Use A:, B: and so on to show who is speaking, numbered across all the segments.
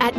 A: At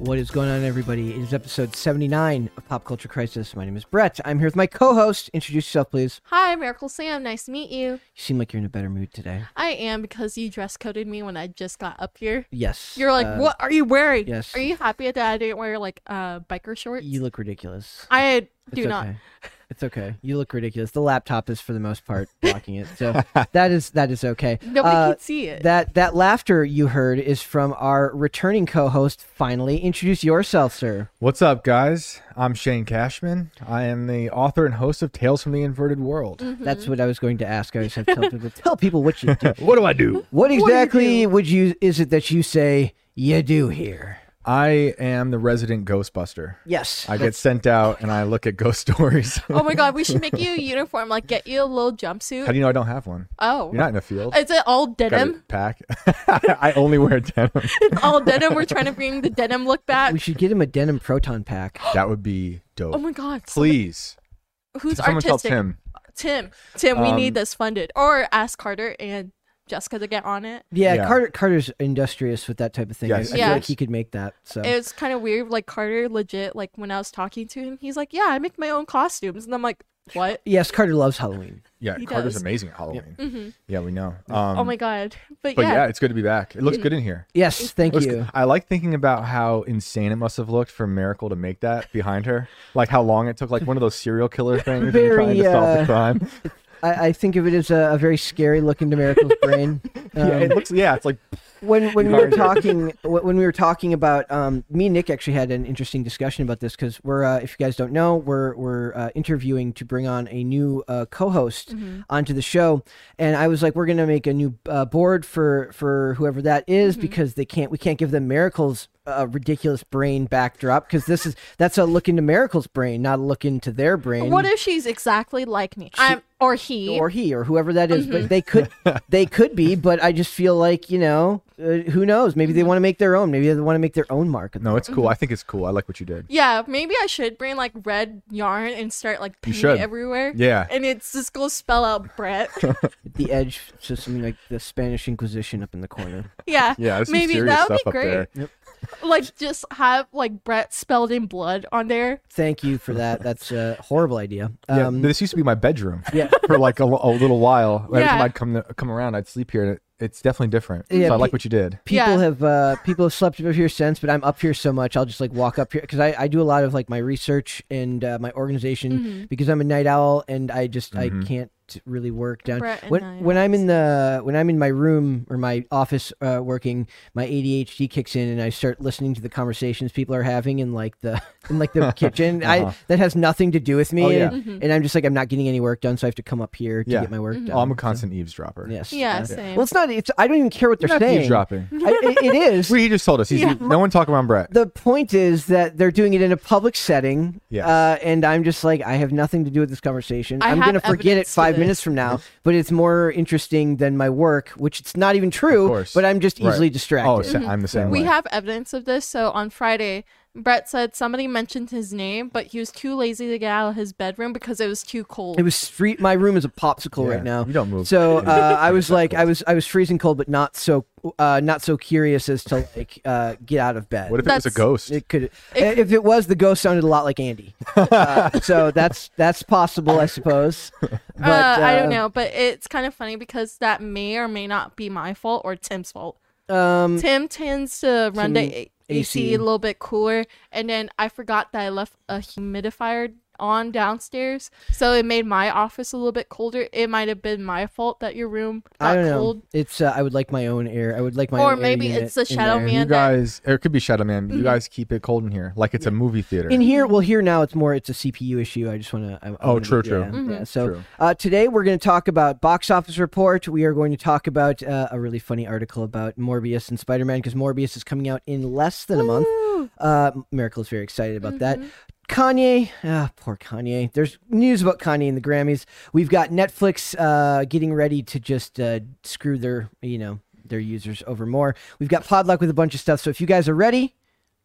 B: What is going on, everybody? It is episode 79 of Pop Culture Crisis. My name is Brett. I'm here with my co host. Introduce yourself, please.
C: Hi, Miracle Sam. Nice to meet you.
B: You seem like you're in a better mood today.
C: I am because you dress coded me when I just got up here.
B: Yes.
C: You're like,
B: uh,
C: what are you wearing?
B: yes.
C: Are you happy that I didn't wear like uh biker shorts?
B: You look ridiculous.
C: I
B: It's
C: do
B: okay.
C: not.
B: It's okay. You look ridiculous. The laptop is, for the most part, blocking it. So that is that is okay.
C: Nobody
B: Uh,
C: can see it.
B: That that laughter you heard is from our returning co-host. Finally, introduce yourself, sir.
D: What's up, guys? I'm Shane Cashman. I am the author and host of Tales from the Inverted World.
C: Mm-hmm.
B: That's what I was going to ask. I always have to tell people tell people what you do.
D: What do I do?
B: What exactly would you is it that you say you do here?
D: I am the resident Ghostbuster.
B: Yes,
D: I get sent out and I look at ghost stories.
C: oh my god, we should make you a uniform. Like, get you a little jumpsuit.
D: How do you know I don't have one?
C: oh,
D: You're not in the field.
C: is it all
D: Got
C: denim?
D: it pack. I only wear denim.
C: It's all denim. We're trying to bring the denim look back.
B: we should get him a denim proton pack.
D: That would be dope.
C: oh my god, somebody-
D: Please.
C: who's
D: Someone tell
C: artistic?
D: Tim.
C: Tim, Tim, we
D: Um,
C: need this funded. Or ask Carter and Jessica to get on it.
B: Yeah,
D: Yeah.
B: Carter Carter's industrious with that type of thing. I-
D: Yes.
B: I,
C: Yeah.
B: feel like he could make that. So
C: it was kind of weird. Like Carter, legit, like when I was talking to him, he's like, "Yeah, I make my own costumes," and I'm like, "What?"
B: yes, Carter loves Halloween.
D: Yeah,
C: He
D: Carter's
C: does.
D: amazing at Halloween.
C: Mhm.
D: Yeah, we know. Um,
C: oh my god! Mm. But,
D: But
C: yeah,
D: yeah, it's good to be back. It looks good in here.
B: Yes, thank
D: It was-
B: you.
D: I like thinking about how insane it must have looked for Miracle to make that behind her. Like how long it took, like one of those serial killer things when
B: Very,
D: you're trying to solve
B: uh,
D: the crime.
B: I, I think of it as a, a very scary look into Miracle's brain. Um,
D: yeah, it looks. Yeah, it's like
B: when when we were
D: Hard.
B: talking wh- when we were talking about um, me and Nick actually had an interesting discussion about this because we're uh, if you guys don't know we're we're uh, interviewing to bring on a new uh, co-host onto the show and I was like we're gonna make a new uh, board for for whoever that is because they can't we can't give them miracles a ridiculous brain backdrop because this is that's a look into miracles brain not a look into their brain
C: what if she's exactly like me? I'm or he.
B: or he or whoever that is, but they could they could be but i just feel like you know uh, who knows maybe they want to make their own maybe they want to make their own mark
D: no, it's cool. I think it's cool. I like what you did.
C: yeah, maybe I should bring like red yarn and start like pinning
D: should.
C: it everywhere.
D: Yeah.
C: and it's just gonna spell out Brett.
B: the edge so something like the spanish inquisition up in the corner
C: yeah,
D: Yeah, there's some
C: maybe
D: serious
C: that would
D: stuff
C: be
D: up
C: great.
D: there.
C: Like just have like Brett spelled in blood on there.
B: thank you for that that's a horrible idea
D: Yeah,
B: um
D: this used to be my bedroom.
B: Yeah.
D: for like a, lo- a little while. Every time
C: Yeah.
D: I'd come come around, I'd sleep here. and it, it's definitely different.
B: Yeah,
D: so I
B: pe-
D: like what you did.
B: People
C: Yeah.
B: have uh, people have slept up here since, but I'm up here so much. I'll just like walk up here because I, I do a lot of like my research and uh, my organization
C: Mm-hmm.
B: because I'm a night owl and I just
D: Mm-hmm.
B: I can't really work down
C: Brett and
B: when
C: night
B: when I'm in the when I'm in my room or my office uh, working. My ADHD kicks in and I start listening to the conversations people are having in like the in like the kitchen. I that has nothing to do with me.
D: Uh-huh. Oh, yeah.
B: and,
C: Mm-hmm.
B: and I'm just like I'm not getting any work done, so I have to come up here to
D: Yeah.
B: get my work done.
D: Oh, I'm a constant eavesdropper.
B: yes.
C: Yeah,
B: Uh,
C: same.
B: Well, it's not. It's I don't even care what
D: You're
B: they're
D: not
B: saying.
D: eavesdropping.
B: I, it, it is.
D: Well, he just told us. He's, No one talk around Brett.
B: the point is that they're doing it in a public setting.
D: Yes.
B: Uh, and I'm just like, I have nothing to do with this conversation.
C: I
B: am
C: have
B: going to forget it
C: evidence for
B: five
C: this.
B: minutes from now, but it's more interesting than my work, which it's not even
D: Of
B: true,
D: course.
B: but I'm just
D: Right.
B: easily distracted.
D: Oh, sa- I'm the same.
C: We
D: way.
C: have evidence of this. So on Friday, Brett said somebody mentioned his name, but he was too lazy to get out of his bedroom because it was too cold.
B: It was street. My room is a popsicle
D: Yeah,
B: right now.
D: you don't move.
B: So
D: Yeah.
B: uh, I was like, I was, I was freezing cold, but not so, uh, not so curious as to like uh, get out of bed.
D: What if it was a
C: That's-
D: ghost?
B: It could, if it was, the ghost sounded a lot like Andy. uh, so that's that's possible, I suppose. But
C: uh, I
B: uh,
C: don't know, but it's kind of funny because that may or may not be my fault or Tim's fault.
B: Um,
C: Tim tends to run
B: Tim
C: the A- AC
B: AC.
C: a little bit cooler, and then I forgot that I left a humidifier on downstairs, so it made my office a little bit colder. It might have been my fault that your room
B: I
C: got
B: don't know.
C: cold.
B: It's uh, I would like my own air. I would like my
C: Or
B: own air
C: maybe
B: unit
C: it's the
B: in
C: Shadow
B: there.
D: You
C: Man. And that-
D: guys, or it could be Shadow Man. but
C: Mm-hmm.
D: You guys keep it cold in here, like it's a movie theater.
B: In here, well, here now it's more it's a CPU issue. I just want to.
D: Oh, true, true.
B: Yeah,
D: Mhm.
B: yeah. So
D: True.
B: Uh, today we're going to talk about box office report. We are going to talk about uh, a really funny article about Morbius and Spider Man because Morbius is coming out in less than a month. Uh, Miracle is very excited about that. Kanye, ah, poor Kanye. There's news about Kanye and the Grammys. We've got Netflix uh, getting ready to just uh, screw their, you know, their users over more. We've got Podluck with a bunch of stuff. So if you guys are ready,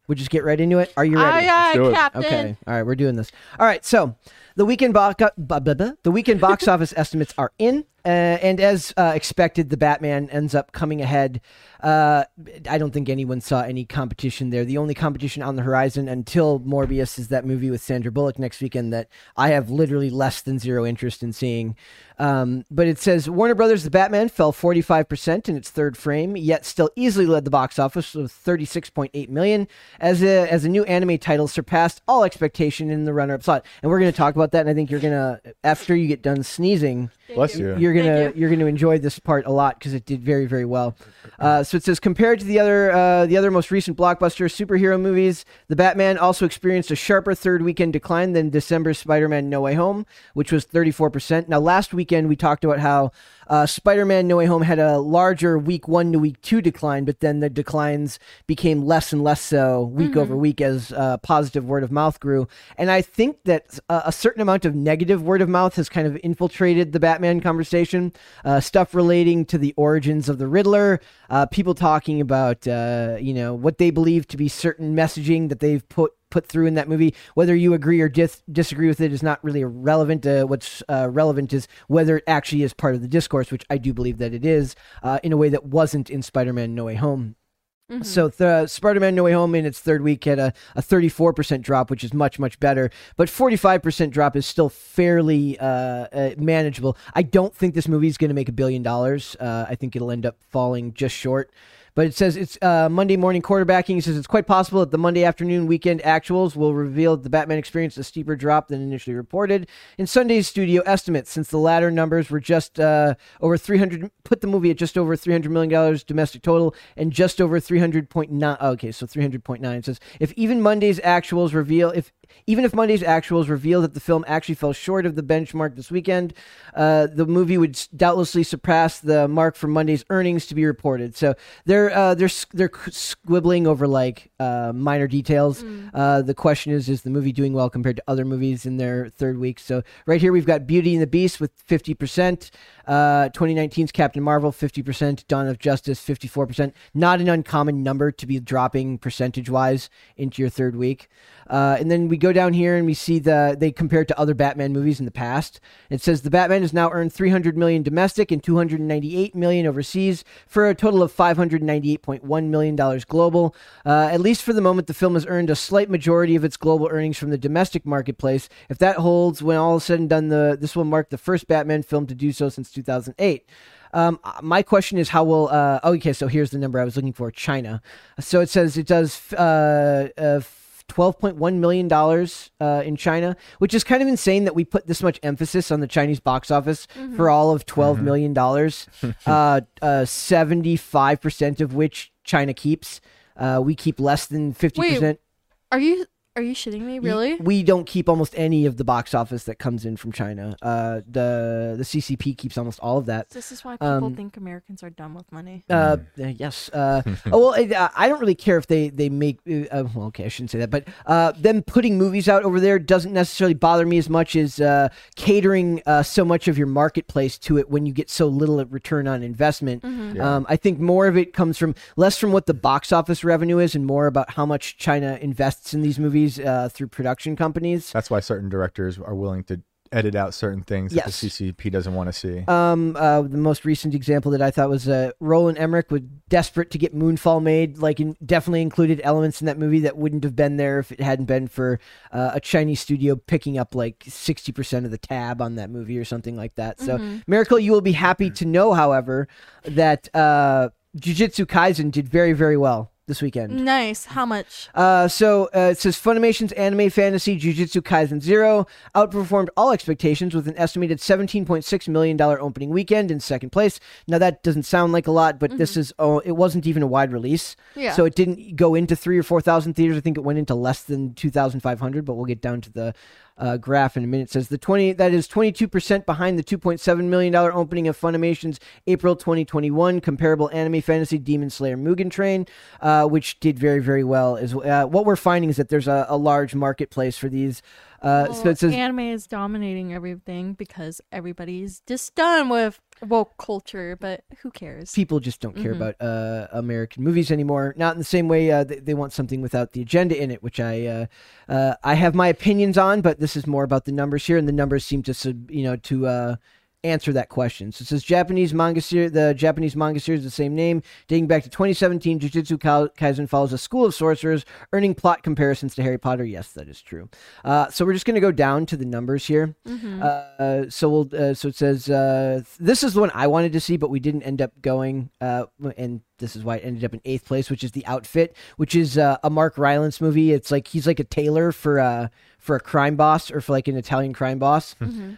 B: we'll just get right into it. Are you ready?
C: Aye,
D: do
C: aye,
D: it.
C: Captain.
B: Okay. All right, we're doing this. All right, so the weekend box the weekend box office estimates are in, uh, and as uh, expected, the Batman ends up coming ahead. Uh, I don't think anyone saw any competition there. The only competition on the horizon until Morbius is that movie with Sandra Bullock next weekend that I have literally less than zero interest in seeing. Um, but it says Warner Brothers' The Batman fell 45% in its third frame, yet still easily led the box office with 36.8 million as a as a new anime title surpassed all expectation in the runner-up slot. And we're going to talk about that and I think you're going to after you get done sneezing,
D: Bless you.
B: you're gonna
C: Thank
B: you. are gonna enjoy this part a lot because it did very very well. Uh, so it says compared to the other uh, the other most recent blockbuster superhero movies, the Batman also experienced a sharper third weekend decline than December's Spider-Man: No Way Home, which was 34 percent. Now last weekend we talked about how uh, Spider-Man: No Way Home had a larger week one to week two decline, but then the declines became less and less so week over week as uh, positive word of mouth grew. And I think that uh, a certain amount of negative word of mouth has kind of infiltrated the Batman conversation. Uh, stuff relating to the origins of the Riddler, uh, people talking about uh, you know what they believe to be certain messaging that they've put put through in that movie. Whether you agree or dis- disagree with it is not really relevant. Uh, what's uh, relevant is whether it actually is part of the discourse, which I do believe that it is, uh, in a way that wasn't in Spider-Man: No Way Home. So the Spider-Man No Way Home in its third week had a, a 34% drop, which is much, much better. But 45% drop is still fairly uh, uh, manageable. I don't think this movie is going to make a billion dollars. Uh, I think it'll end up falling just short. But it says it's uh, Monday morning quarterbacking. It says it's quite possible that the Monday afternoon weekend actuals will reveal the Batman experience a steeper drop than initially reported in Sunday's studio estimates, since the latter numbers were just uh, over 300, put the movie at just over 300 million dollars domestic total and just over 300.9. oh, Okay, so 300.9 It says if even Monday's actuals reveal if even if Monday's actuals reveal that the film actually fell short of the benchmark this weekend, uh, the movie would s- doubtlessly surpass the mark for Monday's earnings to be reported. So they're uh, they're s- they're c- squibbling over like uh, minor details. Uh, the question is, is the movie doing well compared to other movies in their third week? So right here we've got Beauty and the Beast with fifty percent, uh, 2019's Captain Marvel fifty percent, Dawn of Justice fifty four percent. Not an uncommon number to be dropping percentage wise into your third week. Uh, and then we go down here and we see the they compare it to other Batman movies in the past. It says the Batman has now earned 300 million domestic and 298 million overseas for a total of 598.1 million dollars global. Uh, at least for the moment, the film has earned a slight majority of its global earnings from the domestic marketplace. If that holds, when all is said and done, the this will mark the first Batman film to do so since 2008. Um, uh, my question is how will uh, oh, okay so here's the number I was looking for China so it says it does uh, uh, 12.1 million dollars uh, in China which is kind of insane that we put this much emphasis on the Chinese box office for all of 12 million dollars uh, uh, 75 percent of which China keeps uh, we keep less than 50 percent
C: Are you are you shitting me?
B: y-
C: Really?
B: We don't keep almost any of the box office that comes in from China. Uh, the the CCP keeps almost all of that.
C: This is why people
B: Um,
C: think Americans are dumb with money.
B: Uh, uh, yes. Uh, oh, well, I- uh, I don't really care if they they make. Uh, uh, well, okay, I shouldn't say that, but uh, them putting movies out over there doesn't necessarily bother me as much as uh, catering uh, so much of your marketplace to it when you get so little at return on investment. Um, I think more of it comes from less from what the box office revenue is and more about how much China invests in these movies uh, through production companies.
D: That's why certain directors are willing to edit out certain things
B: Yes.
D: that the CCP doesn't want to
C: Uh-huh.
D: see.
B: Um, uh, the most recent example that I thought was uh, Roland Emmerich was desperate to get Moonfall made. Like, in, definitely included elements in that movie that wouldn't have been there if it hadn't been for uh, a Chinese studio picking up like sixty percent of the tab on that movie or something like that. So, Miracle, you will be happy to know, however, that uh, Jujutsu Kaisen did very, very well. this weekend.
C: Nice. How much?
B: Uh, so uh, it says Funimation's anime fantasy Jujutsu Kaisen Zero outperformed all expectations with an estimated $17.6 million opening weekend in second place. Now that doesn't sound like a lot, but this is oh, it wasn't even a wide release,
C: Yeah.
B: so it didn't go into three or four thousand theaters. I think it went into less than two thousand five hundred, but we'll get down to the uh, graph in a minute. It says the twenty that is twenty two percent behind the two point seven million dollar opening of Funimation's April twenty twenty one comparable anime fantasy Demon Slayer Mugen Train, uh, which did very very well. Is uh, what we're finding is that there's a, a large marketplace for these. Uh, so it says
C: anime is dominating everything because everybody's just done with woke culture, but who cares?
B: people just don't care about uh, American movies anymore. Not in the same way uh, they, they want something without the agenda in it, which I uh, uh, I have my opinions on, but this is more about the numbers here, and the numbers seem to sub- you know to. Uh, Answer that question. So it says Japanese manga series. The Japanese manga series, of the same name, dating back to 2017, Jujutsu Ka- Kaisen follows a school of sorcerers, earning plot comparisons to Harry Potter. Yes, that is true. Uh, so we're just going to go down to the numbers here. Uh, so we'll. Uh, so it says uh, th- this is the one I wanted to see, but we didn't end up going. Uh, and this is why it ended up in eighth place, which is the outfit, which is uh, a Mark Rylance movie. It's like he's like a tailor for uh, for a crime boss or for like an Italian crime boss.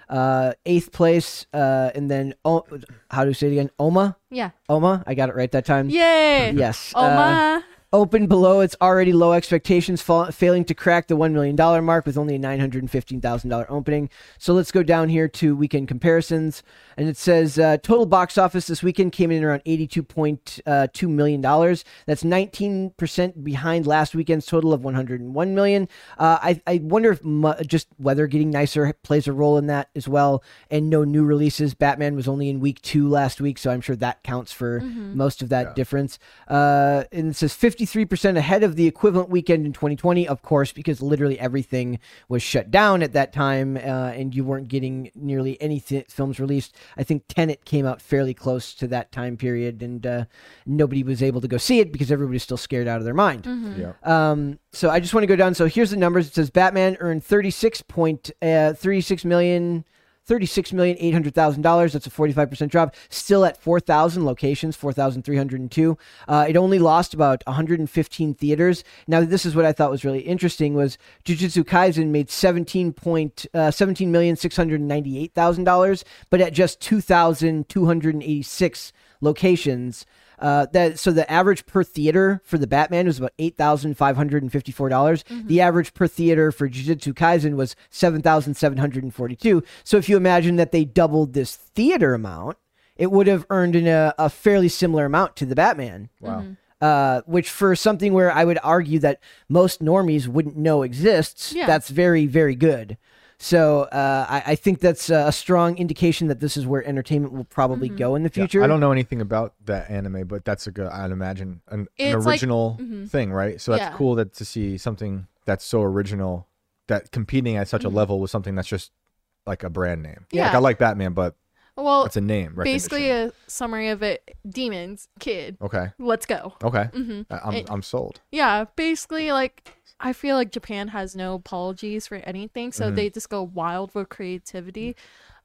B: Uh, eighth place, uh, and then oh, how do you say it again? Oma,
C: Yeah.
B: Oma. I got it right that time.
C: Yay.
B: Yes.
C: Oh
B: uh,
C: my.
B: opened below its already low expectations, fall, failing to crack the $1 million mark with only a $915,000 opening. So let's go down here to weekend comparisons. And it says uh, total box office this weekend came in around $82.2 million. That's 19% behind last weekend's total of $101 million. Uh, I, I wonder if mu- just weather getting nicer plays a role in that as well. And no new releases. Batman was only in week two last week, so I'm sure that counts for most of that difference. Uh, and it says 53% ahead of the equivalent weekend in 2020, of course, because literally everything was shut down at that time uh, and you weren't getting nearly any th- films released. I think Tenet came out fairly close to that time period and uh, nobody was able to go see it because everybody's still scared out of their mind.
D: Yeah.
B: Um, so I just want to go down. So here's the numbers. It says Batman earned 36 point, uh, 36 million. Thirty-six million eight hundred thousand dollars. That's a forty-five percent drop. Still at four thousand locations, four thousand three hundred and two. Uh, it only lost about one hundred and fifteen theaters. Now, this is what I thought was really interesting: was Jujutsu Kaisen made seventeen point uh, seventeen million six hundred ninety-eight thousand dollars, but at just two thousand two hundred eighty-six locations. Uh, that so the average per theater for the Batman was about eight thousand five hundred and fifty four dollars. The average per theater for Jujutsu Kaisen was seven thousand seven hundred and forty two. So if you imagine that they doubled this theater amount, it would have earned in a, a fairly similar amount to the Batman.
D: Wow.
C: Uh-huh.
B: Uh, which for something where I would argue that most normies wouldn't know exists,
C: Yeah.
B: that's very very good. So uh, I, I think that's a strong indication that this is where entertainment will probably go in the
D: Yeah,
B: future.
D: I don't know anything about that anime, but that's a good. I'd imagine an, an
C: It's like- mm-hmm.
D: original thing, right? So that's
C: Yeah.
D: cool that to see something that's so original that competing at such a level with something that's just like a brand name. Like,
C: Mm-hmm. Yeah.
D: I like Batman, but
C: Well,
D: it's a name.
C: basically
D: recognition.
C: a summary of it. Demons,
B: Oh.
C: kid.
D: okay.
C: Let's go.
D: Okay.
C: Mm-hmm.
D: I- I'm
C: It-
D: I'm sold.
C: Yeah, basically, like I feel like Japan has no apologies for anything, so
B: Mm-hmm.
C: they just go wild with creativity.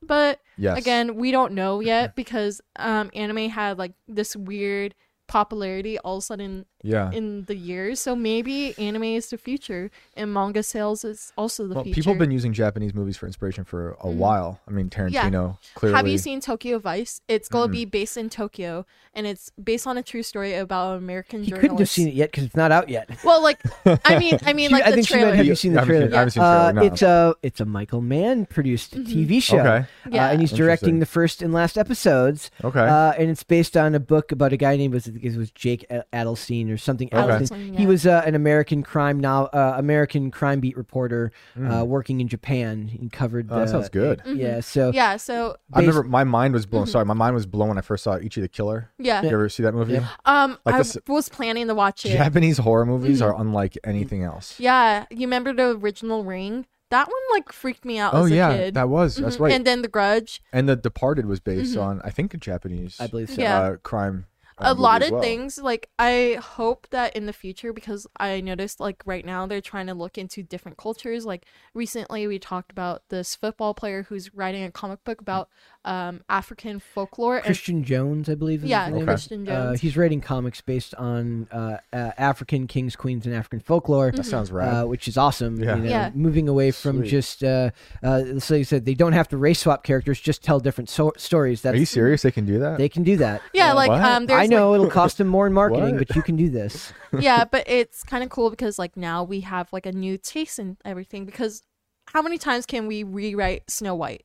C: But
D: Yes.
C: again, we don't know yet because um, anime had like this weird popularity all of a sudden
D: Yeah.
C: in the years. So maybe anime is the future, and manga sales is also the
D: Well,
C: future. Mm-hmm.
D: people have been using Japanese movies for inspiration for a while. I mean,
C: Yeah.
D: Tarantino clearly.
C: Have you seen Tokyo Vice? It's going to be based in Tokyo, and it's based on a true story about an American.
B: He
C: journalist.
B: couldn't have seen it yet because it's not out yet.
C: Well, like I mean, I mean,
B: She-
C: like
B: I
C: the
B: think she
C: trailer.
B: might have you seen
D: I
B: the
D: haven't
B: trailer.
D: seen- I haven't seen the
B: Uh,
D: trailer, no.
B: It's a it's a Michael Mann produced
C: Mm-hmm.
B: TV show.
D: Okay.
B: Uh,
C: Yeah.
B: and he's directing
D: Interesting.
B: the first and last episodes.
D: Okay.
B: Uh, and it's based on a book about a guy named was it was Jake A- Adelstein or something.
D: Okay.
B: Adelstein.
C: Adelstein,
B: He
C: yeah.
B: was uh, an American crime now uh, American crime beat reporter uh, working in Japan and covered.
D: Mm. Oh, that
B: the-
D: sounds good.
B: Yeah. So
C: Mm-hmm. yeah. So
D: I
B: based-
D: remember my mind was blown. Sorry, my mind was blown when I first saw Ichi the Killer.
C: Mm-hmm. yeah.
D: You ever see that movie?
C: Um,
D: Like
C: I
D: this-
C: was planning to watch it.
D: Japanese horror movies are unlike anything else.
C: Mm-hmm. Yeah, you remember the original Ring? That one like freaked me out
D: oh
C: as a
D: yeah,
C: kid.
D: that was that's
C: Mhm.
D: right.
C: And
D: And,
C: then The Grudge.
D: the Departed was based on I think a Japanese
B: I believe so.
C: Yeah.
D: uh, crime. uh,
C: a
D: movie
C: lot
D: as
C: of
D: well.
C: things like I hope that in the future because I noticed like right now they're trying to look into different cultures. Like recently we talked about this football player who's writing a comic book about um, African folklore. and-
B: Christian Jones, I believe. Is his
C: yeah,
B: name.
C: Christian
B: Uh,
C: Jones.
B: he's writing comics based on uh, uh, African kings, queens, and African folklore.
D: That sounds rad.
B: Uh, which is awesome. you
D: Yeah.
B: know,
C: Mm-hmm. Yeah.
B: Moving away from
D: Sweet.
B: just, uh, uh, so you said they don't have to race swap characters, just tell different so- stories. That's,
D: Are you serious? They can do that?
B: They can do that.
C: yeah, like
D: What?
C: um, there's
B: I know it'll cost them more in marketing,
D: What?
B: but you can do this.
C: like- yeah, but it's kind of cool because like now we have like a new taste in everything because how many times can we rewrite Snow White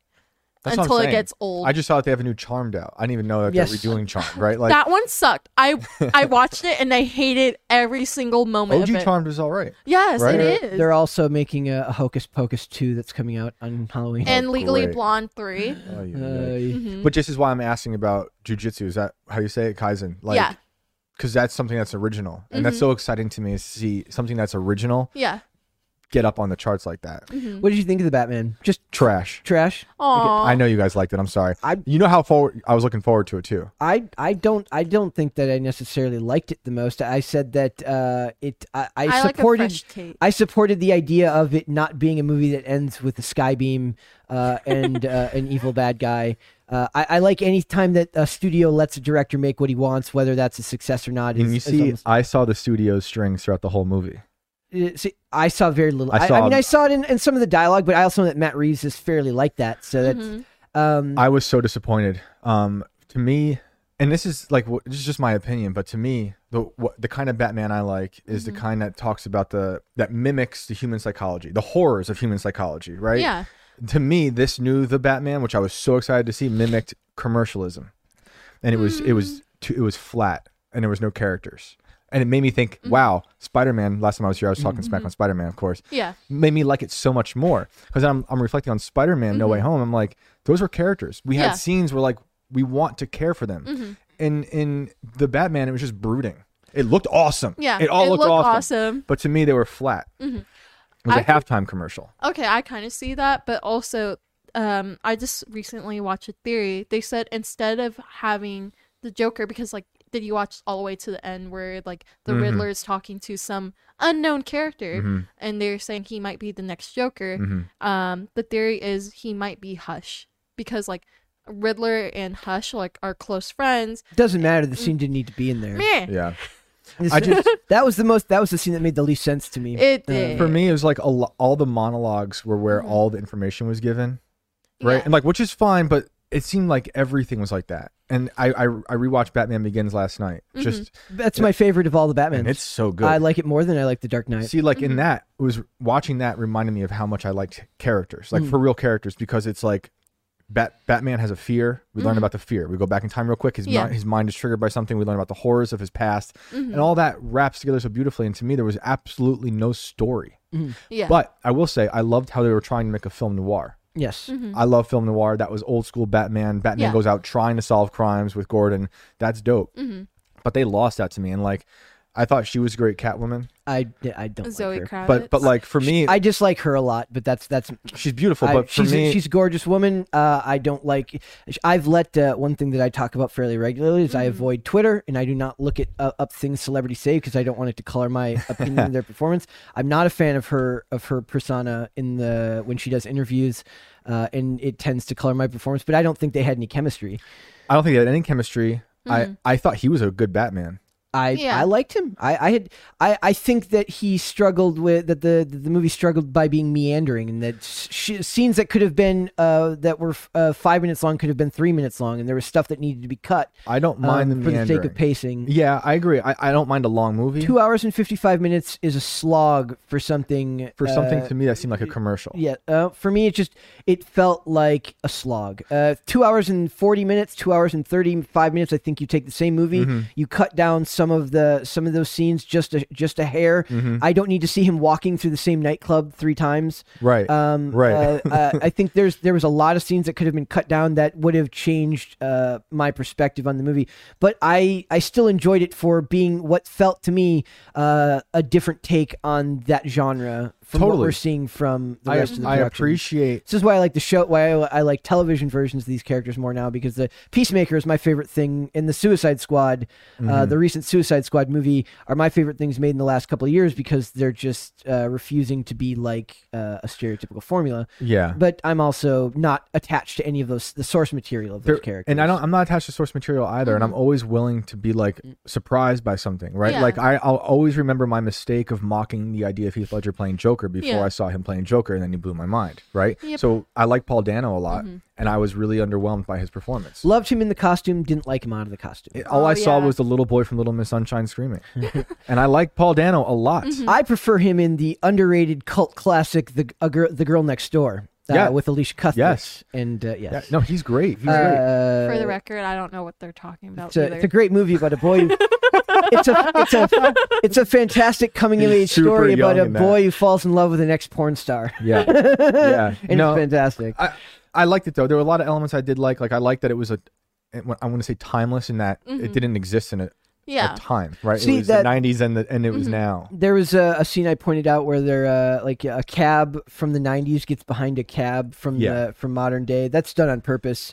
D: That's what I'm
C: until it
D: saying.
C: gets old?
D: I just saw that they have a new Charmed out. I didn't even know that
B: Yes.
D: they're redoing Charmed, right? Like
C: that one sucked. I I watched it and I hated every single moment of
D: OG
C: it.
D: Charmed was all right.
C: yes,
D: right?
C: it is.
B: They're also making a, a Hocus Pocus 2 that's coming out on Halloween.
C: and Legally
D: great.
C: Blonde three.
B: Uh,
D: Oh, yeah, yeah.
C: Mm-hmm.
D: But this is why I'm asking about jujitsu. Is that how you say it, Kaizen? Like,
C: yeah, Mm-hmm.
D: Because that's something that's original, and that's so exciting to me to see something that's original
C: yeah.
D: get up on the charts like that.
C: Mm-hmm.
B: what did you think of the Batman? Just
D: Trash.
B: trash?
C: Aww.
D: I know you guys liked it. I'm sorry.
B: I-
D: you know how forward I was looking forward to it too.
B: I, I don't I don't think that I necessarily liked it the most. I said that uh, it I, I,
C: I like a
B: supported
C: fresh take.
B: I supported the idea of it not being a movie that ends with a sky beam uh, and uh, an evil bad guy. Uh, I, I like any time that a studio lets a director make what he wants, whether that's a success or not.
D: And you
B: is- is
D: see,
B: almost-
D: I saw the studio's strings throughout the whole movie.
B: Uh, see, I saw very little.
D: I
B: I, I
D: saw-
B: mean, I saw it in, in some of the dialogue, but I also know that Matt Reeves is fairly like that. So that's
C: Mm-hmm.
B: um,
D: I was so disappointed. Um, to me, and this is like wh- this is just my opinion, but to me, the what, the kind of Batman I like is
C: Mm-hmm.
D: the kind that talks about the that mimics the human psychology, the horrors of human psychology, right?
C: Yeah.
D: To me, this new the Batman, which I was so excited to see, mimicked commercialism, and it was it
C: Hmm.
D: was too, it was flat, and there was no characters, and it made me think,
C: Hmm.
D: wow, Spider Man. Last time I was here, I was talking smack on Spider Man, of course
C: Mm-hmm. Yeah.
D: made me like it so much more because I'm I'm reflecting on Spider-Man No Way Home. I'm like, those were characters. We
C: Mm-hmm. Yeah. Mm-hmm.
D: had scenes where like we want to care for them. In in the Batman, it was just brooding. It looked awesome.
C: Yeah,
D: it all
C: it
D: looked,
C: looked
D: awesome.
C: awesome. Mm-hmm.
D: But to me, they were flat. It was
C: I
D: a
C: can-
D: halftime commercial.
C: Okay, I kind of see that, but also, um, I just recently watched a theory. They said instead of having the Joker, because like, did you watch all the way to the end where like the
D: Mm-hmm.
C: Riddler is talking to some unknown character, and they're saying he might be the next Joker?
D: Mm-hmm.
C: Um, the theory is he might be Hush because like Riddler and Hush like are close friends.
B: doesn't matter. The scene didn't need to be in there.
C: Meh.
D: Yeah.
B: This-
D: I just-
B: that was the most. That was the scene that made the least sense to me.
C: It did.
D: For me, it was like a lo- all the monologues were where all the information was given, right?
C: Mm-hmm. Yeah.
D: And like, which is fine, but it seemed like everything was like that. And I I, I rewatched Batman Begins last night.
C: Mm-hmm.
D: Just
B: That's my favorite of all the Batmans.
D: and it's so good.
B: I like it more than I like the Dark Knight.
D: See, like in
C: Mm-hmm.
D: that, it was watching that reminded me of how much I liked characters, like
B: Mm.
D: for real characters, because it's like Bat- Batman has a fear. We learn about the fear. We go back in time real quick. His,
C: Mm-hmm. Yeah. Mm-hmm.
D: mind, his mind is triggered by something. We learn about the horrors of his past. And all that wraps together so beautifully. And to me, there was absolutely no story.
C: yeah.
D: But I will say, I loved how they were trying to make a film noir.
B: yes,
C: Mm.
D: I love film noir. That was old school Batman. Batman
C: Mm-hmm. Yeah.
D: goes out trying to solve crimes with Gordon. That's dope.
C: Mm-hmm.
D: But they lost that to me. And like, I thought she was a great Catwoman.
B: I, I don't.
C: Zoe
B: like her.
C: Kravitz.
D: But but like for me,
B: I dislike her a lot, but that's that's
D: She's beautiful,
B: I-
D: but for
B: she's
D: me,
B: she's a gorgeous woman. Uh, I don't like. I've let uh, one thing that I talk about fairly regularly is I
C: Mm.
B: avoid Twitter and I do not look at uh, up things celebrities say because I don't want it to color my opinion of their performance. I'm not a fan of her of her persona in the when she does interviews, uh, and it tends to color my performance. But I don't think they had any chemistry.
D: I don't think they had any chemistry.
C: Mm-hmm.
D: I, I thought he was a good Batman.
B: I
C: Yeah.
B: I liked him. I, I had I, I think that he struggled with that the the movie struggled by being meandering and that sh- scenes that could have been uh that were uh, five minutes long could have been three minutes long and there was stuff that needed to be cut.
D: I don't mind
B: um,
D: the
B: for the sake
D: meandering.
B: of pacing.
D: Yeah, I agree. I, I don't mind a long movie.
B: Two hours and fifty five minutes is a slog for something
D: for something
B: uh,
D: to me that seemed like a commercial.
B: yeah, uh, for me, it just it felt like a slog. Uh, two hours and forty minutes, two hours and thirty-five minutes. I think you take the same movie, you cut down some of the some of those scenes just a, just a hair. I don't need to see him walking through the same nightclub three times.
D: Right.
B: Um,
D: Right.
B: uh, uh, I think there's there was a lot of scenes that could have been cut down that would have changed uh, my perspective on the movie. But I I still enjoyed it for being what felt to me uh, a different take on that genre from what
D: Totally.
B: we're seeing from the
D: I,
B: rest of the
D: I
B: production.
D: appreciate
B: This is why I like the show. Why I, I like television versions
D: Mm-hmm.
B: of these characters more now because the Peacemaker is my favorite thing in the Suicide Squad. Uh, the recent Suicide Squad movie are my favorite things made in the last couple of years because they're just uh, refusing to be like uh, a stereotypical formula.
D: Yeah.
B: But I'm also not attached to any of those the source material of those
D: There-
B: characters.
D: And I don't. I'm not attached to source material either, and I'm always willing to be like surprised by something, right?
C: Mm-hmm. Mm. Yeah.
D: Like I, I'll always remember my mistake of mocking the idea of Heath Ledger playing Joker before
C: Yeah.
D: I saw him playing Joker, and then he blew my mind, right?
C: Yep. Mm-hmm.
D: So I like Paul Dano a lot, and I was really underwhelmed by his performance.
B: Loved him in the costume, didn't like him out of the costume.
D: It- All
C: Oh,
D: I saw
C: yeah.
D: was the little boy from Little Miss Sunshine screaming, and I like Paul Dano a lot.
C: Mm-hmm. Mm.
B: I prefer him in the underrated cult classic, the a girl, the girl next door, uh,
D: Yeah.
B: with Alicia Cuthbert.
D: Yes.
B: and uh,
D: Yeah,
B: yes,
D: no, he's great. He's great.
B: Uh,
C: For the record, I don't know what they're talking about
B: it's a,
C: either.
B: it's a great movie about a boy. Who, it's a it's a it's a fantastic coming of
D: He's
B: age
D: super
B: story about
D: young
B: a
D: in that.
B: boy who falls in love with an ex porn star.
D: Yeah, yeah.
B: And
D: no,
B: it's fantastic.
D: I, I liked it though. There were a lot of elements I did like. Like I liked that it was a, I want to say timeless in that
C: Mm-hmm.
D: it didn't exist in a,
C: yeah. Mm-hmm.
D: a time, right?
B: See,
D: it was
B: that-
D: the 90s and the, and it was now.
B: there was a, a scene I pointed out where there, uh, like a cab from the '90s gets behind a cab from
D: Yeah.
B: the from modern day. That's done on purpose.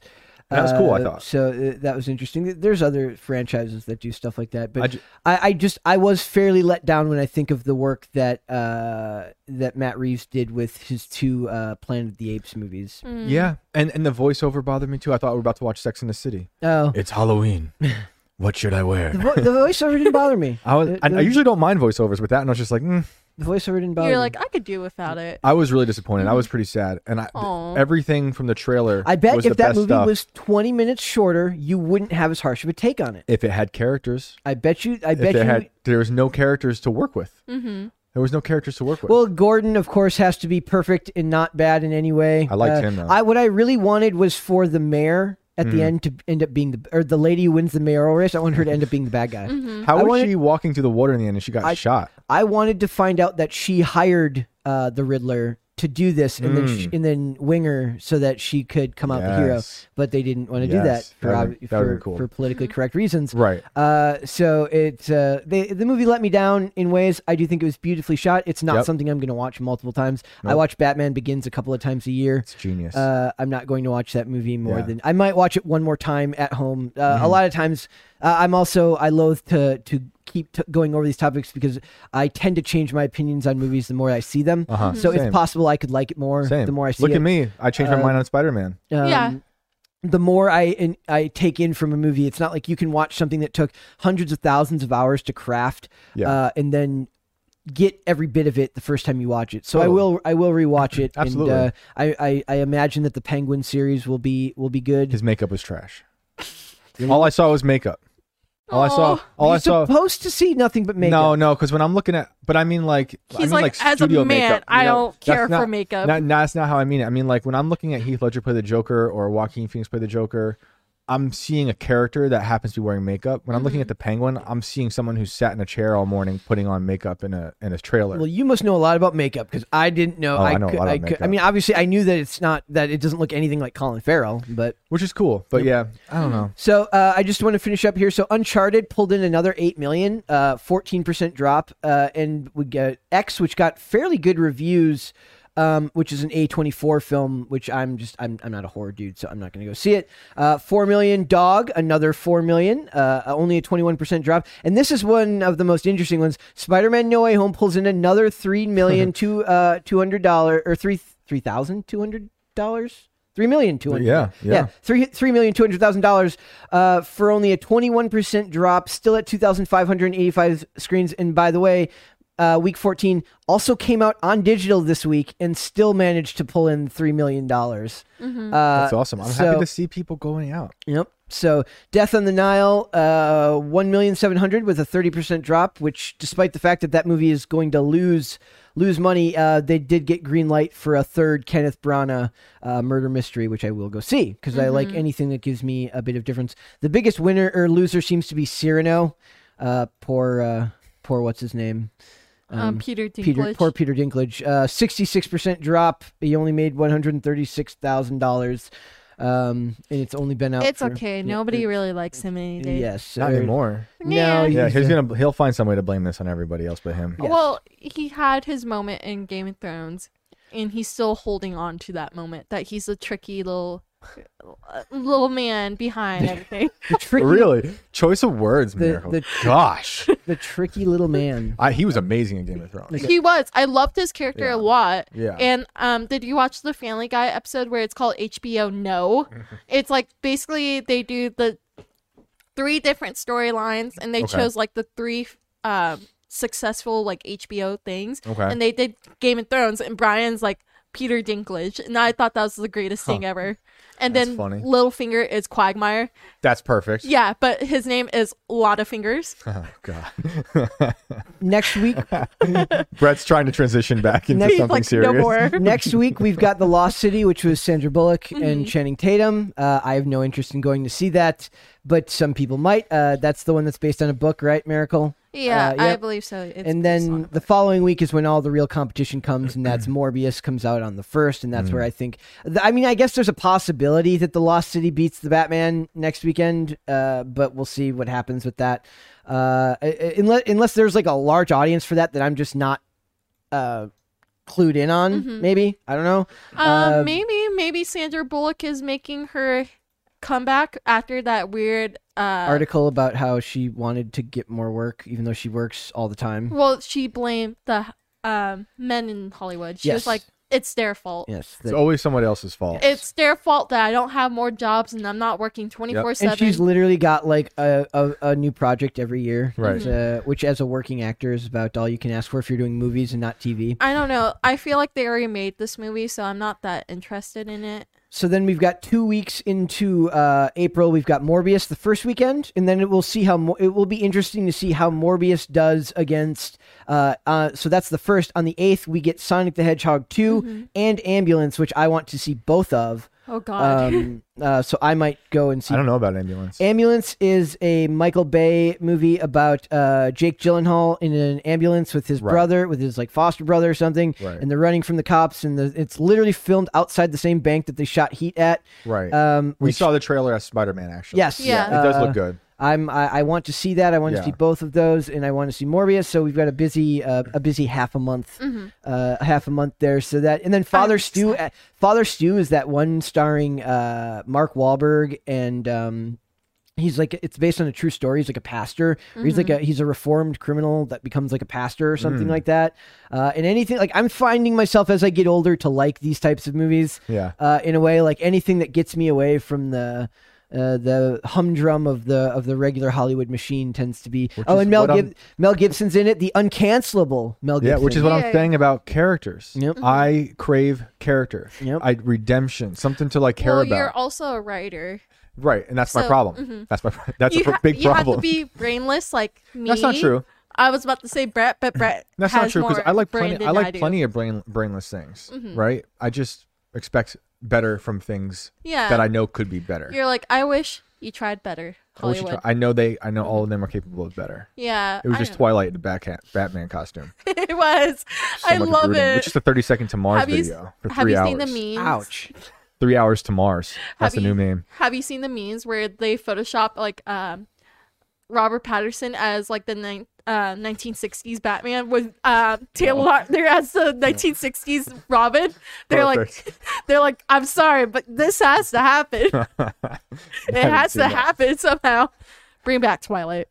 D: That was cool, I thought.
B: so. Uh, that was interesting. Th- There's other franchises that do stuff like that, but I,
D: I ju-
B: I just I was fairly let down when I think of the work that uh, that Matt Reeves did with his two uh, Planet of the Apes movies.
C: Mm.
D: Yeah. And and the voiceover bothered me too. I thought we were about to watch Sex in the City.
B: Oh,
D: It's Halloween. what should I wear?
B: the, vo- the voiceover didn't bother me.
D: I, was,
B: The-
D: I, I
B: the-
D: usually don't mind voiceovers, but that and I was just like, mm.
B: the voiceover didn't bother.
C: You're
B: me.
C: like, I could do without it.
D: I was really disappointed. I was pretty sad, and I,
C: Mm. Aw.
D: everything from the trailer.
B: I bet
D: was
B: if
D: the
B: that
D: best
B: movie
D: stuff.
B: was 20 minutes shorter, you wouldn't have as harsh of a take on it.
D: if it had characters,
B: I bet you. I
D: if
B: bet
D: they
B: you.
D: had, there was no characters to work with.
C: Mm-hmm.
D: There was no characters to work with.
B: well, Gordon, of course, has to be perfect and not bad in any way. Uh,
D: I liked him, though.
B: I what I really wanted was for the mayor at the end to end up being the or the lady who wins the mayoral race. I want her to end up being the bad
C: Mm-hmm.
B: guy.
D: How
B: I
D: was
B: wanted-
D: she walking through the water in the end and she got shot?
B: I wanted to find out that she hired uh, the Riddler to do this, and then sh and then Winger so that she could come out the hero.
D: Hmm. Yes.
B: But they didn't want to do that
D: Yes.
B: for
D: That
B: ob-
D: would've been- that would've
B: for,
D: been cool.
B: for politically correct reasons.
D: Right.
B: Uh, so it uh, they, the movie let me down in ways. I do think it was beautifully shot. It's not
D: Yep.
B: something I'm going to watch multiple times. I watch Batman Begins a couple of times a year.
D: It's genius.
B: Uh, I'm not going to watch that movie more
D: Yeah. Mm-hmm.
B: than I might watch it one more time at home. Uh, A lot of times, uh, I'm also I loathe to to keep t- going over these topics because I tend to change my opinions on movies the more I see them.
D: Uh-huh.
B: So
D: Same.
B: it's possible I could like it more
D: Same.
B: the more I see
D: Look
B: it. uh,
D: at me. I changed my mind on Spider Man.
B: Um,
C: Yeah.
B: The more I in, I take in from a movie, it's not like you can watch something that took hundreds of thousands of hours to craft,
D: Yeah.
B: uh, and then get every bit of it the first time you watch it. So I
D: Totally.
B: will I will rewatch it.
D: Absolutely.
B: And, uh, I, I I imagine that the Penguin series will be will be good.
D: His makeup was trash. all I saw was makeup. All oh, I saw.
C: Aw.
D: All
B: You're
D: I saw.
B: supposed to see nothing but makeup.
D: No, no, because when I'm looking at, but I mean like, I
C: He's
D: mean,
C: like, as a
D: studio
C: man,
D: makeup,
C: I
D: you know?
C: don't
D: That's
C: care
D: not-
C: for makeup.
D: Not, no, that's not how I mean it. I mean like when I'm looking at Heath Ledger play the Joker or Joaquin Phoenix play the Joker, I'm seeing a character that happens to be wearing makeup. When I'm
C: Mm-hmm.
D: looking at the Penguin, I'm seeing someone who sat in a chair all morning putting on makeup in a in a trailer.
B: Well, you must know a lot about makeup because I didn't know.
D: Oh, I know a
B: could,
D: lot about
B: I, could, I
D: makeup.
B: mean, obviously, I knew that it's not that it doesn't look anything like Colin Farrell, but
D: which is cool, but yeah, I don't know.
B: So uh, I just want to finish up here. So Uncharted pulled in another eight million, uh, fourteen percent drop, uh, and we get X, which got fairly good reviews, um, which is an A twenty four film. Which I'm just I'm, I'm not a horror dude, so I'm not going to go see it. Uh, four million Dog, another four million, uh, only a twenty one percent drop, and this is one of the most interesting ones. Spider Man No Way Home pulls in another three million two uh, two hundred dollar or three three thousand two hundred dollars. Three million two
C: Mm-hmm.
B: hundred.
D: Yeah, yeah.
B: yeah three three million two hundred thousand dollars uh, for only a twenty one percent drop, still at two thousand five hundred eighty five screens. And by the way, uh, week fourteen also came out on digital this week and still managed to pull in three million dollars. Uh,
D: That's awesome.
C: Uh,
D: I'm
B: so-
D: happy to see people going out.
B: Yep. So Death on the Nile, uh, one million seven hundred with a thirty percent drop. Which, despite the fact that that movie is going to lose lose money, uh, they did get green light for a third Kenneth Branagh uh, murder mystery, which I will go see because I like anything that gives me a bit of difference. The biggest winner or loser seems to be Cyrano. Uh, poor, uh, poor, what's his name?
C: Um, Peter Dinklage.
B: Peter, poor Peter Dinklage. Uh, 66% drop. He only made $136,000. Um, and it's only been out.
C: it's
B: for-
C: okay.
B: yeah,
C: Nobody
B: for-
C: really likes him any day.
B: Yes.
D: Not
B: or-
D: anymore.
B: No.
C: Yeah.
D: Yeah,
B: he's,
D: he's
B: uh,
D: gonna he'll find some way to blame this on everybody else but him.
C: Well, he had his moment in Game of Thrones, and he's still holding on to that moment that he's a tricky little uh, little man behind everything.
B: The tricky,
D: Really? Choice of words, Miracle.
B: the-
D: Gosh.
B: the tricky little man.
D: I, he was amazing in Game of Thrones.
C: he was. I loved his character
D: Yeah.
C: a lot.
D: Yeah.
C: And um, did you watch the Family Guy episode where it's called HBO No? it's like basically they do the three different storylines, and they
D: Okay.
C: chose like the three um successful like HBO things,
D: Okay.
C: and they did Game of Thrones, and Brian's like Peter Dinklage, and I thought that was the greatest thing ever. And
D: That's
C: then
D: funny.
C: Littlefinger is Quagmire.
D: That's perfect.
C: Yeah, but his name is Lot of Fingers.
D: Oh, God.
B: Next week,
D: Brett's trying to transition back into
B: He's
D: something
C: like,
D: serious.
C: no more.
B: next week we've got the Lost City, which was Sandra Bullock
C: Mm-hmm.
B: and Channing Tatum. Uh, I have no interest in going to see that, but some people might. Uh, that's the one that's based on a book, right? Miracle.
C: Yeah,
B: Uh,
C: I
B: yep.
C: believe so. It's
B: and
C: based on a
B: then
C: book.
B: the following week is when all the real competition comes, and that's Morbius comes out on the first, and that's where I think. th- I mean, I guess there's a possibility that the Lost City beats the Batman next weekend, uh, but we'll see what happens with that. Uh, unless unless there's like a large audience for that that I'm just not uh, clued in on,
C: Mm-hmm.
B: maybe I don't know.
C: Um,
B: Uh,
C: maybe maybe Sandra Bullock is making her comeback after that weird uh
B: Article about how she wanted to get more work, even though she works all the time.
C: Well, she blamed the um men in Hollywood. She
B: Yes.
C: was like, "It's their fault.
B: Yes,
D: It's
B: that-
D: always someone else's fault.
C: It's their fault that I don't have more jobs and I'm not working twenty four
B: and she's
C: seven.
B: literally got like a, a, a new project every year
D: Right.
B: which, uh, which as a working actor is about all you can ask for if you're doing movies and not tv
C: I don't know. I feel like they already made this movie, so I'm not that interested in it.
B: so then we've got two weeks into uh, april we've got morbius the first weekend and then it will see how Mo- it will be interesting to see how morbius does against uh, uh, so that's the first on the eighth we get sonic the hedgehog 2 and ambulance which i want to see both of
C: Oh God.
B: um, uh, so i might go and see
D: I don't know about ambulance.
B: Ambulance is a Michael Bay movie about uh, Jake Gyllenhaal in an ambulance with his
D: Right.
B: brother, with his like foster brother or something,
D: Right.
B: and they're running from the cops, and the, it's literally filmed outside the same bank that they shot Heat at.
D: right.
B: Um,
D: we
B: which-
D: saw the trailer as Spider Man, actually.
B: Yes.
C: Yeah.
D: It does
B: uh,
D: look good.
B: I'm. I, I want to see that. I want
D: Yeah.
B: to see both of those, and I want to see Morbius. So we've got a busy, uh, a busy half a month, uh, half a month there. So that, and then Father Stew. uh, Father Stew is that one starring uh, Mark Wahlberg and. Um, He's like it's based on a true story. He's like a pastor. Or He's like
D: Mm-hmm.
B: a he's a reformed criminal that becomes like a pastor or
D: Mm.
B: something like that. Uh, and anything like I'm finding myself as I get older to like these types of movies
D: Yeah.
B: uh, in a way like anything that gets me away from the uh, the humdrum of the of the regular Hollywood machine tends to be oh
D: is
B: and Mel
D: what I'm-
B: Gib- Mel Gibson's in it the uncancelable Mel
D: Yeah,
B: Gibson
D: which is what
C: Yeah. Mm-hmm.
D: I'm saying about characters.
B: Yep.
D: I crave character.
B: Yep.
D: I redemption, something to like care
C: well,
D: about.
C: you're also a writer.
D: right, and that's my
C: So, mm-hmm.
D: problem. That's my pro- that's a
C: you
D: pro-
C: ha-
D: big
C: you
D: problem.
C: have to be brainless like me.
D: That's not true.
C: I was about to say Brett, but Brett
D: That's
C: has
D: not true because
C: more Mm-hmm.
D: I like
C: brain
D: plenty.
C: than
D: I like
C: do.
D: plenty of brain, brainless things, right? I just expect better from things
C: Yeah.
D: that I know could be better.
C: You're like, I wish you tried better,
D: I, wish you
C: Hollywood.
D: try- I know they. I know all of them are capable of better.
C: Yeah,
D: It was
C: I
D: just
C: know.
D: Twilight in the back hat, Batman costume.
C: it was.
D: So
C: I
D: much
C: love
D: brooding.
C: it.
D: It's just a thirty second to Mars
C: have you
D: video for
C: have
D: three
C: you
D: hours.
C: seen the memes?
B: ouch
D: Three hours to Mars. That's
C: Have
D: the
C: you-
D: new name.
C: Have you seen the memes where they Photoshop like um, Robert Patterson as like the nine uh, 1960s Batman with uh, Taylor Lautner as the 1960s Robin. They're like, they're like, I'm sorry, but this has to happen. it has to
D: seen that.
C: happen somehow. Bring back Twilight.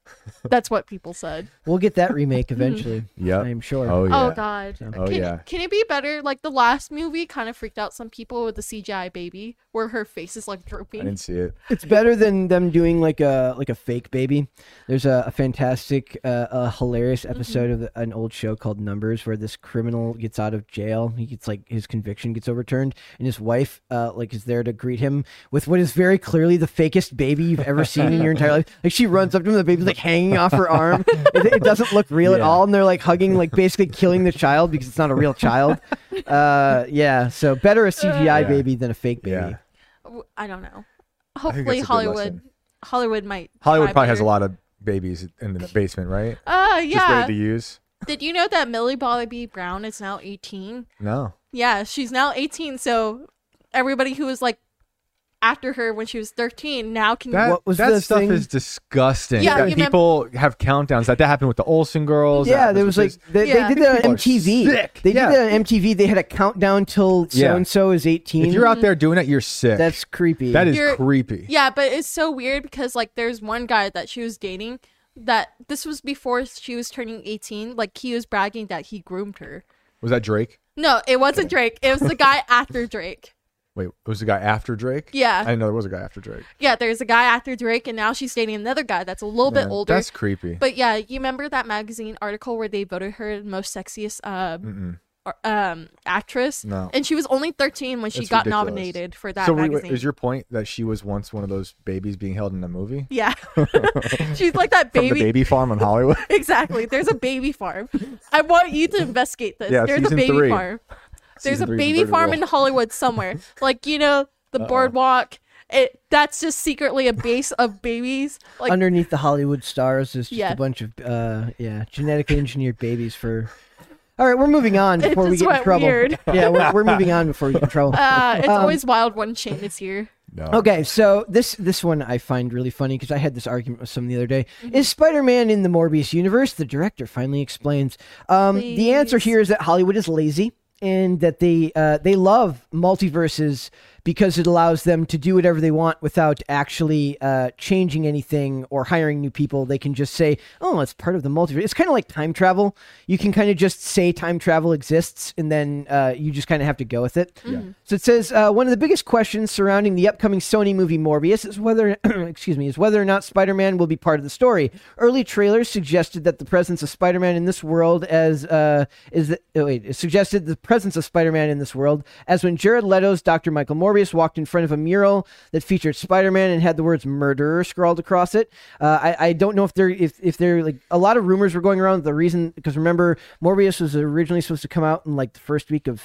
C: That's what people said.
B: we'll get that remake eventually
D: Yep.
B: I'm sure
D: Oh yeah.
C: Oh god.
D: Oh,
C: can,
D: yeah.
C: can it be better? Like the last movie kind of freaked out some people with the CGI baby where her face is like
D: I
C: drooping.
D: didn't see it.
B: it's better than them doing like a like a fake baby there's a, a fantastic uh, a hilarious episode of an old show called numbers where this criminal gets out of jail he gets like his conviction gets overturned and his wife uh, like is there to greet him with what is very clearly the fakest baby you've ever seen in your entire life like she runs up to him the baby's like hanging off her arm it, it doesn't look real at
D: Yeah.
B: all and they're like hugging like basically killing the child because it's not a real child uh, yeah so better a cgi
D: Yeah.
B: baby than a fake baby
D: Yeah.
C: W- I don't know.
D: I think
C: Hopefully
D: that's a good
C: Hollywood
D: lesson.
C: Hollywood might
D: Hollywood
C: try
D: probably has a
C: better.
D: lot of babies in the basement, right?
C: Uh
D: Just
C: yeah.
D: ready to use.
C: Did you know that Millie Bobby Brown is now 18?
D: No.
C: Yeah, she's now 18, so everybody who was like after her when she was 13. Now can
D: That,
C: you?
B: What was
D: that
B: the
D: stuff
B: thing-
D: is disgusting.
C: Yeah,
D: That
C: you remem-
D: people have countdowns. Like that happened with the Olsen girls.
B: Yeah,
D: that
B: there was like they,
C: Yeah.
B: they did that
D: People
B: on
D: are
B: MTV.
D: sick.
B: They did
D: Yeah.
B: that on MTV. They had a countdown till
D: Yeah.
B: so and so is eighteen.
D: if you're out there doing it, you're sick.
B: that's creepy.
D: that is
C: You're-
D: creepy.
C: Yeah, but it's so weird because like there's one guy that she was dating that this was before she was turning 18. Like he was bragging that he groomed her.
D: Was that Drake?
C: No, it wasn't Drake. It was the guy after Drake.
D: Wait, it was the guy after Drake?
C: Yeah.
D: I didn't know there was a guy after Drake.
C: Yeah, there's a guy after Drake, and now she's dating another guy that's a little bit
D: Yeah,
C: older.
D: That's creepy.
C: But yeah, you remember that magazine article where they voted her the most sexiest um, ar- um actress?
D: No.
C: And she was only 13 when she
D: That's
C: got
D: ridiculous.
C: nominated for that
D: so wait, wait,
C: magazine.
D: is your point that she was once one of those babies being held in a movie?
C: yeah. She's like that
D: From
C: baby.
D: the baby farm in Hollywood?
C: Exactly. There's a baby farm. I want you to investigate this.
D: Yeah,
C: There's a
D: season
C: baby
D: three.
C: farm. There's
D: Season
C: a
D: three is
C: baby
D: Inverted
C: farm
D: World.
C: in Hollywood somewhere. Like, you know, the boardwalk. It that's just secretly a base of babies. Like
B: underneath the Hollywood stars is just
C: Yeah.
B: a bunch of uh, yeah genetically engineered babies for. All right, we're moving on
C: It
B: before we
C: just
B: get in
C: went
B: trouble.
C: weird.
B: Yeah, we're, we're moving on before we get in trouble.
C: uh it's
B: Um,
C: always wild when Shane is here.
D: No.
B: Okay, so this this one I find really funny because I had this argument with someone the other day.
C: Mm-hmm.
B: Is Spider-Man in the Morbius universe? The director finally explains. Um, the answer
C: Please.
B: here is that Hollywood is lazy and that they uh, they love multiverses because it allows them to do whatever they want without actually uh, changing anything or hiring new people. They can just say, "Oh, it's part of the multiverse." It's kind of like time travel. You can kind of just say time travel exists, and then uh, you just kind of have to go with it. So it says uh, one of the biggest questions surrounding the upcoming Sony movie Morbius is whether, excuse me, is whether or not Spider-Man will be part of the story. Early trailers suggested that the presence of Spider-Man in this world as uh, is the, oh, wait it suggested the presence of Spider-Man in this world as when Jared Leto's Dr. Michael Morbius walked in front of a mural that featured Spider-Man and had the words "murderer" scrawled across it. Uh, I, I don't know if there if if there like a lot of rumors were going around the reason because remember Morbius was originally supposed to come out in like the first week of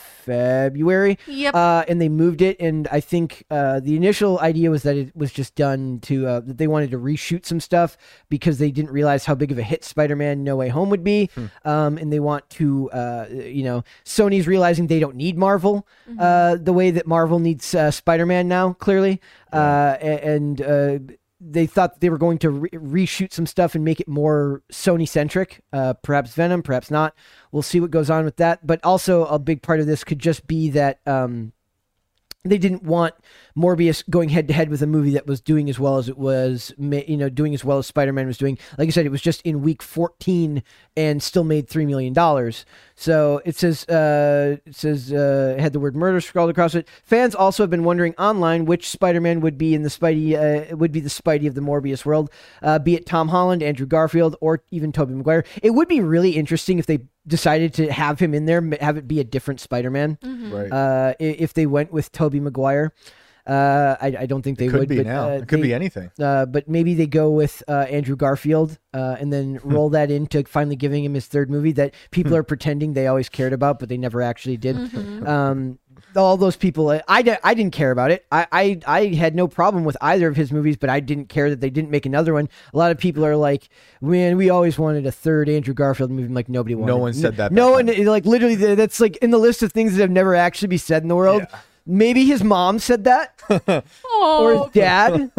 B: February.
C: Yep.
B: Uh, and they moved it, and I think uh, the initial idea was that it was just done to uh, that they wanted to reshoot some stuff because they didn't realize how big of a hit Spider-Man: No Way Home would be, um, and they want to, uh, you know, Sony's realizing they don't need Marvel uh, the way that Marvel needs uh, Spider-Man now, clearly, uh, a- and. Uh, they thought they were going to re- reshoot some stuff and make it more Sony centric. Uh, perhaps Venom, perhaps not. We'll see what goes on with that. But also, a big part of this could just be that um, they didn't want Morbius going head to head with a movie that was doing as well as it was, ma- you know, doing as well as Spider Man was doing. Like I said, it was just in week 14 and still made $3 million. So it says, uh, it says, uh, it had the word murder scrawled across it. Fans also have been wondering online which Spider Man would be in the Spidey, uh, would be the Spidey of the Morbius world, uh, be it Tom Holland, Andrew Garfield, or even Tobey Maguire. It would be really interesting if they decided to have him in there, m- have it be a different Spider Man
D: Right.
B: uh, i- if they went with Toby Maguire. Uh, I, I don't think they
D: could
B: would.
D: be
B: but,
D: now.
B: uh,
D: it could
B: they-
D: be anything.
B: Uh, but maybe they go with uh, Andrew Garfield uh, and then
D: Hmm.
B: roll that into finally giving him his third movie that people are pretending they always cared about, but they never actually did. Um, all those people, uh, I, I, di- I didn't care about it. I, I, I had no problem with either of his movies, but I didn't care that they didn't make another one. A lot of people are like, man, we always wanted a third Andrew Garfield movie. I'm like, nobody wanted
D: one said that
B: No
D: back
B: one
D: then.
B: it- like literally th- that's like in the list of things that have never actually be said in the world maybe his mom said that or his
C: Oh,
B: dad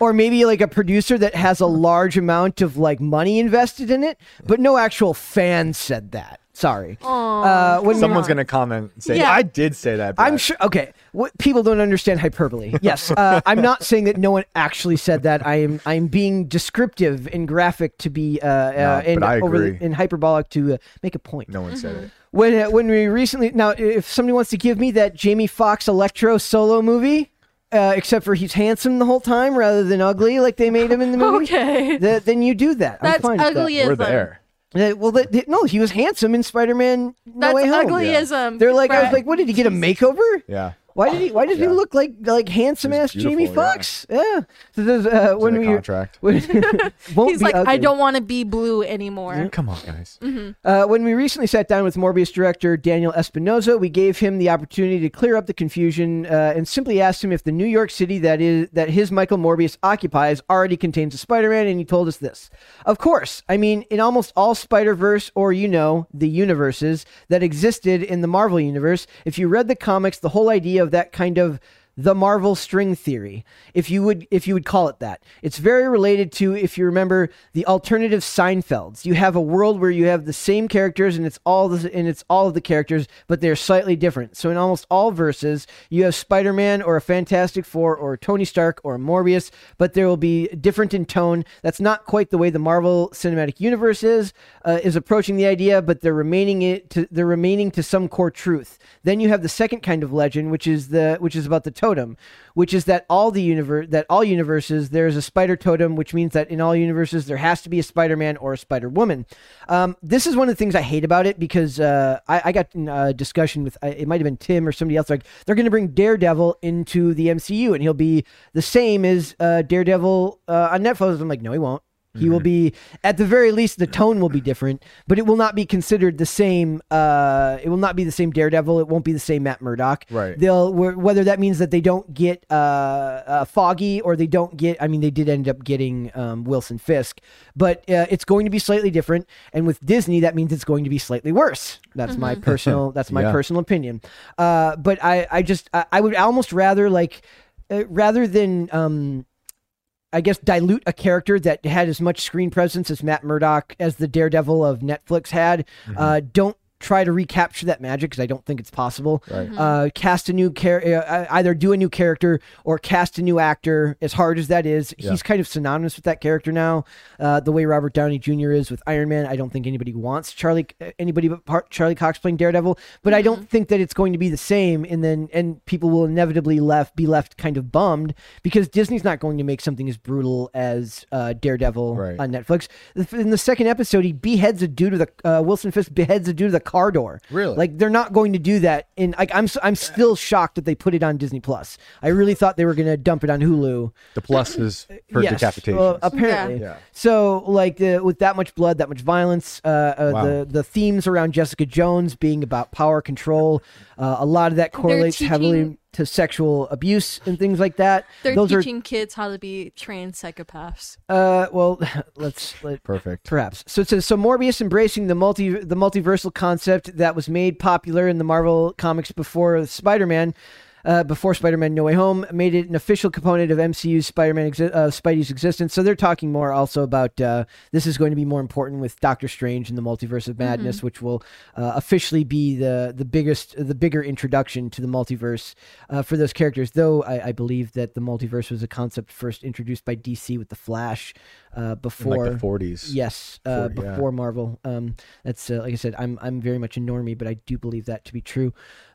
B: or maybe like a producer that has a large amount of like money invested in it but no actual fan said that sorry uh, when you're-
D: Someone's gonna comment and say,
C: Yeah.
D: I did say that.
B: I'm
D: Brad."
B: sure. Okay, what people don't understand hyperbole. Yes, uh, I'm not saying that no one actually said that. I am. I'm being descriptive and graphic to be uh, uh,
D: but
B: and
D: I
B: overly-
D: agree.
B: and hyperbolic to uh, make a point.
D: No one
C: Mm-hmm.
D: said it.
B: When uh, when we recently now, if somebody wants to give me that Jamie Foxx Electro solo movie, uh, except for he's handsome the whole time rather than ugly like they made him in the movie,
C: okay.
B: th- then you do that.
C: That's
B: I'm fine with that.
C: uglyism.
D: We're there.
B: Uh, well, that, that- no, he was handsome in Spider-Man. No
C: That's um,
B: Way Home.
C: uglyism.
B: They're like, I
C: Brett.
B: was like, what did he get a makeover?
D: Yeah.
B: Why did he? Why did he
D: Yeah.
B: look like like handsome ass
D: beautiful,
B: Jamie
D: yeah.
B: Fox? Yeah. So there's, uh, when
D: in
B: we
D: the contract.
B: when- won't
C: He's
B: be
C: like, I
B: ugly.
C: don't want to be blue anymore.
B: Mm-hmm.
D: Come on, guys.
B: Uh, when we recently sat down with Morbius director Daniel Espinosa, we gave him the opportunity to clear up the confusion uh, and simply asked him if the New York City that is that his Michael Morbius occupies already contains a Spider-Man, and he told us this. Of course, I mean, in almost all Spider-Verse or you know the universes that existed in the Marvel universe, if you read the comics, the whole idea of that kind of the Marvel string theory, if you would if you would call it that. It's very related to if you remember the alternative Seinfelds. You have a world where you have the same characters and it's all the, and it's all of the characters, but they're slightly different. So in almost all verses, you have Spider-Man or a Fantastic Four or Tony Stark or Morbius, but there will be different in tone. That's not quite the way the Marvel Cinematic Universe is uh, is approaching the idea, but they're remaining it to they're remaining to some core truth. Then you have the second kind of legend, which is the which is about the totem, which is that all the universe that all universes there is a spider totem, which means that in all universes there has to be a Spider Man or a Spider Woman. Um, this is one of the things I hate about it because uh, I, I got in a discussion with I- it might have been Tim or somebody else like they're going to bring Daredevil into the MCU and he'll be the same as uh, Daredevil uh, on Netflix. I'm like, no, he won't. He will be, at the very least, the tone will be different, but it will not be considered the same. Uh, it will not be the same Daredevil. It won't be the same Matt Murdock.
D: Right.
B: They'll wh- whether that means that they don't get uh, uh, Foggy or they don't get. I mean, they did end up getting um, Wilson Fisk, but uh, it's going to be slightly different. And with Disney, that means it's going to be slightly worse. That's my personal. That's my
D: Yeah.
B: personal opinion. Uh, but I, I just, I, I would almost rather like, uh, rather than. Um, I guess dilute a character that had as much screen presence as Matt Murdock as the Daredevil of Netflix had.
D: Mm-hmm.
B: Uh, don't try to recapture that magic because I don't think it's possible.
D: Right.
B: Uh, cast a new character, uh, either do a new character or cast a new actor. As hard as that is,
D: Yeah.
B: he's kind of synonymous with that character now. Uh, the way Robert Downey Jr. is with Iron Man, I don't think anybody wants Charlie uh, anybody but Par- Charlie Cox playing Daredevil. But I
D: Mm-hmm.
B: don't think that it's going to be the same. And then and people will inevitably left be left kind of bummed because Disney's not going to make something as brutal as uh, Daredevil
D: Right.
B: on Netflix. In the second episode, he beheads a dude with a uh, Wilson Fisk beheads a dude with a car door.
D: Really? Eh.
B: Like they're not going to do that. And like I'm s- I'm still shocked that they put it on Disney Plus. I really thought they were going to dump it on Hulu.
D: The plus is for
B: Uh, Yes.
D: decapitation.
B: Well, apparently.
D: Yeah. Yeah.
B: So, like, the, with that much blood, that much violence, uh, uh,
D: Wow.
B: the the themes around Jessica Jones being about power control, uh, a lot of that correlates heavily
C: teaching-
B: to sexual abuse and things like that.
C: They're
B: Those
C: teaching kids how to be trained psychopaths.
B: are, uh, well, let's let,
D: Perfect.
B: Perhaps. So it says so Morbius embracing the multi the multiversal concept that was made popular in the Marvel comics before Spider-Man. Uh, before Spider-Man: No Way Home made it an official component of MCU's Spider-Man exi- uh, Spidey's existence, so they're talking more also about uh, this is going to be more important with Doctor Strange and the Multiverse
D: Mm-hmm.
B: of Madness, which will uh, officially be the the biggest the bigger introduction to the multiverse uh, for those characters. Though I, I believe that the multiverse was a concept first introduced by DC with the Flash uh,
D: In
B: before
D: like the 40s.
B: Yes, uh,
D: Before- yeah.
B: before Marvel. Um, that's uh, like I said. I'm I'm very much a normie, but I do believe that to be true.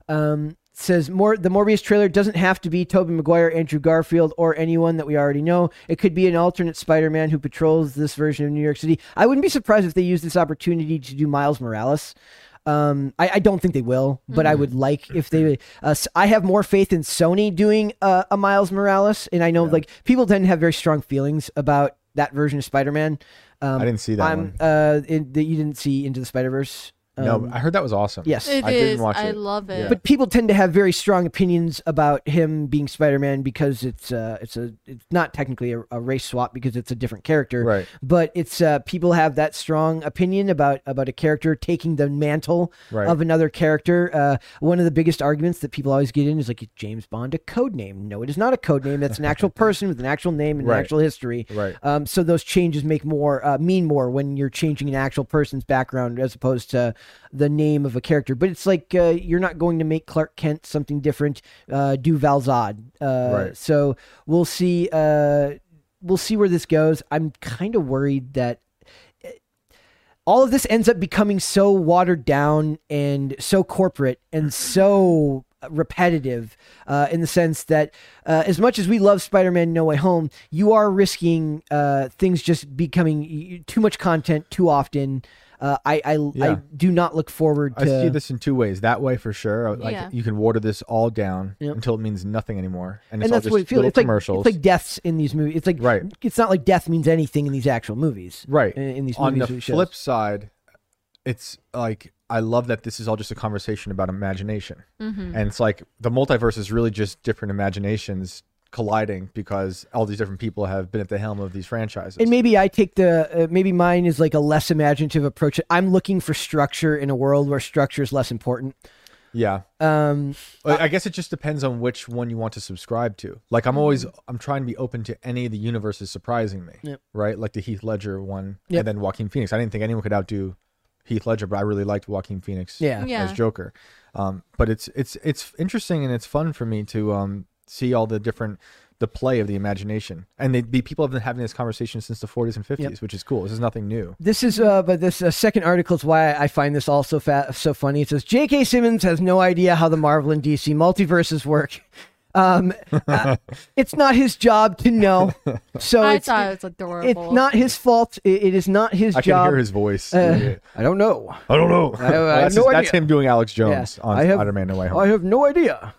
B: Um, it says more. The Morbius trailer doesn't have to be Tobey Maguire, Andrew Garfield, or anyone that we already know. It could be an alternate Spider-Man who patrols this version of New York City. I wouldn't be surprised if they use this opportunity to do Miles Morales. Um, I, I don't think they will, but I would like if they. Uh, s- I have more faith in Sony doing uh, a Miles Morales, and I know like people tend to have very strong feelings about that version of Spider-Man. Um,
D: I didn't see that
B: I'm,
D: one.
B: Uh, in, that you didn't see Into the Spider Verse.
D: no, I heard that was awesome.
B: um, yes.
C: It
D: I didn't
C: is.
D: watch
C: I
D: it.
C: love it.
D: Yeah.
B: but people tend to have very strong opinions about him being Spider-Man because it's uh, it's a it's not technically a, a race swap because it's a different character,
D: Right.
B: But it's uh, people have that strong opinion about about a character taking the mantle
D: Right.
B: of another character. Uh, one of the biggest arguments that people always get in is like, is James Bond a code name? No, it is not a code name. That's an actual person with an actual name and an
D: Right.
B: actual history,
D: Right.
B: um, so those changes make more uh, mean more when you're changing an actual person's background as opposed to the name of a character. But it's like uh, you're not going to make Clark Kent something different. Uh, do Valzad. Uh,
D: Right.
B: So we'll see. Uh, we'll see where this goes. I'm kind of worried that all of this ends up becoming so watered down and so corporate
D: Mm-hmm.
B: and so repetitive uh, in the sense that uh, as much as we love spider-man no way home you are risking uh, things just becoming y- too much content too often uh, I, I, I
D: Yeah.
B: do not look forward to
D: I see this in two ways. That way, for sure, like
C: Yeah.
D: you can water this all down
B: Yep.
D: until it means nothing anymore, and it's
B: and
D: all
B: that's
D: just
B: what it feels
D: little
B: it's like
D: commercials.
B: it's like deaths in these movies it's like
D: Right.
B: it's not like death means anything in these actual movies
D: right
B: in, in these
D: on
B: movies
D: the
B: or shows.
D: flip side it's like i love that this is all just a conversation about imagination and it's like the multiverse is really just different imaginations colliding because all these different people have been at the helm of these franchises
B: And maybe I take the uh, maybe mine is like a less imaginative approach. I'm looking for structure in a world where structure is less important.
D: Yeah.
B: Um,
D: I I guess it just depends on which one you want to subscribe to. Like I'm always I'm trying to be open to any of the universes surprising me.
B: Mm-hmm. Yep.
D: Right? Like the Heath Ledger one
B: Yep.
D: and then Joaquin Phoenix. I didn't think anyone could outdo Heath Ledger, but I really liked Joaquin Phoenix
B: yeah.
C: Yeah.
D: as Joker. Um, but it's it's it's interesting and it's fun for me to um, see all the different the play of the imagination. And they be people have been having this conversation since the 40s and 50s, which is cool. This is nothing new.
B: This is, uh, but this uh, second article is why I find this all so fa- so funny. It says J.K. Simmons has no idea how the Marvel and DC multiverses work. Um, uh, it's not his job to know. So
C: I
B: oh, it's,
C: thought it was adorable.
B: it's not his fault. It, it is not his
D: I
B: job.
D: can hear his voice.
B: Uh,
D: Yeah.
B: I don't know.
D: I don't know.
B: I have
D: that's,
B: no
D: that's
B: idea.
D: him doing Alex Jones
B: Yeah.
D: on
B: I have-
D: Spider-Man: No Way Home.
B: I have no idea.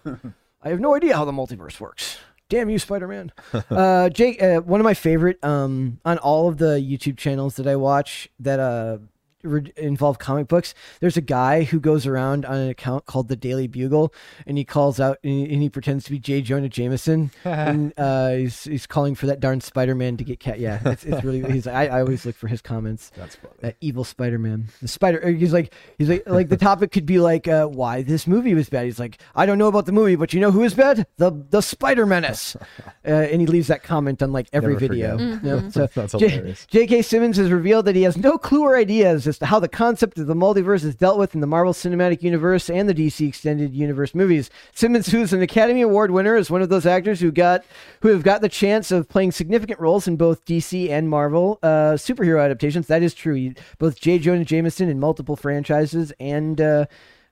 B: I have no idea how the multiverse works. Damn you, Spider Man. uh, Jake, uh, one of my favorite um, on all of the YouTube channels that I watch that uh, re- involve comic books, there's a guy who goes around on an account called The Daily Bugle and he calls out and he, and he pretends to be J. Jonah Jameson. and uh, he's, he's calling for that darn Spider Man to get cat. Yeah, it's, it's really, he's, I, I always look for his comments
D: That's funny.
B: that evil Spider-Man. The Spider, or he's like, he's like, like the topic could be like, uh, why this movie was bad. He's like, I don't know about the movie, but you know who is bad? The the Spider Menace. Uh, and he leaves that comment on like every
D: Never
B: video.
D: forget.
B: Yeah, so
D: That's
B: J-
D: hilarious.
B: J.K. Simmons has revealed that he has no clue or ideas as to how the concept of the multiverse is dealt with in the Marvel Cinematic Universe and the DC Extended Universe movies. Simmons, who is an Academy Award winner, is one of those actors who got who have got the chance of playing significant roles in both DC and Marvel uh, superhero adaptations. That is true. He- Both J. Jonah Jameson in multiple franchises and uh,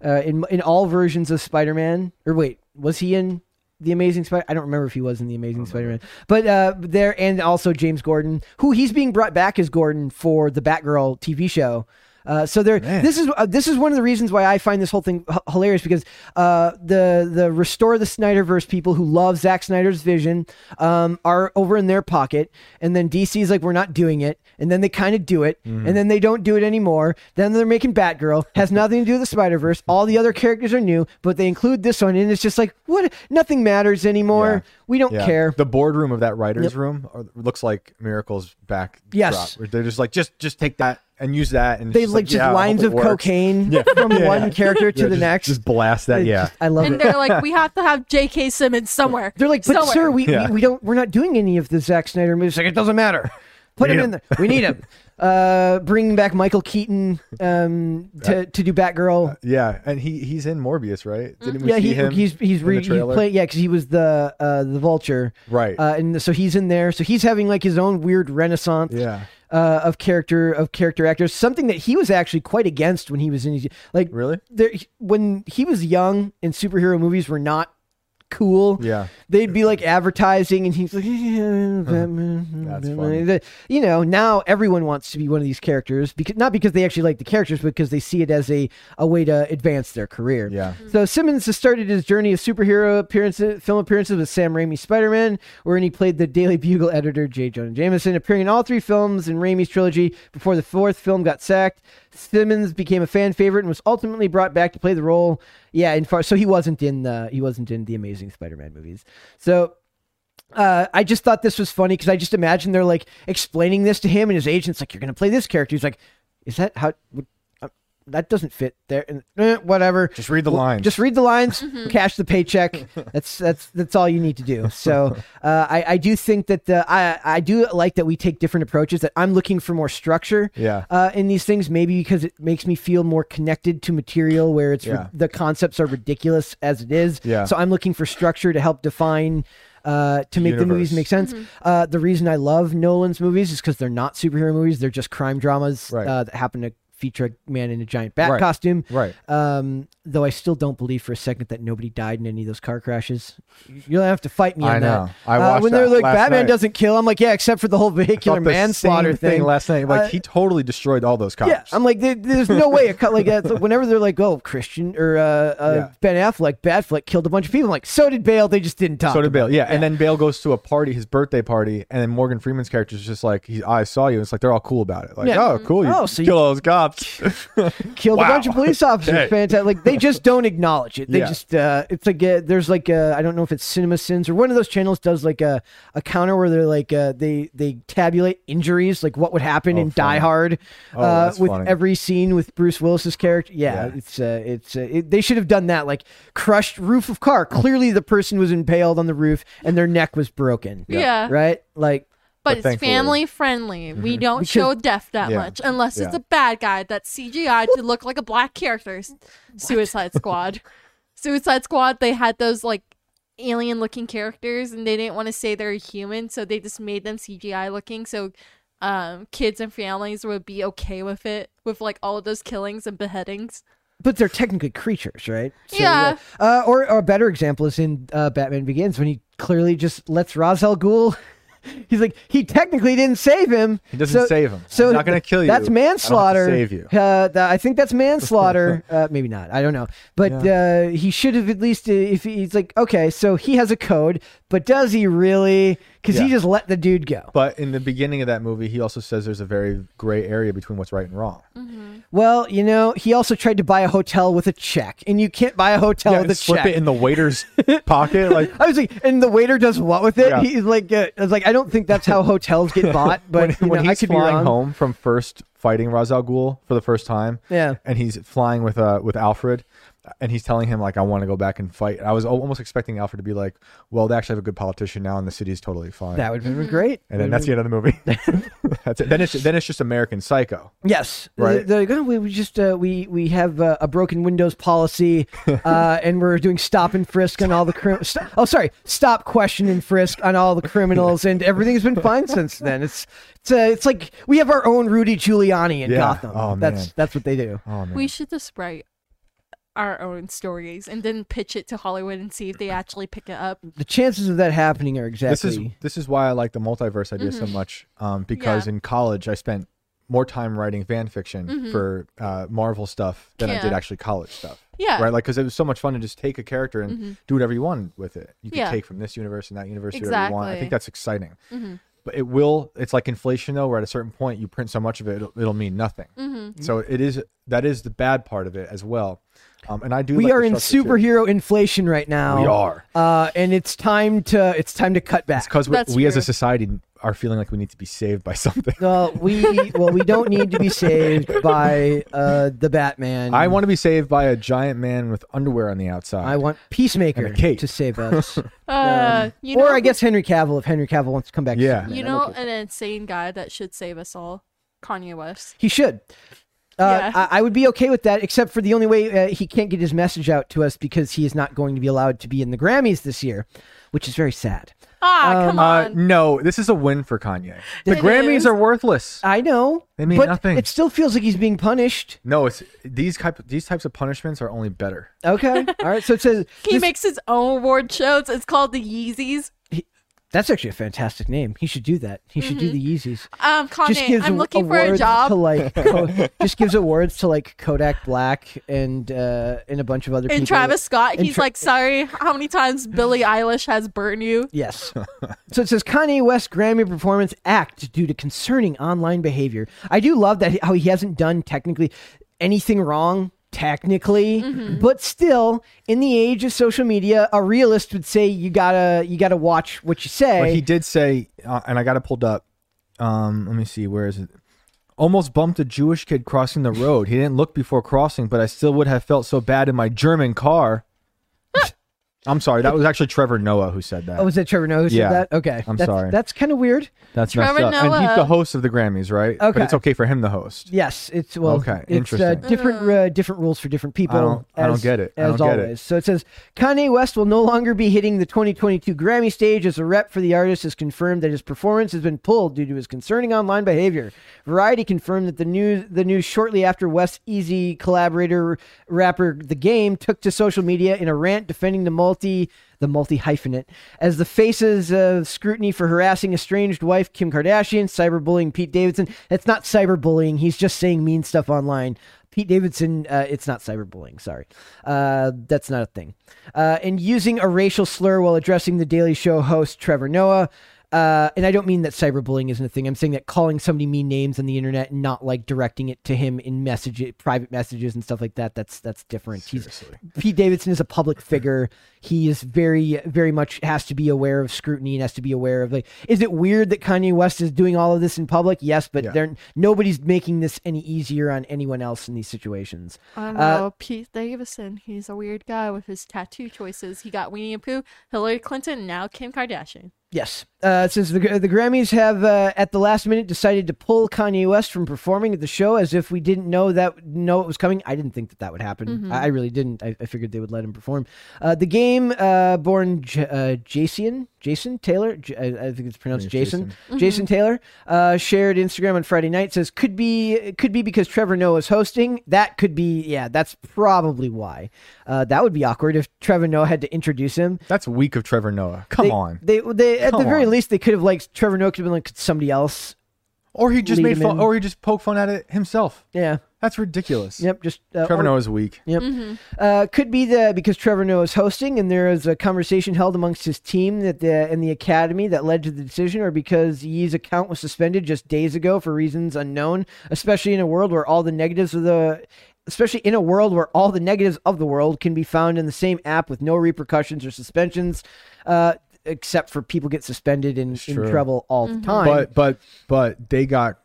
B: uh, in in all versions of Spider-Man. Or wait, was he in? The Amazing Spider. I don't remember if he was in The Amazing Spider-Man, but uh, there and also James Gordon, who he's being brought back as Gordon for the Batgirl TV show. Uh, so there, this is uh, this is one of the reasons why I find this whole thing h- hilarious because uh, the the restore the Snyderverse people who love Zack Snyder's vision um, are over in their pocket, and then DC's like we're not doing it, and then they kind of do it,
D: Mm-hmm.
B: and then they don't do it anymore. Then they're making Batgirl has nothing to do with the Spider Verse. All the other characters are new, but they include this one, and it's just like what nothing matters anymore.
D: Yeah.
B: We don't
D: Yeah.
B: care.
D: The boardroom of that writers' room are, looks like Miracle's back.
B: Yes.
D: drop. they're just like just just take that and use that, and it's
B: they
D: just
B: like just
D: yeah, I hope
B: lines
D: it
B: of
D: works.
B: cocaine
D: Yeah.
B: from
D: Yeah.
B: one character to
D: Yeah,
B: the
D: just-
B: next.
D: Just blast that,
B: It's
D: yeah.
B: just- I love
C: and
B: it.
C: they're like, we have to have J.K. Simmons somewhere.
B: They're like, but
C: somewhere.
B: sir, we,
D: Yeah.
B: we, we don't we're not doing any of the Zack Snyder movies. It's Like it doesn't matter. Put him
D: need
B: in there. We need him. Uh, bring back Michael Keaton um,
D: Uh,
B: to to do Batgirl.
D: yeah, and he he's in Morbius, right? Didn't we
B: Mm-hmm. yeah,
D: see
B: he,
D: him?
B: he's he's
D: in the
B: re, he's
D: trailer?
B: playing. Yeah, because he was the uh, the Vulture.
D: Right.
B: Uh, and so he's in there. So he's having like his own weird renaissance.
D: Yeah.
B: Uh, of character of character actors, something that he was actually quite against when he was in his like
D: Really?
B: there when he was young and superhero movies were not cool.
D: Yeah.
B: They'd be like advertising and he's like "Yeah, Batman.
D: That's
B: Batman." You know, now everyone wants to be one of these characters because not because they actually like the characters but because they see it as a a way to advance their career.
D: Yeah.
B: So Simmons has started his journey of superhero appearances, film appearances with Sam Raimi's Spider-Man, wherein he played the Daily Bugle editor J. Jonah Jameson, appearing in all three films in Raimi's trilogy before the fourth film got sacked. Simmons became a fan favorite and was ultimately brought back to play the role. Yeah, in far so he wasn't in the he wasn't in the Amazing Spider-Man movies. So uh, I just thought this was funny because I just imagine they're like explaining this to him and his agent's like, "You're gonna play this character." He's like, "Is that how?" Would, uh, that doesn't fit there. And eh, whatever.
D: Just read the
B: Well,
D: lines.
B: Just read the lines. Cash the paycheck. That's that's that's all you need to do. So uh, I I do think that the I I do like that we take different approaches. That I'm looking for more structure.
D: Yeah.
B: Uh, in these things, maybe because it makes me feel more connected to material where it's
D: Yeah.
B: the concepts are ridiculous as it is.
D: Yeah.
B: So I'm looking for structure to help define. Uh, to make the movies
D: Universe.
B: make sense. Uh, the reason I love Nolan's movies is because they're not superhero movies; they're just crime dramas
D: Right.
B: uh, that happen to feature a man in a giant bat
D: Right.
B: costume.
D: Right.
B: Um, though I still don't believe for a second that nobody died in any of those car crashes. You'll have to fight me
D: I
B: on
D: know.
B: that.
D: I
B: uh,
D: watched
B: when they're
D: that
B: like
D: last
B: Batman
D: night.
B: doesn't kill, I'm like, yeah, except for the whole vehicular
D: Thought the
B: manslaughter
D: same thing last night. Like
B: Uh,
D: he totally destroyed all those cops.
B: yeah, I'm like, there, there's no way a cut like that. So whenever they're like, oh, Christian or uh, uh,
D: Yeah.
B: Ben Affleck, Batfleck killed a bunch of people. I'm like, so did Bale. They just didn't talk.
D: So did
B: about
D: Bale. Yeah. And then Bale goes to a party, his birthday party, and then Morgan Freeman's character is just like, he, I saw you. It's like, they're all cool about it. Like,
B: Yeah.
D: oh, cool. You
B: Oh, so you-
D: kill all those cops.
B: killed
D: Wow.
B: a bunch of police officers.
D: Hey.
B: Fantastic. Like they just don't acknowledge it. They
D: Yeah.
B: just uh, it's like uh there's like I I don't know if it's Cinema Sins or one of those channels does like a, a counter where they're like uh, they they tabulate injuries like what would happen
D: Oh,
B: in
D: funny.
B: Die Hard
D: Oh,
B: uh,
D: that's
B: with
D: funny.
B: every scene with Bruce Willis's character. Yeah,
D: Yeah.
B: it's uh, it's uh, it, they should have done that like crushed roof of car. Clearly the person was impaled on the roof and their neck was broken.
C: Yeah. Yeah.
B: Right? Like
C: But, it's
D: thankfully-
C: family friendly. We don't
B: Mm-hmm. Because-
C: show death that
D: Yeah.
C: much unless it's
D: Yeah.
C: a bad guy that's CGI to look like a black character. S- Suicide Squad. Suicide Squad, they had those like alien looking characters and they didn't want to say they're human, so they just made them CGI looking so um kids and families would be okay with it with like all of those killings and beheadings.
B: but they're technically creatures, right?
C: Yeah.
B: Uh, or, or a better example is in uh, Batman Begins when he clearly just lets Ra's al Ghul. He's like he technically didn't save him.
D: He doesn't save him.
B: So
D: I'm not gonna kill you. I
B: That's
D: don't have to
B: manslaughter.
D: save you.
B: Uh, th- I think that's manslaughter. uh, maybe not. I don't know. But uh, he should have at least uh, if he's like okay, so he has a code, but does he really? Because he
D: Yeah.
B: just let the dude go.
D: But in the beginning of that movie, he also says there's a very gray area between what's right and wrong.
B: Mm-hmm. Well, you know, he also tried to buy a hotel with a check, and you can't buy a hotel
D: yeah,
B: with a
D: and slip
B: check.
D: it in the waiter's pocket. Like
B: I was like, and the waiter does what with it?
D: Yeah.
B: He's like, uh, I was like, I don't think that's how hotels get bought. But
D: when,
B: you
D: when
B: know, I
D: he's
B: could be
D: flying
B: wrong.
D: home from first fighting Ra's al Ghul for the first time,
B: Yeah.
D: and he's flying with uh with Alfred, and he's telling him like I want to go back and fight. I was al- almost expecting Alfred to be like, well, they actually have a good politician now, and the city's totally fine.
B: that Mm-hmm. would have been great.
D: and then that's the end of the movie. that's it. Then it's then it's just American Psycho.
B: Yes,
D: Right.
B: They're like, oh, we, we just uh, we we have uh, a broken windows policy, uh, and we're doing stop and frisk on all the crim- st- oh sorry stop question and frisk on all the criminals, and everything's been fine since then. It's it's uh, it's like we have our own Rudy Giuliani in
D: Yeah.
B: Gotham.
D: Oh,
B: that's
D: man.
B: that's what they do.
D: Oh man,
C: We should just write our own stories and then pitch it to Hollywood and see if they actually pick it up.
B: The chances of that happening are
D: this
B: exactly
D: is this is why I like the multiverse idea so much. Um, because
C: Mm-hmm. Yeah.
D: in college I spent more time writing fan fiction for uh, Marvel stuff than I did
C: Mm-hmm. Yeah.
D: actually college stuff.
C: Yeah. Mm-hmm.
D: Right. Like because it was so much fun to just take a character and do whatever you want with it. You can
C: Yeah.
D: take from this universe and that universe do whatever you want. I
C: Exactly. Mm-hmm.
D: think that's exciting. But it will. It's like inflation though, where at a certain point you print so much of it, it'll, it'll mean nothing.
C: Mm-hmm.
D: So it is that is the bad part of it as well. Um, and I do.
B: we
D: like the
B: are in
D: structure, too.
B: superhero inflation right now.
D: We are.
B: uh, and it's time to it's time to cut back.
D: because we,
C: That's
D: we as a
C: true.
D: society are feeling like we need to be saved by something.
B: Uh, we well, we don't need to be saved by uh, the Batman.
D: I want to be saved by a giant man with underwear on the outside.
B: I want Peacemaker
D: And a cape.
B: to save us,
C: Uh, you know,
B: or I guess Henry Cavill if Henry Cavill wants to come back. to
D: Yeah.
B: Superman.
C: You
B: I'm
C: know,
B: okay.
C: an insane guy that should save us all, Kanye West.
B: he should. Uh,
C: Yeah.
B: I, I would be okay with that, except for the only way uh, he can't get his message out to us because he is not going to be allowed to be in the Grammys this year, which is very sad.
C: Ah, come
D: Uh,
C: on.
D: no, this is a win for Kanye. The
C: It
D: Grammys
C: is.
D: are worthless.
B: I know
D: They mean
B: but
D: nothing.
B: It still feels like he's being punished.
D: No, it's these type these types of punishments are only better.
B: Okay, all right. So it says
C: He
B: this-
C: makes his own award shows. It's called the Yeezys.
B: That's actually a fantastic name. He should do that. He should do the Yeezys.
C: Um, Kanye, I'm looking for a
B: awards
C: job.
B: to like Co- just gives awards to like Kodak Black and uh and a bunch of other people.
C: and Travis Scott,
B: and
C: he's
B: Tra-
C: like, sorry, how many times Billie Eilish has burned you?
B: Yes. So it says Kanye West Grammy performance act due to concerning online behavior. I do love that how he hasn't done technically anything wrong technically,
C: Mm-hmm.
B: but still in the age of social media, a realist would say you got to you got to watch what you say.
D: But he did say, uh, and I got it pulled up. Um, let me see, where is it? Almost bumped a Jewish kid crossing the road. He didn't look before crossing, but I still would have felt so bad in my German car. I'm sorry, that was actually Trevor Noah who said that.
B: Oh, was that Trevor Noah who
D: Yeah.
B: said that? Okay.
D: I'm
B: that's,
D: sorry.
B: That's kind of weird.
D: That's
C: Trevor
D: messed up. And he's
C: Noah.
D: the host of the Grammys, right?
B: Okay.
D: But it's okay for him to host.
B: Yes, it's well.
D: Okay,
B: it's, Uh,
D: interesting.
B: different uh, different rules for different people.
D: I don't- I don't
B: as-
D: get it. I
B: As
D: don't get it.
B: always, so it says Kanye West will no longer be hitting the 2022 Grammy stage as a rep for the artist has confirmed that his performance has been pulled due to his concerning online behavior. Variety confirmed that the news the news shortly after West's easy collaborator rapper The Game took to social media in a rant defending the multi the multi hyphenate as the faces of scrutiny for harassing estranged wife Kim Kardashian, cyberbullying Pete Davidson. That's not cyberbullying. He's just saying mean stuff online. Pete Davidson, uh, it's not cyberbullying, sorry. Uh, that's not a thing. Uh, and using a racial slur while addressing the Daily Show host Trevor Noah. Uh, and I don't mean that cyberbullying isn't a thing. I'm saying that calling somebody mean names on the internet and not like directing it to him in message, private messages and stuff like that. That's that's different.
D: Seriously.
B: He's Pete Davidson is a public figure. He is very, very much has to be aware of scrutiny and has to be aware of like. Is it weird that Kanye West is doing all of this in public? Yes, but
D: Yeah.
B: they're nobody's making this any easier on anyone else in these situations.
C: I don't
B: Uh,
C: know. Pete Davidson, he's a weird guy with his tattoo choices. He got Winnie the Pooh, Hillary Clinton, now Kim Kardashian.
B: Yes. Uh, since the, the Grammys have, uh, at the last minute, decided to pull Kanye West from performing at the show as if we didn't know that know it was coming. I didn't think that that would happen. I, I really didn't. I, I figured they would let him perform. Uh, the game, uh, born J- uh, Jason, Jason Taylor, J- I, I think it's pronounced
D: it's
B: Jason, Jason, Taylor, uh, shared Instagram on Friday night. Says could be it could be because Trevor Noah is hosting. That could be. Yeah, that's probably why. Uh, that would be awkward if Trevor Noah had to introduce him.
D: That's weak of Trevor Noah. Come
B: They-
D: on.
B: They they at
D: Come
B: the very
D: on.
B: least they could have like Trevor Noah could have been like "Could somebody else.
D: Or he just
B: lead
D: made
B: him
D: fun,
B: in.
D: or he just poked fun at it himself.
B: Yeah.
D: That's ridiculous.
B: Yep. Just uh,
D: Trevor
B: or-
D: Noah's weak.
B: Yep. Uh, could be the because Trevor Noah is hosting, and there is a conversation held amongst his team that the in the academy that led to the decision, or because Yi's account was suspended just days ago for reasons unknown. Especially in a world where all the negatives of the, especially in a world where all the negatives of the world can be found in the same app with no repercussions or suspensions, uh, except for people get suspended and in
D: true.
B: trouble all the time.
D: But but but they got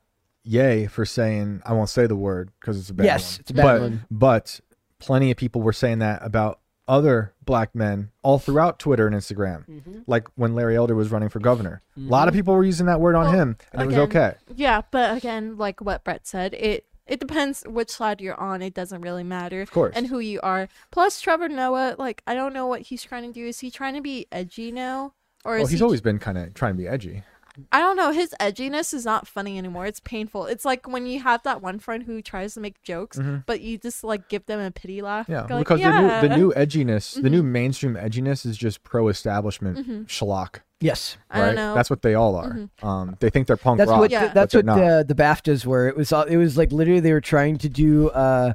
D: yay for saying I won't say the word because it's a bad
B: Yes,
D: one.
B: it's a bad
D: but,
B: one.
D: But plenty of people were saying that about other black men all throughout Twitter and Instagram.
B: Mm-hmm.
D: Like when Larry Elder was running for governor, a lot of people were using that word on him, and it was okay.
C: Again, Yeah, but again, like what Brett said, it it depends which side you're on. It doesn't really matter. Of
D: course.
C: And who you are. Plus, Trevor Noah, like I don't know what he's trying to do. Is he trying to be edgy now? Or is
D: Well, he's
C: he,
D: always been kind of trying to be edgy.
C: I don't know. His edginess is not funny anymore. It's painful. It's like when you have that one friend who tries to make jokes, but you just like give them a pity laugh.
D: Mm-hmm. Yeah,
C: You're like,
D: because the new the
C: "Yeah."
D: new edginess, the
B: Mm-hmm.
D: new mainstream edginess is just pro-establishment schlock.
B: yes.
C: I
D: right?
C: don't know. Mm-hmm.
D: That's what they all are. Um, they think they're punk
B: That's
D: rock.
B: what
C: Yeah.
B: th- that's
D: but
B: what
D: they're not.
B: uh, the BAFTAs were. It was all, it was like literally they were trying to do. Uh,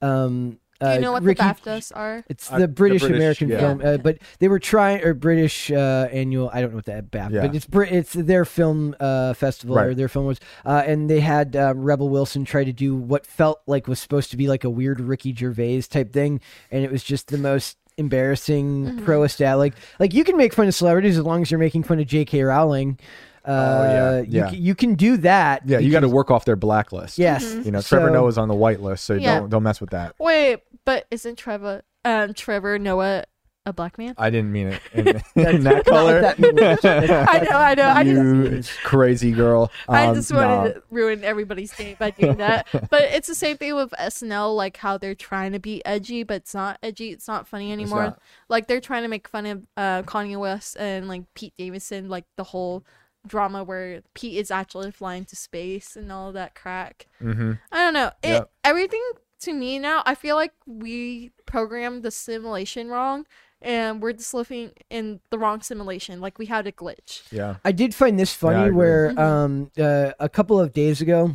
B: um,
C: do
B: uh,
C: you know what
B: Ricky-
C: the BAFTAs are?
B: It's
D: Uh,
B: the
D: the
B: British,
D: British,
B: American
D: yeah.
B: film, uh, but they were trying or British uh, annual. I don't know what that BAFTA,
D: Yeah.
B: but it's Brit. It's their film uh, festival or
D: Right.
B: their film was, uh, and they had um, Rebel Wilson try to do what felt like was supposed to be like a weird Ricky Gervais type thing, and it was just the most embarrassing pro estat like like you can make fun of celebrities as long as you're making fun of J.K. Rowling. Uh,
D: Oh, yeah,
B: you
D: yeah.
B: c- You, can do that.
D: Yeah, you got to
B: because-
D: work off their blacklist.
B: Yes.
D: You know, Trevor
B: So-
D: Noah's on the white list, so
C: Yeah.
D: don't don't mess with that.
C: Wait, but isn't Trevor um Trevor Noah a black man?
D: I didn't mean it in, in that color.
B: That means-
C: I know, I know. I just
D: you crazy girl.
C: I
D: Um,
C: just wanted
D: nah.
C: to ruin everybody's day by doing that. but it's the same thing with SNL, like how they're trying to be edgy, but it's not edgy. It's not funny anymore.
D: not.
C: Like they're trying to make fun of uh, Kanye West and like Pete Davidson, like the whole drama where Pete is actually flying to space and all that crack.
D: Mhm.
C: I don't know. It
D: Yep.
C: everything to me now. I feel like we programmed the simulation wrong. And we're just living in the wrong simulation. Like we had a glitch.
D: Yeah.
B: I did find this
D: I
B: funny
D: agree.
B: where um, uh, a couple of days ago,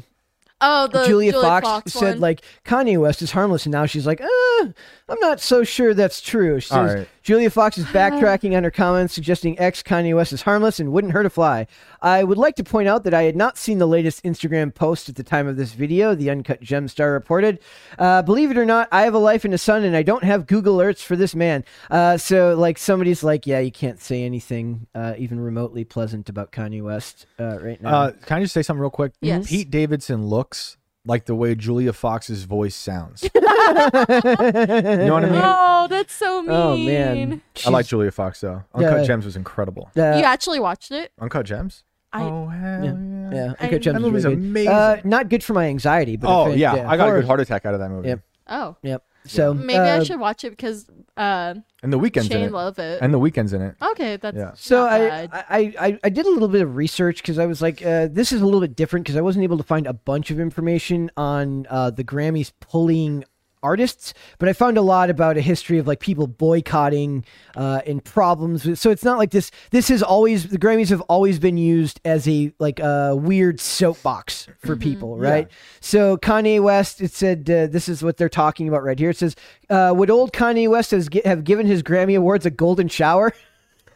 C: Oh, the
B: Julia, Fox,
C: one.
B: said like Kanye West is harmless, and now she's like, uh, I'm not so sure that's true. She
D: All
B: says
D: right.
B: Julia Fox is backtracking on her comments suggesting ex Kanye West is harmless and wouldn't hurt a fly. I would like to point out that I had not seen the latest Instagram post at the time of this video. The Uncut Gem Star reported, uh, believe it or not, I have a life and a son, and I don't have Google Alerts for this man. Uh, so like somebody's like, yeah, you can't say anything uh, even remotely pleasant about Kanye West uh, right now.
D: Uh, can I just say something real quick?
C: Yes.
D: Pete Davidson looks like the way Julia Fox's voice sounds. you know what I mean?
C: Oh, that's so mean.
B: oh man,
D: I like Julia Fox though. Uncut
B: Yeah.
D: Gems was incredible.
B: Uh,
C: you actually watched it?
D: Uncut Gems.
C: I-
D: oh
B: Yeah.
D: hell yeah.
B: Yeah,
C: I-
B: Uncut Gems
D: That
B: is
D: movie's
B: really good.
D: amazing.
B: Uh, not good for my anxiety, but
D: Oh
B: if it-
D: yeah, I got a good
B: horror-
D: heart attack out of that movie.
B: Yep.
C: Oh.
B: Yep. So
C: Maybe I
B: uh,
C: should watch it because uh,
D: And the weekends in
C: Shane
D: it.
C: loved it.
D: And the weekends in it.
C: okay, that's
D: Yeah.
B: So
C: not
B: I,
C: bad.
B: I I I did a little bit of research because I was like, uh, this is a little bit different because I wasn't able to find a bunch of information on uh, the Grammys pulling artists, but I found a lot about a history of like people boycotting uh, and problems. With, so it's not like this. This is always the Grammys have always been used as a like a weird soapbox for
C: Mm-hmm.
B: people, right? So Kanye West, it said uh, this is what they're talking about right here. It says, uh, would old Kanye West has, gi- have given his Grammy awards a golden shower?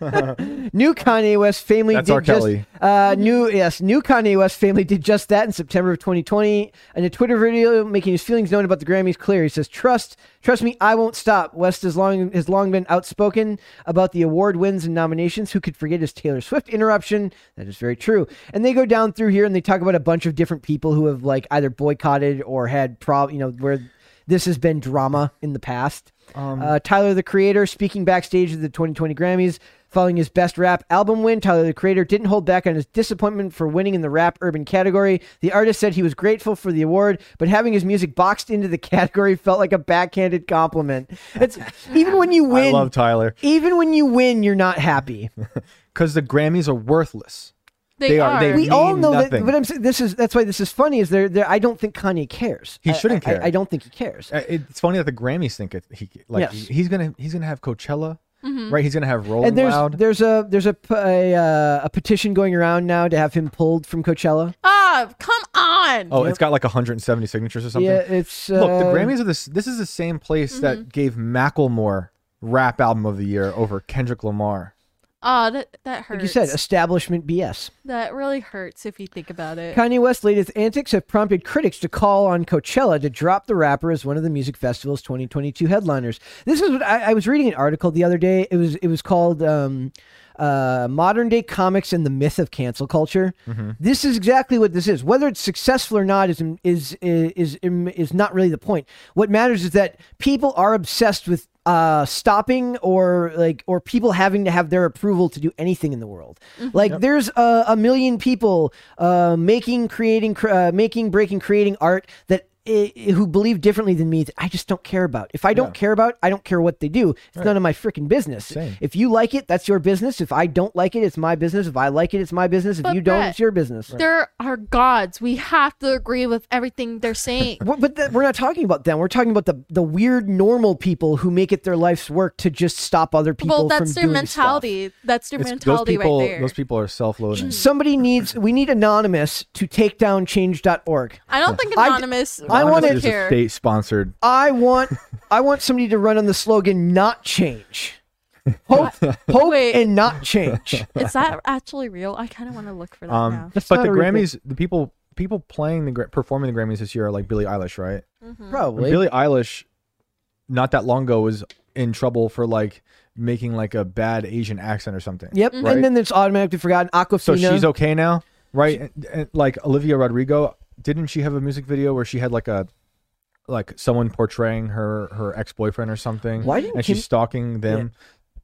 B: New Kanye West family
D: That's
B: did
D: R.
B: just
D: Kelly.
B: uh, new yes, new Kanye West family did just that in September of 2020 in a Twitter video making his feelings known about the Grammys clear. He says, "Trust, trust me, I won't stop." West has long has long been outspoken about the award wins and nominations. Who could forget his Taylor Swift interruption? That is very true. And they go down through here and they talk about a bunch of different people who have like either boycotted or had prob you know where this has been drama in the past.
D: Um,
B: uh, Tyler the Creator speaking backstage at the 2020 Grammys following his best rap album win. Tyler the Creator didn't hold back on his disappointment for winning in the rap urban category. The artist said he was grateful for the award, but having his music boxed into the category felt like a backhanded compliment. It's even when you
D: I
B: win,
D: love Tyler
B: even when you win, you're not happy.
D: because the Grammys are worthless.
C: They,
D: They are-
C: are.
D: they-
B: We all
D: mean
B: know that.
D: nothing.
B: But I'm saying this is that's why this is funny. Is there? there I don't think Kanye cares.
D: He
B: I-
D: shouldn't
B: I- I-
D: care.
B: I, don't think he cares.
D: Uh, It's funny that the Grammys think it. He like
B: Yes.
D: he's gonna he's gonna have Coachella,
C: Mm-hmm.
D: right? He's gonna have Rolling
B: and there's
D: Loud.
B: there's a there's a p- a, uh, a petition going around now to have him pulled from Coachella.
C: ah, come on.
D: oh, it's got like 170 signatures or something.
B: Yeah, it's uh,
D: Look, the Grammys are this. This is the same place
C: Mm-hmm.
D: that gave Macklemore rap album of the year over Kendrick Lamar.
C: Ah, that, that hurts.
B: Like you said, establishment BS.
C: that really hurts if you think about it.
B: Kanye West's latest antics have prompted critics to call on Coachella to drop the rapper as one of the music festival's 2022 headliners. This is what I, I was reading an article the other day. It was it was called um, uh, "Modern Day Comics and the Myth of Cancel Culture." This is exactly what this is. Whether it's successful or not is is is is, is not really the point. What matters is that people are obsessed with uh stopping or like or people having to have their approval to do anything in the world
C: Mm-hmm.
B: like there's a, a million people uh making creating cr- uh, making breaking creating art that i i- who believe differently than me that i just don't care about if i don't care about i don't care what they do it's none of my freaking business
D: Same.
B: if you like it that's your business if i don't like it it's my business if i like it it's my business if
C: But
B: you don't
C: Brett,
B: it's your business
C: There are gods. We have to agree with everything they're saying.
B: Well, but that, we're not talking about them. We're talking about the the weird normal people who make it their life's work to just stop other people.
C: well,
B: from
C: that's their
B: doing stuff.
C: mentality. That's their
D: It's-
C: mentality
D: those people,
C: right there.
D: those people are self-loathing.
B: Somebody needs. We need anonymous to take down change.org.
C: I don't think
B: I d-
C: anonymous.
B: I
D: Honestly,
B: wanna
C: would
D: it's a
C: care.
D: state-sponsored.
B: I want. I want somebody to run on the slogan "Not change." Hope, hope,
C: Wait.
B: and not change.
C: Is that actually real? I kind of want to look for that
D: Um,
C: now.
B: That's
D: but
B: not
D: the
B: a real thing.
D: Grammys, the people people playing the Gra- performing the Grammys this year are like Billie Eilish, right?
C: Hmm.
B: Probably.
D: Billie Eilish, not that long ago, was in trouble for like making like a bad Asian accent or something.
B: yep.
C: Mm-hmm.
D: Right.
B: And then it's automatically forgotten. Aquafina.
D: So she's okay now, right? And, and, like Olivia Rodrigo, didn't she have a music video where she had like a like someone portraying her her ex boyfriend or something?
B: Why didn't
D: and
B: Kim-
D: she's stalking them?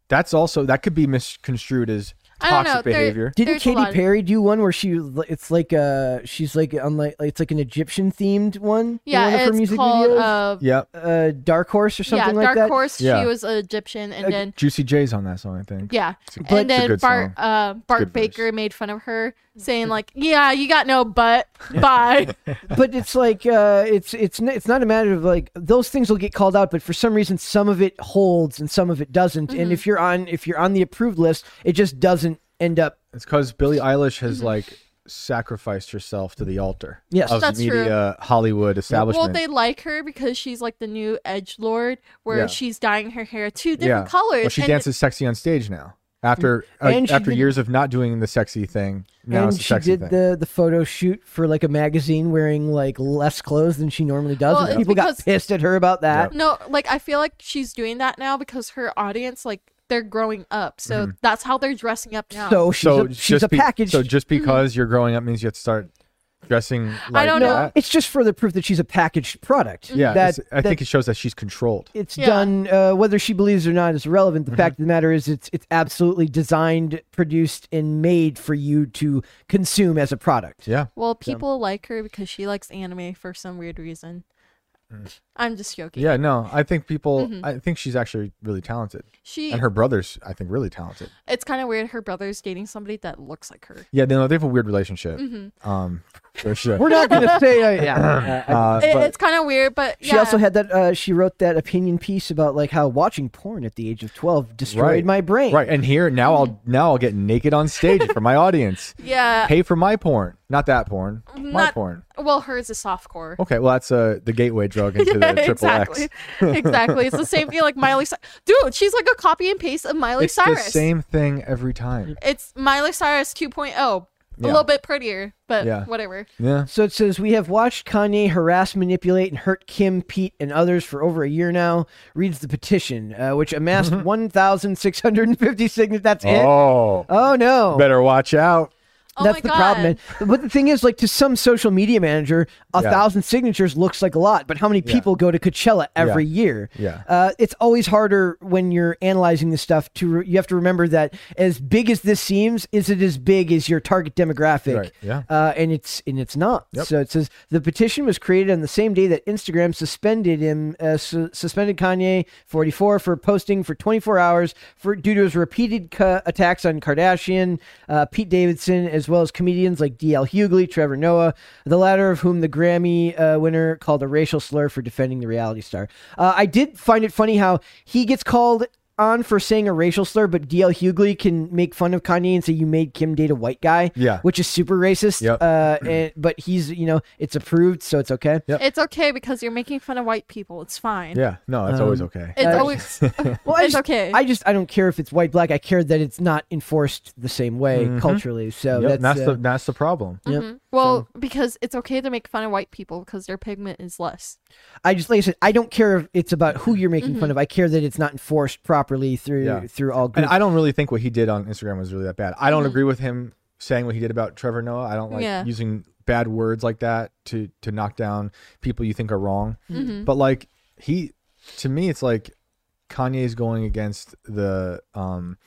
D: That's also that could be misconstrued as
C: I don't know,
D: toxic
C: they're-
D: behavior.
B: Didn't
C: There's a lot
B: Katy
C: of-
B: Perry do one where she? It's like uh, she's like on like it's like an Egyptian themed one. in one of
C: Yeah,
B: her
C: it's
B: music
C: called.
B: videos?
C: Uh,
D: Yep.
B: uh, Dark Horse or
C: yeah,
B: something like
C: Dark
B: that.
C: Horse.
D: Yeah.
C: She was an Egyptian, and then
D: Juicy J's on that song, I think.
C: yeah,
D: But-
C: and
D: It's a
C: then
D: good
C: Bart
D: song.
C: uh, Bart
D: good verse.
C: Baker made fun of her, saying like, "Yeah, you got no butt." Bye.
B: But it's like uh, it's it's n- it's not a matter of like those things will get called out, but for some reason some of it holds and some of it doesn't.
C: Mm-hmm.
B: And if you're on if you're on the approved list, it just doesn't end up.
D: It's because Billie Eilish has like sacrificed herself to the altar
B: Mm-hmm. Yes.
D: of
C: That's true.
D: media, Hollywood
C: well,
D: establishment.
C: they like her because she's like the new edge lord, where
D: Yeah.
C: she's dyeing her hair two
D: yeah.
C: different colors.
D: Well, she
C: and
D: dances sexy on stage now. After uh,
B: Mm. And she
D: after
B: did-
D: years of not doing the sexy thing, now
B: and
D: it's a
B: she
D: sexy
B: did
D: thing.
B: the the photo shoot for like a magazine wearing like less clothes than she normally does.
C: Well,
B: and
C: it's
B: people
C: because-
B: got pissed at her about that.
C: No, like I feel like she's doing that now because her audience, like, they're growing up, so
D: Mm-hmm.
C: that's how they're dressing up now.
B: So she's
D: so
B: a, she's
D: just
B: a
D: be-
B: package. Mm-hmm.
D: So just because you're growing up means you have to start dressing. Like
C: don't
B: no,
D: that.
B: it's just further proof that she's a packaged product.
D: Yeah,
B: that,
D: it's- I
B: that
D: think it shows that she's controlled.
B: it's
C: Yeah.
B: done uh, whether she believes it or not is irrelevant
D: Mm-hmm.
B: the fact of the matter is it's it's absolutely designed produced and made for you to consume as a product
D: Yeah,
C: well, people like her because she likes anime for some weird reason. I'm just joking.
D: Mm. yeah. No, I think people.
B: Mm-hmm.
D: I think she's actually really talented,
C: She.
D: and her brother's I think really talented.
C: it's kind of weird. Her brother's dating somebody that looks like her.
D: Yeah, they know they have a weird relationship. Um, for sure.
B: Mm-hmm. We're not going to say. Uh, yeah. Uh, I-
D: Uh,
C: It-
D: but-
C: it's kind of weird, but yeah.
B: she also had that. Uh, she wrote that opinion piece about like how watching porn at the age of twelve destroyed
D: Right.
B: my brain.
D: right, and here now I'll now I'll get naked on stage for my audience.
C: yeah. Mm,
D: Pay for my porn, not that porn, my
C: Not-
D: porn.
C: Well, hers is softcore.
B: Oh,
D: Okay, well that's uh, the gateway drug into the triple
C: exactly.
D: X.
C: exactly. It's the same thing like Miley Cyrus. Dude, she's like a copy and paste of Miley
D: It's
C: Cyrus.
D: the same thing every time.
C: It's Miley Cyrus 2.0. A
D: Yeah.
C: little bit prettier, but
D: Yeah.
C: whatever.
D: Yeah,
B: So it says we have watched Kanye harass, manipulate, and hurt Kim, Pete, and others for over a year now. Reads the petition, uh, which amassed one thousand six hundred and fifty signatures. That's it.
D: Mm-hmm. Oh,
B: Oh no!
D: better watch out.
C: Oh
B: That's
C: my
B: the
C: god.
B: problem. man. But the thing is, like to some social media manager, a
D: Yeah.
B: thousand signatures looks like a lot. But how many people go to Coachella every year?
D: Yeah.
B: uh, it's always harder when you're analyzing this stuff. To re- you have to remember that as big as this seems, is it as big as your target demographic?
D: Right, yeah.
B: uh, and it's and it's not. So it says the petition was created on the same day that Instagram suspended him, uh, su- suspended Kanye 44 for posting for 24 hours for due to his repeated ca- attacks on Kardashian, uh, Pete Davidson, as well as comedians like D.L. Hughley, Trevor Noah, the latter of whom the Grammy uh, winner called a racial slur for defending the reality star. Uh, I did find it funny how he gets called. On for saying a racial slur, but DL Hughley can make fun of Kanye and say you made Kim date a white guy,
D: Yeah.
B: which is super racist.
D: Yep.
B: Uh, and, but he's you know it's approved, so it's okay.
D: Yep.
C: It's okay because you're making fun of white people. It's fine.
D: Yeah, no, that's always okay.
C: It's
B: Uh,
C: always
B: Well, I
C: It's
B: just,
C: okay.
B: I just I don't care if it's white black. I care that it's not enforced the same way culturally. So
D: Mm-hmm. Yep,
B: that's,
D: that's
B: uh,
D: the Mm-hmm. that's the problem.
C: Mhm. well because it's okay to make fun of white people because their pigment is less.
B: I just like I said, I don't care if it's about who you're making
C: Mm-hmm.
B: fun of. I care that it's not enforced properly through
D: Yeah.
B: through all
D: And
B: groups.
D: I don't really think what he did on Instagram was really that bad. I don't agree with him saying what he did about Trevor Noah. I don't like
C: Yeah.
D: using bad words like that to to knock down people you think are wrong. But like he to me it's like Kanye's going against the um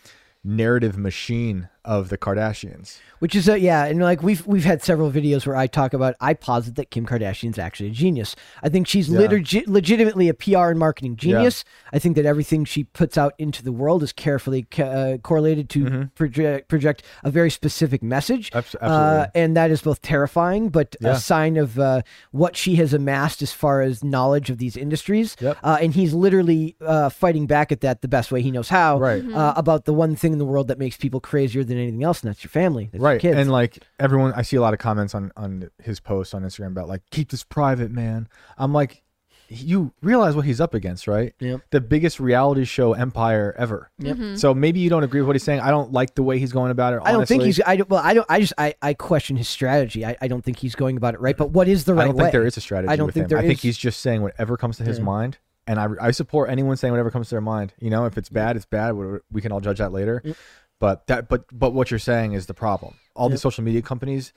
D: narrative machine of the Kardashians.
B: Which is uh, yeah, and like we've we've had several videos where I talk about I posit that Kim Kardashian's actually a genius. I think she's
D: Yeah.
B: liturgi- legitimately a PR and marketing genius. I think that everything she puts out into the world is carefully co- uh, correlated to project project a very specific message.
D: Mm-hmm. Abs-
B: Uh,
D: absolutely.
B: and that is both terrifying, but
D: Yeah.
B: a sign of uh, what she has amassed as far as knowledge of these industries.
D: Yep.
B: Uh, and he's literally uh, fighting back at that the best way he knows how.
D: Right.
B: Uh, about the one thing in the world that makes people crazier than anything else, and that's your family. That's your
D: right.
B: kids.
D: And like everyone I see a lot of comments on on his post on Instagram about like keep this private, man. I'm like you realize what he's up against, right?
B: Yep.
D: The biggest reality show empire ever. So maybe you don't agree with what he's saying. I don't like the way he's going about it.
B: I don't think
D: honestly.
B: he's. I don't. Well, I don't. I just. I. I question his strategy. I, I. don't think he's going about it right. But what is the right
D: I don't
B: way?
D: think there is a strategy.
B: I don't
D: with
B: think
D: him.
B: there
D: I think
B: is.
D: he's just saying whatever comes to his mind, and I, I support anyone saying whatever comes to their mind. You know, if it's bad, it's bad. We- We can all judge that later. But that, but but what you're saying is the problem. All these social media companies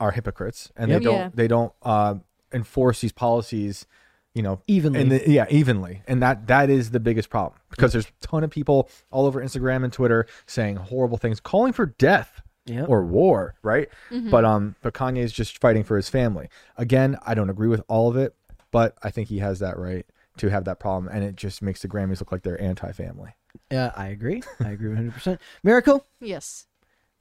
D: are hypocrites, and
B: Yep.
D: they don't
C: Yeah.
D: they don't uh, enforce these policies. You know,
B: Evenly.
D: And the, yeah, evenly, and that that is the biggest problem because there's a ton of people all over Instagram and Twitter saying horrible things, calling for death
B: Yep.
D: or war, right?
C: Mm-hmm.
D: But um, but Kanye is just fighting for his family. Again, I don't agree with all of it, but I think he has that right to have that problem, and it just makes the Grammys look like they're anti-family.
B: Uh, I agree. I agree 100. percent Miracle.
C: Yes.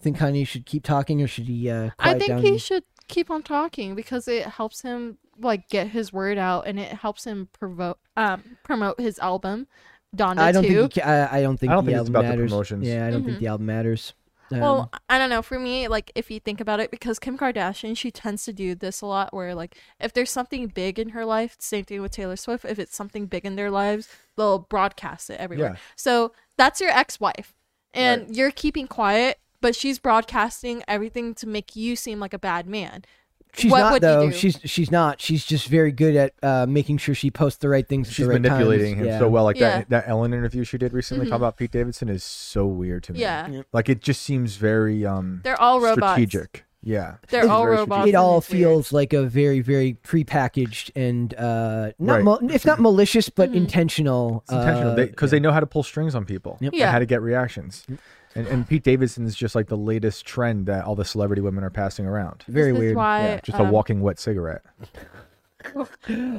B: Think Kanye should keep talking, or should he? Uh, quiet
C: I think
B: down
C: he
B: and-
C: should keep on talking because it helps him like get his word out and it helps him provoke um promote his album Donna
B: I don't
C: too. Mm-hmm.
B: think. He ca- I, I don't think.
D: I don't
B: the
D: think it's
B: album
D: about the
B: matters.
D: promotions.
B: Yeah, I don't think the album matters. Um,
C: Well, I don't know. For me, like if you think about it, because Kim Kardashian, she tends to do this a lot where like if there's something big in her life, same thing with Taylor Swift, if it's something big in their lives, they'll broadcast it everywhere.
D: Yeah.
C: So that's your ex wife. And you're keeping quiet, but she's broadcasting everything to make you seem like a bad man.
B: she's
C: what
B: not
C: would you
B: though.
C: do?
B: She's she's not. She's just very good at uh, making sure she posts the right things. at
D: She's
B: the right
D: manipulating
B: times.
D: him
B: Yeah.
D: so well. Like
C: Yeah. Mm-hmm.
D: that that Ellen interview she did recently about Pete Davidson is so weird to me.
C: Yeah.
D: like it just seems very um
C: They're all robots.
D: strategic. Yeah,
C: They're
D: Seems
C: all
D: very
C: robots.
D: strategic.
B: it all
C: It's weird.
B: feels like a very very prepackaged and uh not
D: Right.
B: mal- if not malicious but intentional
D: It's intentional
B: uh,
D: because they, know how to pull strings on people
B: Yep.
D: and
C: Yeah.
D: how to get reactions. And, and Pete Davidson is just like the latest trend that all the celebrity women are passing around.
B: very
C: This is
B: weird
C: why,
D: Just
C: um,
D: a walking wet cigarette.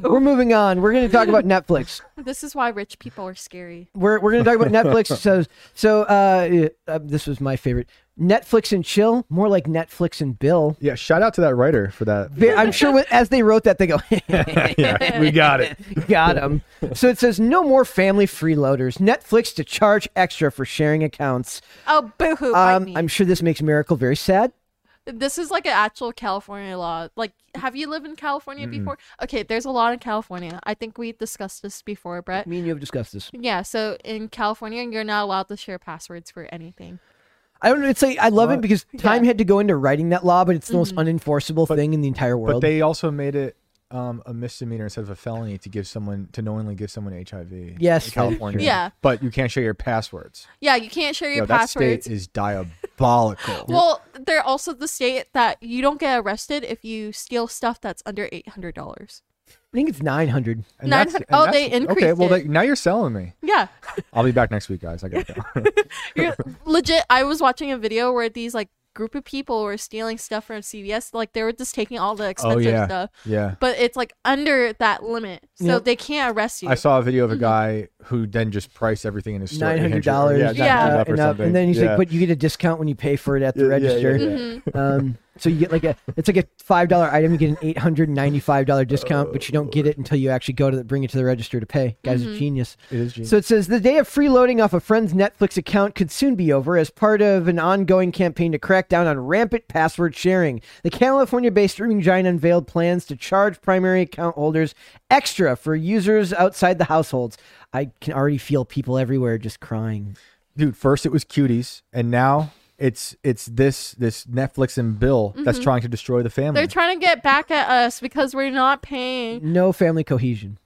B: we're moving on we're going to talk about netflix
C: This is why rich people are scary.
B: we're, we're going to talk about netflix so so uh, uh this was my favorite Netflix and chill, more like Netflix and Bill.
D: Yeah, shout out to that writer for that.
B: They- I'm sure when- as they wrote that, they go,
D: yeah, we got it.
B: got him. So it says, no more family freeloaders. Netflix to charge extra for sharing accounts.
C: Oh, boohoo!
B: Um,
C: Um,
B: I'm sure this makes Miracle very sad.
C: this is like an actual California law. Like, have you lived in California before? Okay, there's a law in California. I think we discussed this before, Brett.
B: Me and you have discussed this.
C: Yeah, so in California, you're not allowed to share passwords for anything.
B: I don't know. It's like I love it because time
C: Yeah.
B: had to go into writing that law, but it's the most unenforceable thing in the entire
D: But
B: world.
D: they also made it um, a misdemeanor instead of a felony to give someone to knowingly give someone HIV.
B: Yes,
D: in
B: that's
D: California.
C: true. Yeah.
D: but you can't share your passwords.
C: Yeah, you can't share your
D: Yo, that
C: passwords.
D: state is diabolical.
C: well, they're also the state that you don't get arrested if you steal stuff that's under eight hundred dollars.
B: I think it's nine hundred.
D: And
C: nine
D: that's-
C: hun-
D: and
C: oh,
D: that's-
C: they
D: Okay,
C: increased
D: well,
C: it.
D: like, now you're selling me.
C: Yeah,
D: I'll be back next week, guys. I got to go.
C: You're- legit. I was watching a video where these like group of people were stealing stuff from CVS. Like they were just taking all the expensive
D: Oh, yeah.
C: stuff.
D: yeah.
C: But it's like under that limit, so
B: Yeah.
C: they can't arrest you.
D: I saw a video of a guy who then just priced everything in his store.
B: Nine hundred dollars.
D: Yeah,
C: Yeah.
D: $900 up or
B: and, up,
D: something.
B: and then he's
D: Yeah.
B: like, "But you get a discount when you pay for it at the
D: Yeah, yeah, yeah,
B: register." Um, so you get like a it's like a five dollar item. You get an eight hundred ninety five dollar discount, but you don't get it until you actually go to the, bring it to the register to pay. Guys, a genius.
D: It is genius.
B: So it says the day of freeloading off a friend's Netflix account could soon be over as part of an ongoing campaign to crack down on rampant password sharing. The California based streaming giant unveiled plans to charge primary account holders extra for users outside the households. I can already feel people everywhere just crying.
D: dude first it was cuties and now it's it's this this netflix and bill that's trying to destroy the family
C: Mm-hmm. they're trying to get back at us because we're not paying.
B: No family cohesion.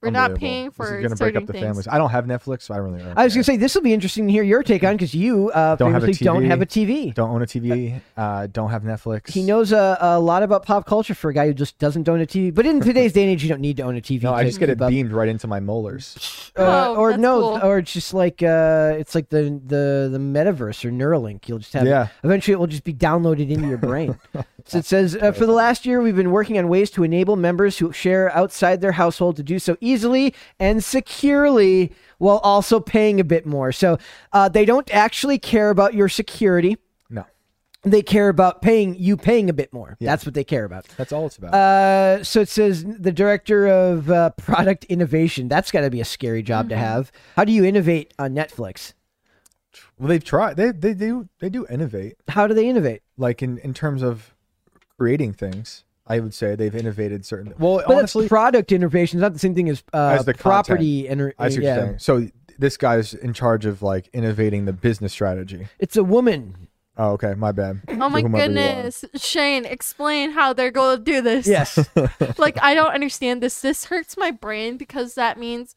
C: We're not
D: Unbelievable.
C: paying for
D: this
C: certain
D: is gonna break up the
C: things.
D: families i don't have netflix so i really don't,
B: I was going to say, this will be interesting to hear your take on because you uh,
D: Don't have a
B: famously don't
D: TV.
B: have a TV.
D: don't own a tv uh don't have netflix
B: He knows a, a lot about pop culture for a guy who just doesn't own a TV. But in today's day and age, you don't need to own a TV.
D: no i
B: to
D: just get it
B: keep up.
D: beamed right into my molars
B: Uh,
C: Oh,
B: or
C: that's
B: no,
C: cool.
B: or it's just like uh, it's like the the the metaverse or Neuralink. You'll just have
D: Yeah.
B: Eventually, it will just be downloaded into your brain. so it says uh, for the last year, we've been working on ways to enable members who share outside their household to do so easily and securely, while also paying a bit more. So uh, they don't actually care about your security.
D: no
B: They care about paying you paying a bit more. That's what they care about.
D: that's all it's about
B: Uh, so it says the director of uh, product innovation. That's got to be a scary job
D: Mm-hmm.
B: to have. How do you innovate on Netflix?
D: well they've tried they, they do they do innovate
B: How do they innovate?
D: like in in terms of creating things i would say they've innovated certain well
B: But
D: honestly
B: that's product innovation. It's not the same thing as, uh,
D: As the
B: property. Inter-
D: i see what
B: yeah.
D: you're saying so this guy's in charge of like innovating the business strategy
B: It's a woman.
D: oh okay my bad
C: Oh my
D: Whomever you are.
C: goodness. Shane, explain how they're going to do this.
B: Yes.
C: like, I don't understand this. This hurts my brain because that means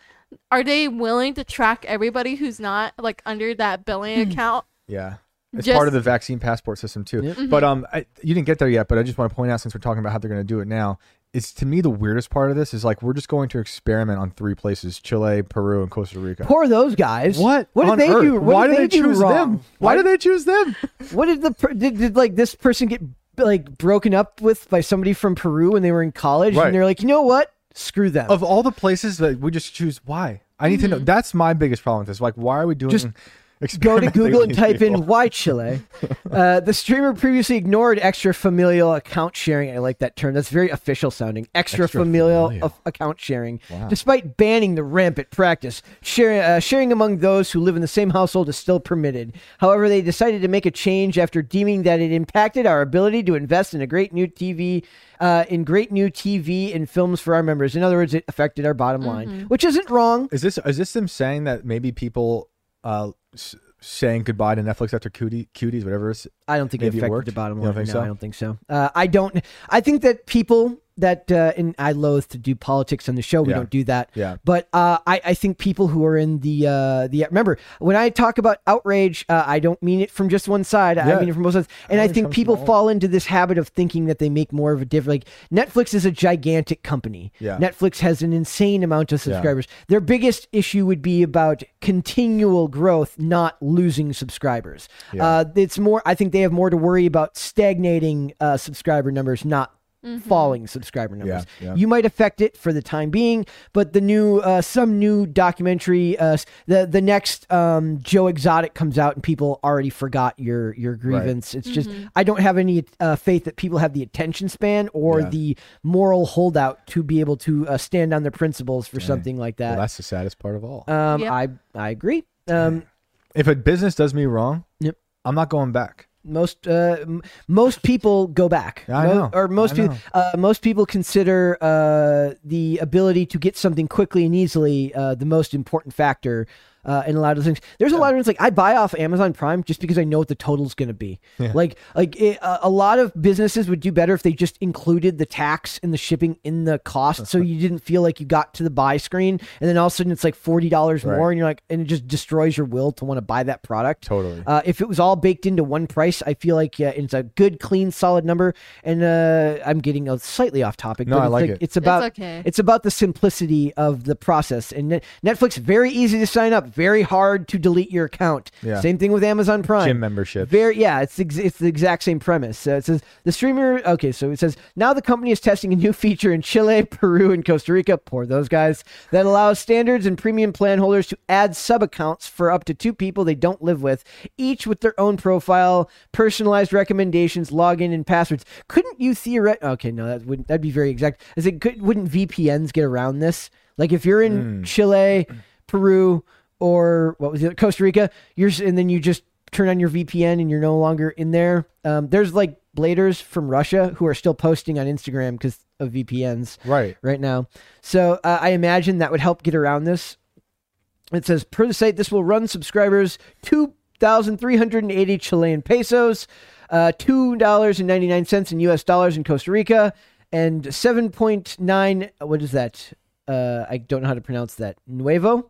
C: are they willing to track everybody who's not like under that
D: Hmm.
C: billing account?
D: Yeah. It's
C: Just- Mm-hmm.
D: part of the vaccine passport system too. But um I, you didn't get there yet, but I just want to point out since we're talking about how they're going to do it now, it's to me the weirdest part of this is like we're just going to experiment on three places, Chile, Peru, and Costa Rica.
B: Poor those guys.
D: what?
B: What did
D: on
B: they
D: earth?
B: do? What
D: Why
B: did
D: do they,
B: do
D: choose
B: wrong?
D: them? Why do they choose them?
B: What did the per- did, did like this person get like broken up with by somebody from Peru when they were in college?
D: Right.
B: And they're like, you know what? Screw them.
D: of all the places that we just choose why? I need to know. That's my biggest problem with this. Like why are we doing
B: Mm-hmm. Just go to
D: experimenting
B: Google
D: with
B: and
D: these
B: type
D: people?
B: in why Chile. Uh, the streamer previously ignored extra familial account sharing. I like that term. That's very official sounding. Extra,
D: Extra
B: familial,
D: familial.
B: of account sharing. Despite banning the rampant practice, sharing, uh, sharing among those who live in the same household is still permitted. However, they decided to make a change after deeming that it impacted our ability to invest in a great new TV, uh, in great new TV and films for our members. In other words, it affected our bottom line, which isn't wrong.
D: Is this is this them saying that maybe people uh s- saying goodbye to Netflix after cutie, cuties whatever it's
B: I don't think it
D: Maybe it
B: affected
D: worked?
B: the bottom
D: You
B: line.
D: don't think
B: no,
D: so?
B: I don't think so. Uh, I don't. I think that people that uh, and I loathe to do politics on the show. We
D: Yeah.
B: don't do that.
D: Yeah.
B: But uh, I I think people who are in the uh, the remember when I talk about outrage, uh, I don't mean it from just one side. I
D: Yeah.
B: mean it from both sides. And I
D: Outrage
B: think
D: comes from
B: people
D: all-
B: fall into this habit of thinking that they make more of a difference. Like Netflix is a gigantic company.
D: Yeah.
B: Netflix has an insane amount of subscribers. Their biggest issue would be about continual growth, not losing subscribers. Uh, it's more. I think they have more to worry about stagnating uh, subscriber numbers, not falling subscriber numbers.
D: Yeah, yeah.
B: You might affect it for the time being, but the new uh, some new documentary, uh, s- the the next um, Joe Exotic comes out and people already forgot your your grievance. It's just I don't have any uh, faith that people have the attention span or
D: Yeah.
B: the moral holdout to be able to uh, stand on their principles for something like that.
D: Well, that's the saddest part of all.
B: um,
C: Yeah.
B: I I agree. Um,
D: if a business does me wrong,
B: Yep.
D: I'm not going back.
B: most uh, m- most people go back
D: I
B: Mo-
D: know.
B: or most
D: I
B: people
D: know.
B: uh, most people consider uh, the ability to get something quickly and easily uh, the most important factor uh, in a lot of things there's a lot of things like i buy off amazon prime just because i know what the total's going to be like like it, a a lot of businesses would do better if they just included the tax and the shipping in the cost so you didn't feel like you got to the buy screen and then all of a sudden it's like $40
D: Right.
B: more and you're like and it just destroys your will to want to buy that product
D: Totally.
B: uh, if it was all baked into one price, I feel like yeah, it's a good, clean, solid number. And uh, I'm getting a slightly off topic.
D: No,
B: but
D: I
B: it's
D: like it.
B: It's about
C: It's okay.
B: it's about the simplicity of the process. And Net- Netflix very easy to sign up, very hard to delete your account.
D: Yeah.
B: Same thing with Amazon Prime.
D: Gym memberships.
B: Very yeah, it's ex- it's the exact same premise. So it says the streamer. Okay, so it says now the company is testing a new feature in Chile, Peru, and Costa Rica. Poor those guys that allows standards and premium plan holders to add sub accounts for up to two people they don't live with, each with their own profile, personalized recommendations, login, and passwords. Couldn't you theoret? Okay, no, that wouldn't that'd be very exact. Is it could wouldn't VPNs get around this? Like if you're in Chile, Peru. Or what was it? Costa Rica. You're s- and then you just turn on your VPN and you're no longer in there. Um, there's like bladers from Russia who are still posting on Instagram because of VPNs
D: Right.
B: right now. So uh, I imagine that would help get around this. It says per the site, this will run subscribers two thousand three hundred and eighty Chilean pesos, uh, two dollars and ninety nine cents in U.S. dollars in Costa Rica, and seven point nine. What is that? Uh, I don't know how to pronounce that. Nuevo,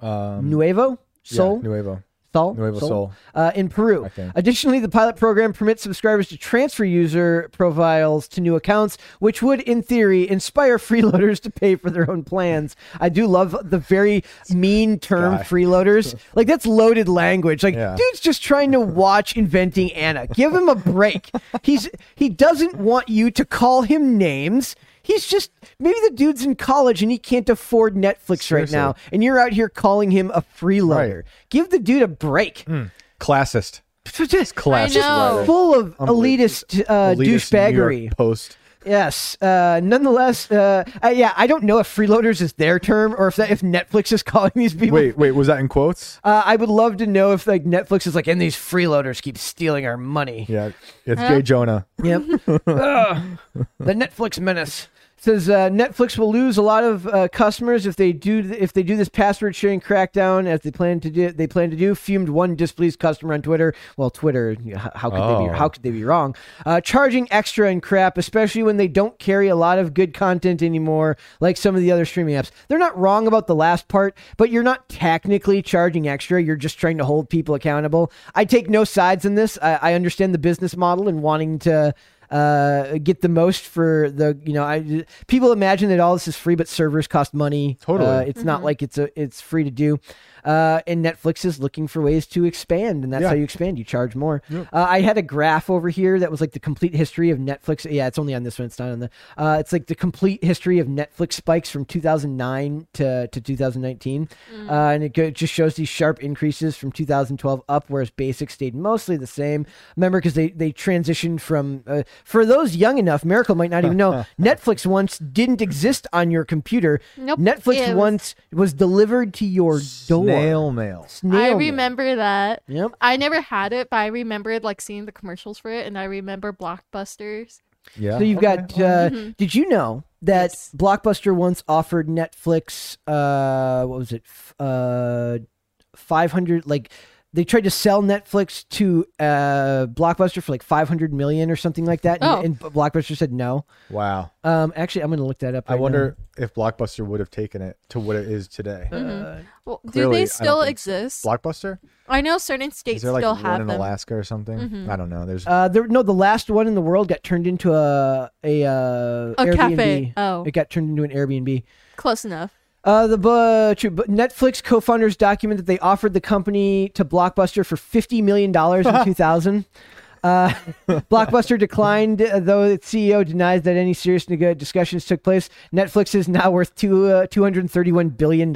D: Um,
B: Nuevo, Sol,
D: Yeah, Nuevo.
B: Sol,
D: Nuevo Sol.
B: uh, in Peru.
D: think.
B: Additionally, the pilot program permits subscribers to transfer user profiles to new accounts, which would, in theory, inspire freeloaders to pay for their own plans. I do love the very mean term
D: Guy.
B: freeloaders. Like that's loaded language. Like
D: Yeah.
B: dude's just trying to watch inventing Anna. Give him a break. He's he doesn't want you to call him names. He's just maybe the dude's in college and he can't afford Netflix right
D: Seriously.
B: now, and you're out here calling him a freeloader.
D: Right. Hmm.
B: Give the dude a break.
D: Classist.
B: So just
D: Classist.
C: I know.
D: writer.
B: full of
D: Unbelievable.
B: elitist, uh,
D: Elitist New
B: douchebaggery.
D: York Post.
B: Yes. Uh, nonetheless, uh, I, yeah, I don't know if freeloaders is their term or if that, if Netflix is calling these people.
D: Wait, wait. Was that in quotes?
B: Uh, I would love to know if like Netflix is like, and these freeloaders keep stealing our money.
D: Yeah.
B: uh,
D: It's Jay Jonah.
B: Yep. Ugh. Ah, the Netflix menace says uh, Netflix will lose a lot of uh, customers if they do th- if they do this password sharing crackdown as they plan to do. They plan to do. Fumed one displeased customer on Twitter. Well, Twitter, yeah, h- how could they be?
D: Oh.
B: How could they be wrong? Uh, charging extra and crap, especially when they don't carry a lot of good content anymore, like some of the other streaming apps. They're not wrong about the last part, but you're not technically charging extra. You're just trying to hold people accountable. I take no sides in this. I, I understand the business model and wanting to uh, get the most for the you know I people imagine that all this is free, but servers cost money.
D: Totally.
B: Uh, it's
C: Mm-hmm.
B: not like it's a it's free to do. Uh, and Netflix is looking for ways to expand, and that's
D: Yeah.
B: how you expand. You charge more. Uh, I had a graph over here that was like the complete history of Netflix. Yeah, it's only on this one. It's not on the. Uh, it's like the complete history of Netflix spikes from 2009 to, to 2019,
C: Mm.
B: uh, and it, go, it just shows these sharp increases from 2012 up, whereas Basic stayed mostly the same. Remember, because they they transitioned from uh, for those young enough, Miracle might not even know Netflix once didn't exist on your computer.
C: Nope.
B: Netflix
C: It was-
B: once was delivered to your door.
D: Snail mail.
B: Snail
C: I
B: mail.
C: remember that.
B: Yep.
C: I never had it, but I remembered like seeing the commercials for it, and I remember blockbusters.
D: Yeah.
B: So you've got. Uh,
C: Mm-hmm.
B: Did you know that
C: Yes.
B: Blockbuster once offered Netflix? Uh, what was it? F- Uh, Five hundred. Like they tried to sell Netflix to uh, Blockbuster for like five hundred million or something like that, and-
C: Oh.
B: and, Blockbuster said no.
D: Wow.
B: Um, actually, I'm going to look that up.
D: I
B: right
D: wonder if Blockbuster would have taken it to what it is today.
B: Uh,
C: Well, do
D: Clearly, I
C: they
D: don't
C: still
D: think so.
C: exist?
D: Blockbuster?
C: I know certain
D: Is
C: states
D: there like
C: still
D: one
C: have
D: in
C: them.
D: Alaska or something? I don't know. There's
B: now. Uh, there, no, the last one in the world got turned into a a, uh,
C: A
B: Airbnb.
C: cafe. Oh.
B: It got turned into an Airbnb.
C: Close enough.
B: Uh, the bu- true, but Netflix co-founders document that they offered the company to Blockbuster for fifty million dollars in two thousand. Uh, Blockbuster declined, uh, though its CEO denies that any serious neg- discussions took place. Netflix is now worth two, uh, $231 billion.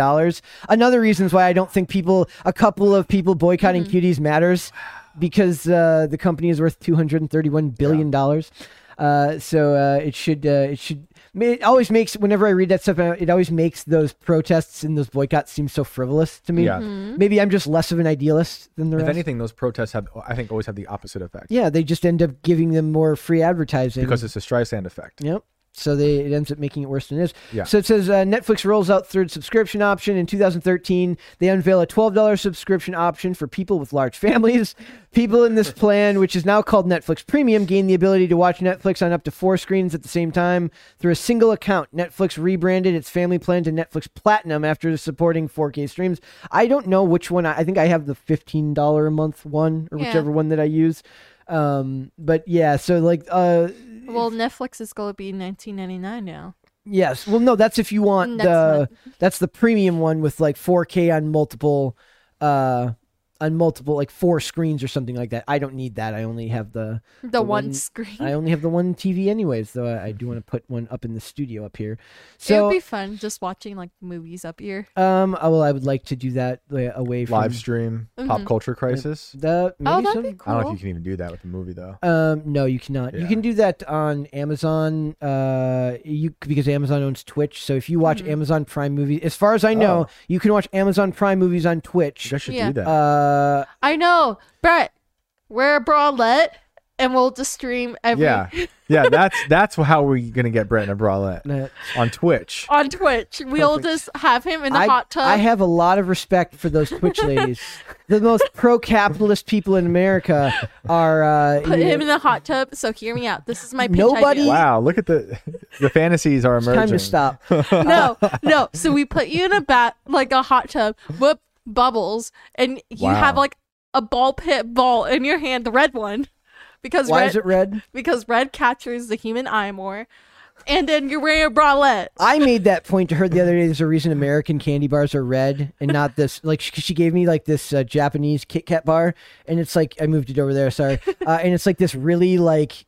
B: Another reason is why I don't think people, a couple of people boycotting cuties matters because uh, the company is worth $231 billion. Uh, so uh, it should, uh, it should, ma- it always makes, whenever I read that stuff, uh, it always makes those protests and those boycotts seem so frivolous to me.
D: Yeah.
B: Maybe I'm just less of an idealist than the
D: If
B: rest.
D: anything, those protests have, I think, always have the opposite effect
B: Yeah, they just end up giving them more free advertising.
D: because it's a Streisand effect.
B: yep. So they, it ends up making it worse than it is.
D: Yeah.
B: So it says uh, Netflix rolls out third subscription option in 2013. They unveil a $12 subscription option for people with large families. People in this plan, which is now called Netflix Premium, gain the ability to watch Netflix on up to four screens at the same time through a single account. Netflix rebranded its family plan to Netflix Platinum after supporting 4K streams. I don't know which one. I, I think I have the $15 a month one or
C: Yeah.
B: whichever one that I use. Um, but yeah, so like, uh,
C: Well, Netflix is gonna be 19.99 now.
B: Yes. Well, no, that's if you want
C: That's
B: the that's the premium one with like 4K on multiple uh on multiple like four screens or something like that. I don't need that. I only have the
C: The,
B: The
C: one,
B: one-
C: screen.
B: I only have the one TV anyways, though I, I do want to put one up in the studio up here.
C: it
B: So
C: would be fun just watching like movies up here.
B: um I well I would like to do that like, away from
D: Live stream, pop culture crisis.
B: the maybe
C: Oh, that'd
B: some-
C: be
D: I
C: Mm-hmm. cool.
D: don't know if you can even do that with the movie though.
B: Um, no, you cannot. You
D: Yeah.
B: can do that on Amazon. Uh, you because Amazon owns Twitch. So if you watch
C: Mm-hmm.
B: Amazon Prime movies, as far as I know,
D: Oh.
B: you can watch Amazon Prime movies on
D: You
B: Twitch.
D: guys should
C: Yeah.
D: do that.
B: Uh,
C: I know, Brett. Wear a bralette, and we'll just stream every
D: yeah, yeah. That's that's how we're gonna get Brett in a bralette
B: uh,
D: on Twitch.
C: on Twitch. We'll just have him in the
B: I,
C: hot tub.
B: I have a lot of respect for those Twitch ladies. The most pro-capitalist people in America are. Uh,
C: put
B: you know,
C: him in the hot tub. So hear me out. This is my pitch
B: Nobody-
C: idea.
D: Wow, look at the the fantasies are
B: it's
D: emerging.
B: time to stop.
C: no, no. So we put you in a bat like a hot tub with bubbles, and you
D: Wow.
C: have like a ball pit ball in your hand, the red one, because
B: Why
C: red
B: is it red?
C: because red captures the human eye more, and then you're wearing a bralette.
B: I made that point to her the other day. There's a reason American candy bars are red and not this. Like she, she gave me like this uh, Japanese Kit Kat bar, and it's like I moved it over there. Sorry, uh, and it's like this really like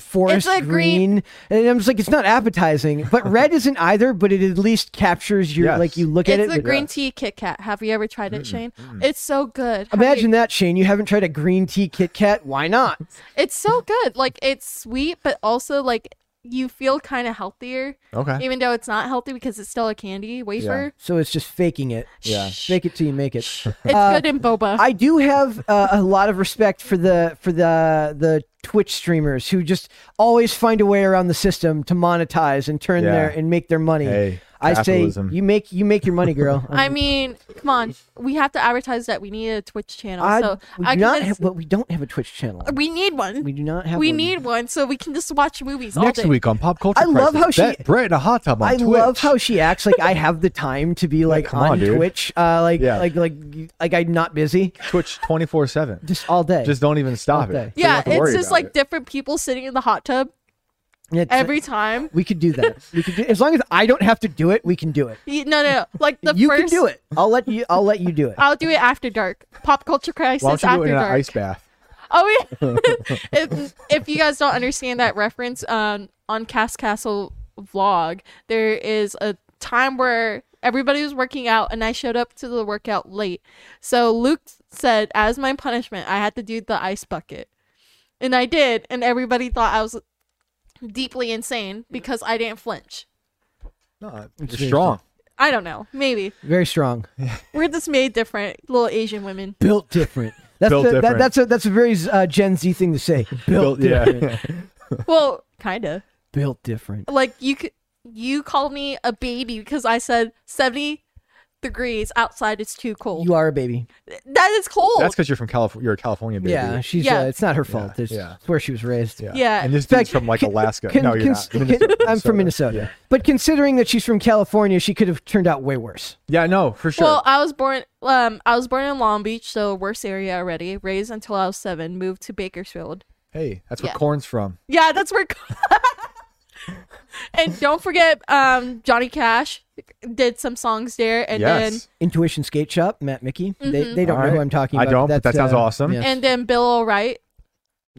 B: forest
C: a green-
B: green, and I'm just like it's not appetizing. But red isn't either. But it at least captures your
D: Yes.
B: like you look at
C: It's
B: it.
C: the
B: but-
C: green tea Kit Kat. Have you ever tried it, Shane? It's so good. Have you-
B: Imagine that, Shane. You haven't tried a green tea Kit Kat. Why not?
C: it's so good. Like it's sweet, but also like you feel kind of healthier,
D: Okay.
C: even though it's not healthy because it's still a candy wafer.
B: So it's just faking it.
D: Yeah.
B: Fake it till you make it.
C: It's good in boba.
B: I do have uh, a lot of respect for the for the the Twitch streamers who just always find a way around the system to monetize and turn
D: Yeah.
B: their and make their money.
D: Hey,
B: I say
D: capitalism.
B: you make you make your money, girl.
C: I mean, come on. We have to advertise that we need a Twitch channel.
B: I-
C: so
B: we
C: I
B: do not
C: can
B: have, but we don't have a Twitch channel.
C: we need one.
B: We
C: We,
B: do not have. one.
C: need one so we can just watch movies all
D: Next
C: day.
D: week on Pop Culture.
B: I love
D: Crisis,
B: how she-
D: Bet Brett in a hot tub on
B: I
D: Twitch.
B: love how she acts like I have the time to be like
D: come
B: on,
D: on, dude.
B: Twitch, uh, like
D: Yeah.
B: like like like I'm not busy,
D: Twitch twenty four seven.
B: just all day.
D: Just don't e-, even
B: Okay.
D: stop it. So you don't
C: yeah,
D: have to
C: it's
D: worry
C: just
D: about
C: like
D: it.
C: different people sitting in the hot tub
B: It's-
C: every time.
B: we could do that. We could do, as long as I don't have to do it. We can do it.
C: You- No, no, no. Like the
B: you
C: first,
B: can do it. I'll let you. I'll let you do it.
C: I'll do it after dark. Pop culture crisis
D: Why don't you do
C: after
D: it in
C: dark.
D: an ice bath?
C: Oh, yeah. if, if you guys don't understand that reference, um, on Cast Castle vlog, there is a time where everybody was working out and I showed up to the workout late. So Luke said, as my punishment, I had to do the ice bucket. And I did, and everybody thought I was deeply insane because I didn't flinch.
D: No,
B: It's
D: it's
B: very
D: strong.
C: I don't know. Maybe.
B: Very strong.
C: We're just made different, little Asian women.
B: built different. That's
D: Built
B: the, That,
D: different.
B: that's a that's a very uh, Gen Z thing to say. Built,
D: Built- yeah.
B: different.
C: Well, kind of.
B: built different.
C: like you c- you called me a baby because I said 70 degrees outside it's too cold.
B: You are a baby.
C: that is cold.
D: That's because you're from California. You're a California baby.
B: Yeah, she's.
C: Yeah.
B: Uh, it's not her fault. it's,
D: yeah.
B: it's where she was raised.
D: Yeah.
C: Yeah.
D: And this
B: In fact,
D: dude's from like
B: con-
D: Alaska.
B: con-
D: no, you're
B: cons-
D: not. Minnesota,
B: con- I'm from Minnesota, but considering that she's from California, she could have turned out way worse.
D: Yeah. yeah, no, for sure.
C: Well, I was born um I was born in Long Beach, so worst area already. Raised until I was 7, moved to Bakersfield.
D: hey, that's where
C: yeah.
D: corn's from.
C: Yeah, that's where And don't forget um Johnny Cash did some songs there and then
D: Yes.
B: Intuition Skate Shop, Matt Mickey. They, they don't
D: All
B: know who
D: right.
B: I'm talking
D: I
B: about.
D: don't, but
B: That's,
D: that sounds
B: uh,
D: awesome.
B: yeah.
C: and then Bill O'Right.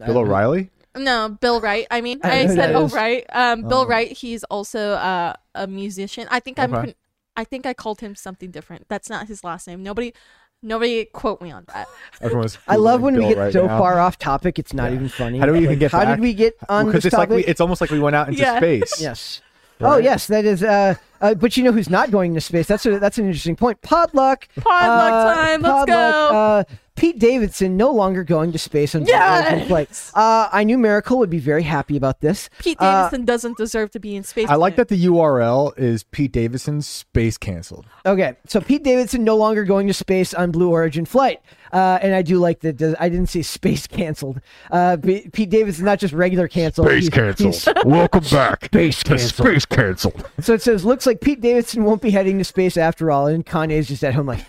D: Bill O'Reilly?
C: No, Bill Wright. I mean,
B: I
C: I,
B: know who
C: said
B: that
C: oh
B: is.
C: right. Um, Bill
D: Oh.
C: Wright. He's also uh, a musician. I think I'm.
D: Okay.
C: Pron- I think I called him something different. That's not his last name. Nobody, nobody quote me on that.
D: Everyone's
B: I love
D: Googling
B: when
D: Bill
B: we get
D: right
B: so
D: now.
B: far off topic, it's not
D: Yeah.
B: even funny.
D: How do we even
B: Like,
D: get
B: How
D: back?
B: did we get on
D: because
B: this
D: it's
B: topic?
D: like we, it's almost like we went out into
C: Yeah.
D: space.
B: yes. Oh
D: Right?
B: yes, that is. Uh, uh, but you know who's not going to space? That's a, that's an interesting point. Podluck.
C: Podluck
B: Uh,
C: time, let's
B: podluck,
C: go.
B: Uh, Pete Davidson no longer going to space on
C: Yes!
B: Voyager flight. Uh, I knew Miracle would be very happy about this.
C: Pete
B: Uh,
C: Davidson doesn't deserve to be in space.
D: I like
C: tonight.
D: that the URL is Pete Davidson's space canceled.
B: Okay, so Pete Davidson no longer going to space on Blue Origin flight, uh, and I do like that. does- I didn't see space canceled. Uh, P- Pete Davidson not just regular canceled.
E: Space
B: he's-
E: canceled.
B: he's-
E: Welcome back
B: Space
E: to
B: canceled.
E: Space canceled.
B: So it says, looks like Pete Davidson won't be heading to space after all, and Kanye's just at home like,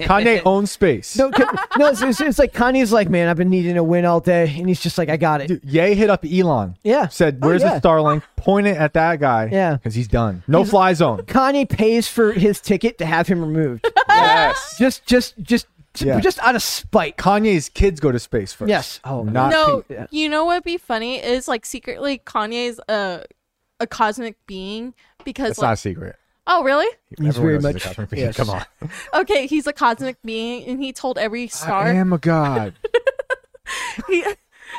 D: Kanye owns space.
B: no, Ka- no. It's, it's, it's like Kanye's like, man, I've been needing a win all day, and he's just like, I got it.
D: Dude, Ye hit up Elon.
B: Yeah.
D: Said,
B: Oh,
D: where's
B: yeah.
D: the Starlink? Point it at that guy.
B: Yeah.
D: Because he's done. No fly zone.
B: Kanye pays for his ticket to have him removed.
D: yes.
B: just, just, just,
D: Yeah.
B: just out of spite.
D: Kanye's kids go to space first.
B: Yes. Oh,
D: Not
C: no,
D: Pete.
C: you know what'd be funny is like secretly Kanye's a a cosmic being because
D: That's
C: like
D: not a secret.
C: oh really
B: He's
D: Everyone
B: very
D: knows a
B: much-
D: cosmic being.
B: yes.
D: Come on.
C: okay he's a cosmic being and he told every
D: I
C: star
D: am a god.
C: he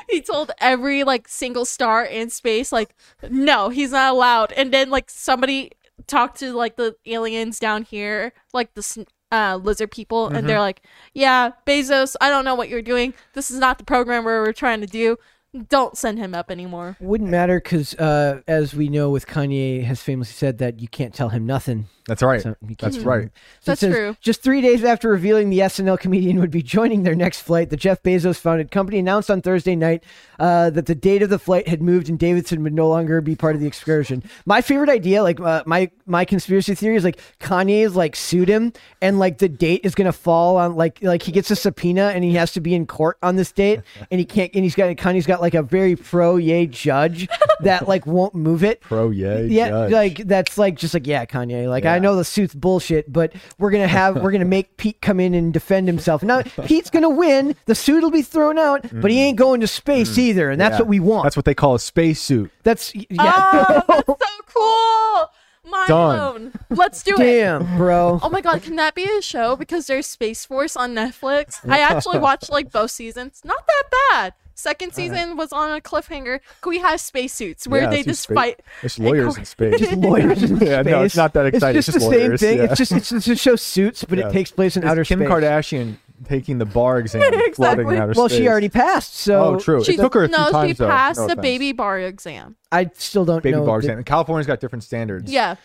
C: he told every like single star in space like no he's not allowed and then like somebody talked to like the aliens down here like the sn- uh, lizard people and they're like yeah bezos i don't know what you're doing this is not the program we we're trying to do don't send him up anymore
B: Wouldn't matter because, uh, as we know, with Kanye has famously said that you can't tell him nothing.
D: That's right.
B: So you
D: That's
B: can't-
D: right.
B: So it
C: That's
B: says,
C: true.
B: Just three days after revealing the SNL comedian would be joining their next flight, the Jeff Bezos founded company announced on Thursday night uh, that the date of the flight had moved and Davidson would no longer be part of the excursion. My favorite idea, like uh, my my conspiracy theory, is like Kanye is like sued him, and like the date is gonna fall on like like he gets a subpoena and he has to be in court on this date, and he can't and he's got Kanye's got like a very pro yay judge that like won't move it
D: Pro Ye.
B: yeah,
D: judge.
B: like that's like just like yeah, Kanye. Like I know the suit's bullshit, but we're gonna have we're gonna make Pete come in and defend himself. Now Pete's gonna win. The suit will be thrown out, but he ain't going to space either, and that's
D: Mm. Yeah.
B: what we want.
D: That's what they call a spacesuit.
B: That's, yeah.
C: oh that's so cool mind
D: Done.
C: blown let's do it
B: Damn, bro.
C: Oh my god, can that be a show? Because there's Space Force on Netflix. I actually watched like both seasons. Not that bad. Second season was on a cliffhanger. We have spacesuits where
D: Yeah,
C: they
D: it's in
C: just
D: space.
C: fight.
D: It's lawyers in space.
B: Just lawyers in
D: Yeah,
B: space.
D: no, it's not that exciting.
B: It's just,
D: It's just
B: the
D: lawyers,
B: same thing.
D: yeah.
B: It's just it's just a show suits, but
D: Yeah.
B: it takes place in
D: It's
B: outer
D: Kim
B: space.
D: Kardashian taking the bar exam, floating in outer
B: Well,
D: space.
B: she already passed, so
D: Oh, true.
C: She
D: it took her a few
C: no,
D: times
C: she
D: though.
C: passed
D: No
C: the
D: offense.
C: baby bar exam.
B: I still don't
D: baby
B: know.
D: bar
B: the-
D: exam. And California's got different standards.
C: Yeah.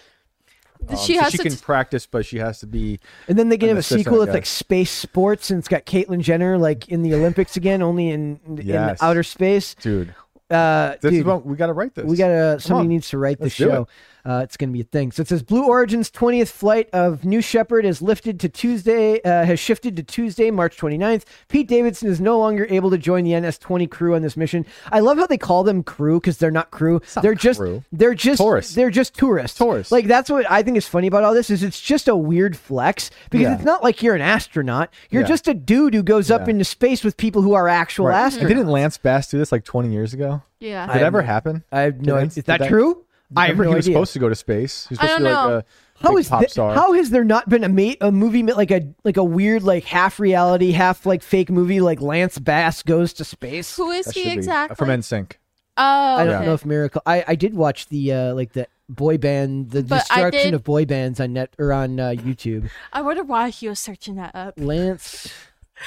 D: Um,
C: she
D: so
C: has
D: she
C: to
D: can
C: t-
D: practice, but she has to be.
B: And then they can have
D: And
B: a
D: the sister,
B: sequel
D: I
B: that's like
D: guess.
B: space sports, and it's got Caitlyn Jenner like in the Olympics again, only in, in
D: Yes.
B: outer space.
D: Dude,
B: Uh,
D: this is
B: dude,
D: what we got to write this.
B: we gotta somebody
D: on.
B: needs to write this
D: Let's do
B: show. Uh, it's gonna be a thing. So it says Blue Origin's 20th flight of New Shepard is lifted to Tuesday, uh, has shifted to Tuesday, March 29th. Pete Davidson is no longer able to join the NS20 crew on this mission. I love how they call them crew because they're not crew.
D: not
B: they're just
D: crew.
B: they're just
D: Tourists.
B: They're just tourists.
D: Tourists.
B: Like that's what I think is funny about all this is it's just a weird flex because
D: Yeah.
B: it's not like you're an astronaut. You're
D: Yeah.
B: just a dude who goes up
D: Yeah.
B: into space with people who are actual
D: Right. And
B: astronauts.
D: Didn't Lance Bass do this like 20 years ago?
C: Yeah.
D: Did
B: I-
D: it ever happen?
B: I have no.
D: Did
B: Is
D: Lance-
B: that
D: did
B: true? I have
D: Remember
B: no
D: he was
B: idea.
D: supposed to go to space. He was
C: I
D: supposed to be
C: don't
D: like
C: know.
D: a
B: How
D: big
B: is
D: pop
B: th-
D: star.
B: how has there not been a ma- a movie ma- like a like a weird like half reality half like fake movie like Lance Bass goes to space?
C: Who is
D: That should
C: he
D: be- Uh,
C: exactly?
D: From NSYNC.
C: oh,
B: I don't
C: okay.
B: know if Miracle. I I did watch the uh like the boy band the
C: But I
B: destruction
C: did-
B: of boy bands on net or on uh, YouTube.
C: I wonder why he was searching that up.
B: Lance.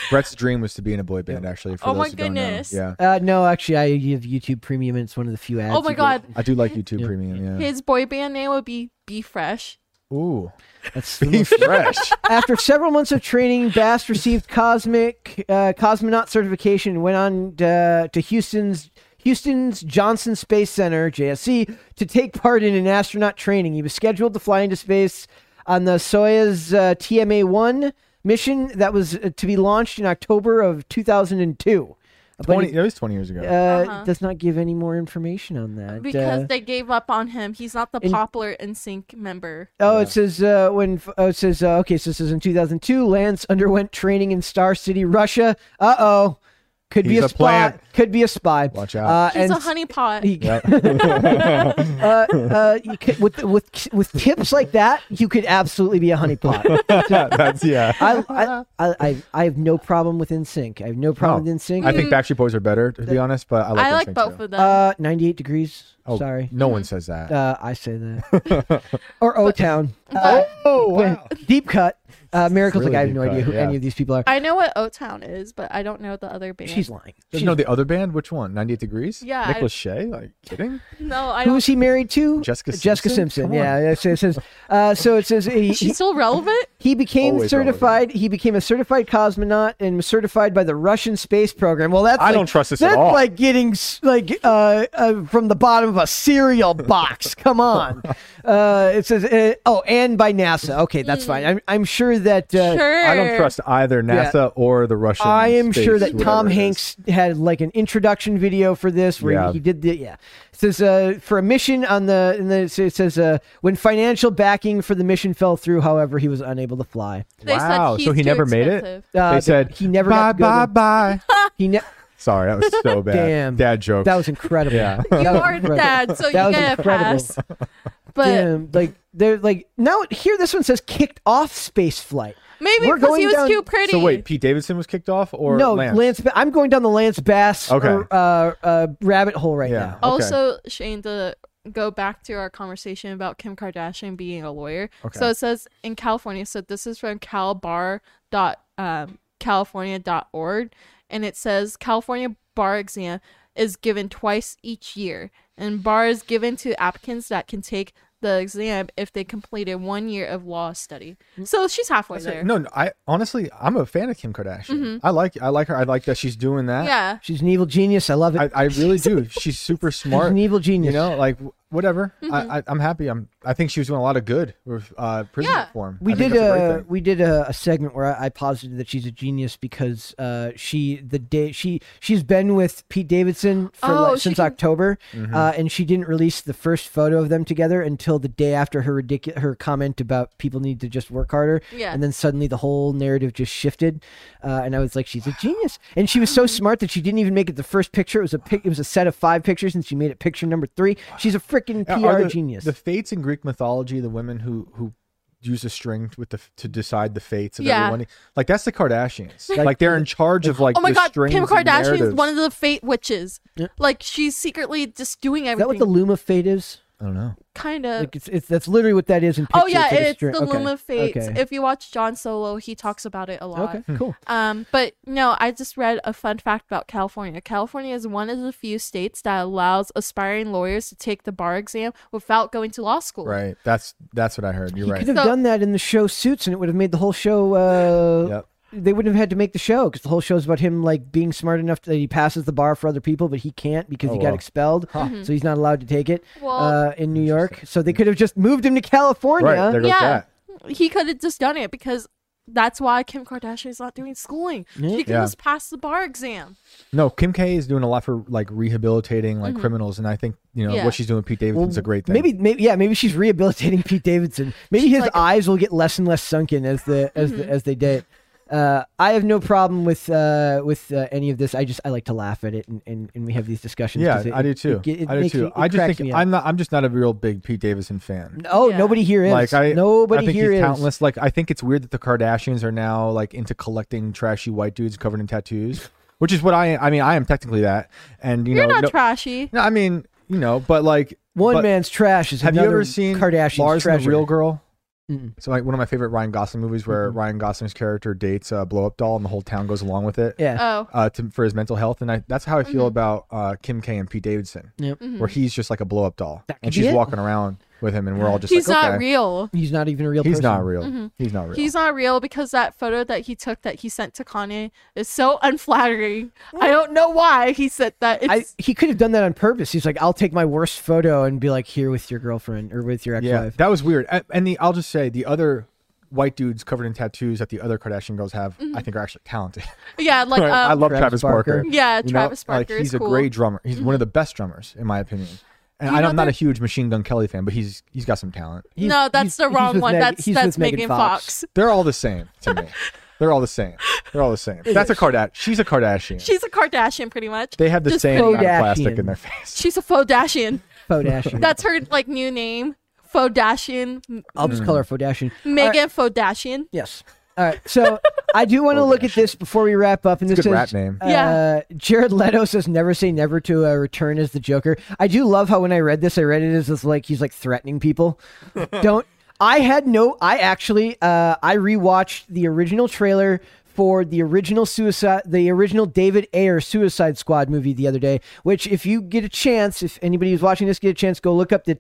D: Brett's dream was to be in a boy band, actually. For
C: Oh
D: those
C: my
D: who don't know.
C: goodness.
D: Yeah.
B: Uh, no, actually, I have YouTube Premium, and it's one of the few ads.
C: Oh my
B: you
C: god.
D: I do like YouTube Premium. Yeah.
C: His boy band name would be Be Fresh.
D: Ooh.
B: get. That's the
D: Be
B: most-
D: fresh.
B: After several months of training, Bass received cosmic uh, cosmonaut certification and went on uh, to Houston's Houston's Johnson Space Center (JSC) to take part in an astronaut training. He was scheduled to fly into space on the Soyuz uh, TMA-1 mission that was uh, to be launched in October of 2002. But
D: 20,
B: it,
D: that was 20 years ago.
B: uh,
C: Uh-huh.
B: does not give any more information on that.
C: Because
B: uh,
C: they gave up on him. He's not the
B: in-
C: popular NSYNC member.
B: Oh, it says uh, when. Oh, it says uh, okay. So this is in 2002. Lance underwent training in Star City, Russia. Uh oh. Could be
D: He's
B: a,
D: a
B: spy.
D: plant.
B: Could be a spy.
D: Watch out.
B: Uh,
C: He's
B: and
C: a honeypot.
B: he- uh, uh, you could- with with with tips like that, you could absolutely be a honeypot.
D: That's yeah.
B: I, I, I, I, I have no problem with NSYNC. I have no problem with NSYNC.
D: I think Backstreet Boys are better, to be honest. But I like,
C: I like
D: NSYNC
C: both
D: too.
C: of them.
B: uh, 98 degrees.
D: Oh,
B: Sorry.
D: no one says that.
B: Uh, I say that. or O Town. Uh,
D: oh,
B: Deep cut. Uh, Miracles.
D: Really
B: like I have
D: deep
B: no
D: cut,
B: idea who
D: yeah.
B: any of these people are.
C: I know what O Town is, but I don't know the other band.
B: She's lying.
D: Does
B: She's,
D: know the other band? Which one? 98 Degrees?
C: Yeah, I-
D: Nicholas Shea? Like, kidding?
C: no, I
B: who
C: don't.
B: was he married to? Uh,
D: Jessica
B: Jessica Simpson.
D: Simpson? Come on.
B: Yeah. It says, it says, uh, so it says he,
C: She's still relevant.
B: he became
D: Always
B: certified. He became a certified cosmonaut and was certified by the Russian space program. Well, that's
D: I
B: like-
D: don't trust this at
B: That's
D: all.
B: like getting s- like uh, uh, from the bottom of a cereal box. Come on. Uh, it says uh, oh, and by NASA. Okay, that's fine. I'm I'm sure that. Uh,
C: Hmm. sure.
D: I don't trust either NASA or the Russian.
B: I am sure
D: space,
B: that
D: whatever
B: Tom
D: it is.
B: Hanks had like an introduction video for this where
D: Yeah.
B: he, he did the yeah. It says uh, for a mission on the and then it says- it says uh, when financial backing for the mission fell through, however, he was unable to fly.
C: They said
D: Wow,
C: he's
D: so he
C: too
D: never made it?
C: expensive.
B: Uh,
D: they
B: the-
D: said,
B: he never
D: bye,
B: got to go
D: bye,
B: to-
D: bye.
B: he ne-
D: Sorry, that was so bad.
B: Damn.
D: Dad joke.
B: that was incredible.
D: Yeah.
B: That
C: You
B: was
C: are
B: incredible.
C: dad, so you
B: Oh, That was
C: get a
B: incredible.
C: pass. But
B: Damn, like they're like now here this one says kicked off space flight.
C: maybe
B: We're
C: because
B: going
C: he was
B: down-
C: too pretty.
D: So wait, Pete Davidson was kicked off, or
B: no,
D: Lance?
B: Ba- I'm going down the Lance Bass
D: Okay.
B: or, uh, uh, rabbit hole right
D: Yeah.
B: now.
D: okay.
C: Also, Shane, to go back to our conversation about Kim Kardashian being a lawyer. So it says in California, so this is from calbar dot um, california dot org, and it says California bar exam is given twice each year, and bar is given to applicants that can take the exam if they completed one year of law study.
B: Mm.
C: So she's halfway there.
D: No, no, I honestly, I'm a fan of Kim Kardashian. I like, I like her. I like that she's doing that.
C: Mm-hmm. yeah.
B: She's an evil genius. I love it.
D: I, I really do. She's super smart.
B: She's an evil genius.
D: You know, like w- whatever.
C: Mm-hmm.
D: I, I, I'm happy. I'm. I think she was doing a lot of good with uh, prison
C: Yeah.
D: reform.
B: we
D: I think
B: did
D: that's a great
B: a,
D: thing.
B: we did a, a segment where I, I posited that she's a genius because uh, she the day she she's been with Pete Davidson for
C: Oh,
B: like,
C: she
B: since
C: can-
B: October,
D: Mm-hmm.
B: uh, and she didn't release the first photo of them together until the day after her ridiculous her comment about people need to just work harder.
C: Yeah.
B: and then suddenly the whole narrative just shifted, uh, and I was like, she's a genius, and she was so smart that she didn't even make it the first picture. It was a pic, it was a set of five pictures, and she made it picture number three. She's a freaking
D: Are
B: PR
D: the,
B: genius.
D: The fates in Greek mythology, the women who who use a string with the to decide the fates of
C: Yeah.
D: everyone. Like that's the Kardashians. Like, they're in charge of like.
C: Oh my
D: the
C: God,
D: strings
C: Kim
D: and
C: Kardashian is
D: narratives.
C: one of the fate witches. Like she's secretly just doing
B: Is that
C: everything.
B: what the loom of fate is?
D: I don't know.
C: kind of.
B: Like it's, it's that's literally what that is in pictures.
C: Uh, oh yeah,
B: like a
C: it's
B: string-
C: the
B: okay.
C: Loom of Fate.
B: Okay.
C: If you watch John Solo, he talks about it a lot.
B: okay, cool.
C: Um, but no, I just read a fun fact about California. California is one of the few states that allows aspiring lawyers to take the bar exam without going to law school.
D: Right. That's that's what I heard. You're
B: You
D: right.
B: could have
C: So-
B: done that in the show Suits, and it would have made the whole show. Uh,
D: Yep.
B: They wouldn't have had to make the show because the whole show's about him like being smart enough that he passes the bar for other people, but he can't because he got
D: Oh, wow.
B: expelled, so he's not allowed to take it
C: Well-
B: uh, in New York. So they could have just moved him to California.
D: Right. There goes
C: Yeah,
D: that.
C: he could have just done it because that's why Kim Kardashian is not doing schooling. She can
D: Yeah.
C: just pass the bar exam.
D: No, Kim K is doing a lot for like rehabilitating like criminals, and I think you know
C: Mm-hmm. Yeah.
D: what she's doing with Pete Davidson's a great thing.
B: Maybe, maybe, yeah, maybe she's rehabilitating Pete Davidson. Maybe his
C: like-
B: eyes will get less and less sunken as the as the, as they date. Uh, I have no problem with uh, with uh, any of this. I just I like to laugh at it, and, and, and we have these discussions.
D: Yeah,
B: 'cause it-
D: I do
B: it-
D: too.
B: It, it
D: I do
B: makes
D: too.
B: me- it
D: I just
B: cracks
D: think
B: me up.
D: I'm not. I'm just not a real big Pete Davidson fan.
B: Oh,
C: Yeah.
B: nobody here is.
D: Like I,
B: nobody
D: I think
B: here
D: he's
B: is.
D: countless. Like I think it's weird that the Kardashians are now like into collecting trashy white dudes covered in tattoos, which is what I. I mean, I am technically that, and you
C: You're
D: know,
C: not
D: no,
C: trashy.
D: no, I mean, you know, but like
B: One
D: but
B: man's trash is
D: Have you
B: another
D: ever seen
B: Kardashian's
D: Lars and
B: treasure.
D: the Real Girl?
B: Mm-mm.
D: So like one of my favorite Ryan Gosling movies, where Ryan Gosling's character dates a blow up doll, and the whole town goes along with it.
B: Yeah.
C: Oh,
D: uh, to, for his mental health, and I, that's how I
C: Mm-hmm.
D: feel about uh, Kim K and Pete Davidson,
B: Yep.
D: where he's just like a blow up doll,
B: That could
D: and
B: be
D: she's
B: it.
D: walking around with him, and we're all just
C: he's
D: like,
C: not
D: okay,
C: real. Mm-hmm.
B: he's not even a real.
D: he's
B: person.
D: not real, he's not real.
C: He's not real because that photo that he took that he sent to Kanye is so unflattering. I don't know why he said that. It's,
B: I, he could have done that on purpose. He's like, I'll take my worst photo and be like, here with your girlfriend or with your
D: yeah,
B: ex-wife.
D: that was weird. A- And the I'll just say the other white dudes covered in tattoos that the other Kardashian girls have,
C: Mm-hmm.
D: I think, are actually talented.
C: yeah, like um,
D: I love
B: Travis
D: Travis Barker.
B: Barker.
C: Yeah,
D: You know,
C: Travis Barker
D: Like,
C: is
D: he's a
C: cool. Mm-hmm.
D: great drummer. He's one of the best drummers, in my opinion. And
C: You
D: I-
C: know
D: I'm not
C: there-
D: a huge Machine Gun Kelly fan, but he's he's got some talent.
B: He's-
C: no,
B: he's-
C: that's the
B: he's
C: wrong
B: with
C: one.
B: Meg-
C: that's
B: he's
C: that's
B: with Megan Fox.
C: Fox.
D: They're all the same to me. They're all the same. They're all the same. That's a Kardashian. She's a Kardashian.
C: She's a Kardashian, pretty much.
D: they have the
C: just
D: same amount of
B: Kardashian.
D: plastic in their face.
C: She's a Fodashian.
B: Fodashian.
C: That's her like new name, Fodashian, M-
B: I'll just call her Fodashian.
C: Megan Fodashian.
B: Yes. All right. So I do want to look at this before we wrap up. And
D: Oh, It's a
B: this
D: good
B: says,
D: rap name.
B: Uh,
C: Yeah.
B: Jared Leto says never say never to a return as the Joker. I do love how when I read this, I read it as this like he's like threatening people. Don't. I had no. I actually. Uh, I rewatched the original trailer for the original suicide the original david ayer suicide squad movie the other day which if you get a chance if anybody who's watching this get a chance go look up the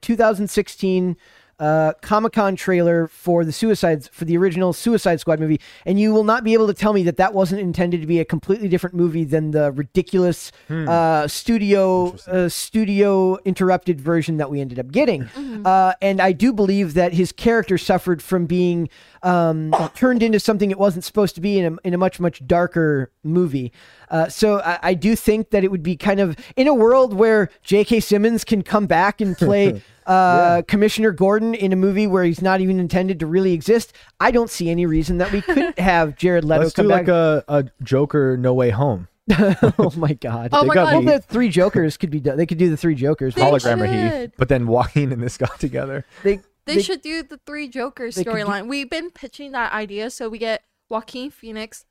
B: 2016 uh, Comic Con trailer for the Suicides for the original Suicide Squad movie, and you will not be able to tell me that that wasn't intended to be a completely different movie than the ridiculous uh, studio uh, studio interrupted version that we ended up getting. Uh, and I do believe that his character suffered from being um, turned into something it wasn't supposed to be in a, in a much much darker movie. Uh, so I, I do think that it would be kind of in a world where J.K. Simmons can come back and play. uh, Commissioner Gordon in a movie where he's not even intended to really exist. I don't see any reason that we couldn't have Jared Leto
D: Let's do
B: come
D: like
B: back.
D: a, a Joker No Way Home.
B: oh my god!
C: Oh
D: They
C: my
D: got
C: god,
D: me.
B: the three Jokers could be done. They could do the three Jokers.
C: They
D: Hologram or Heath,
C: should.
D: but then Joaquin and this guy together.
B: They,
C: They,
B: they-
C: should do the three Jokers
B: they could do-
C: storyline. We've been pitching that idea, so we get Joaquin Phoenix,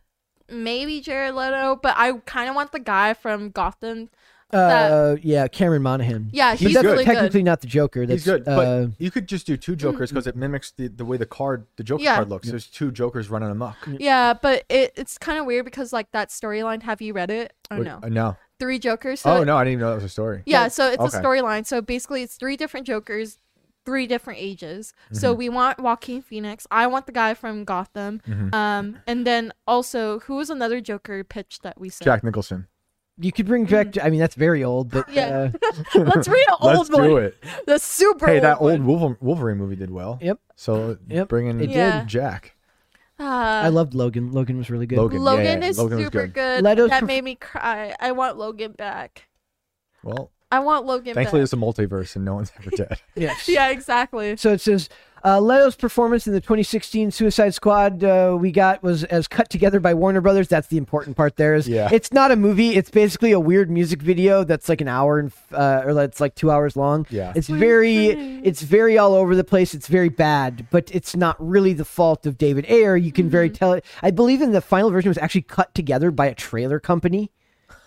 C: maybe Jared Leto, but I kind of want the guy from Gotham.
B: Uh, yeah, Cameron Monaghan.
C: Yeah,
B: But
C: he's
B: that's
C: really
B: technically
C: good.
B: not the Joker. That's
D: He's good,
B: uh,
D: but you could just do two Jokers because it mimics the, the way the card, the Joker
C: Mm-hmm. Yeah.
D: card looks. There's two Jokers running amok.
C: Yeah, but it, it's kind of weird because like that storyline. Have you read it? Oh
D: Wait,
C: no,
D: uh, no.
C: three Jokers. So
D: Oh no, I didn't even know that was a story.
C: Yeah, so it's
D: okay.
C: a storyline. So basically, it's three different Jokers, three different ages. So
D: Mm-hmm.
C: we want Joaquin Phoenix. I want the guy from Gotham.
D: Mm-hmm.
C: Um, and then also, who was another Joker pitch that we said?
D: Jack Nicholson.
B: you could bring back. I mean, that's very old, but
C: Mm. Yeah.
B: uh,
C: Let's read an old
D: Let's
C: one.
D: do it.
C: The super.
D: Hey, that
C: one.
D: old Wolver- Wolverine movie did well.
B: Yep.
D: So
B: Yep,
D: bring in
B: it
C: did.
D: Jack.
B: I
C: Uh,
B: loved Logan. Logan was really good.
D: Logan.
C: Logan,
D: yeah, yeah,
C: is
D: Logan was
C: super
D: good.
C: good.
B: Leto's
C: that
B: perf-
C: made me cry. I want Logan back.
D: Well,
C: I want Logan
D: thankfully
C: back.
D: it's a multiverse and no one's ever dead.
B: Yes.
C: Yeah, exactly.
B: So it says uh, Leto's performance in the 2016 Suicide Squad uh, we got was as cut together by Warner Brothers. That's the important part. There is
D: Yeah.
B: it's not a movie. It's basically a weird music video that's like an hour and f- uh, or that's like two hours long.
D: Yeah.
B: it's very it's very all over the place. It's very bad, but it's not really the fault of David Ayer. You
C: Mm-hmm.
B: can very tell it. I believe in the final version was actually cut together by a trailer company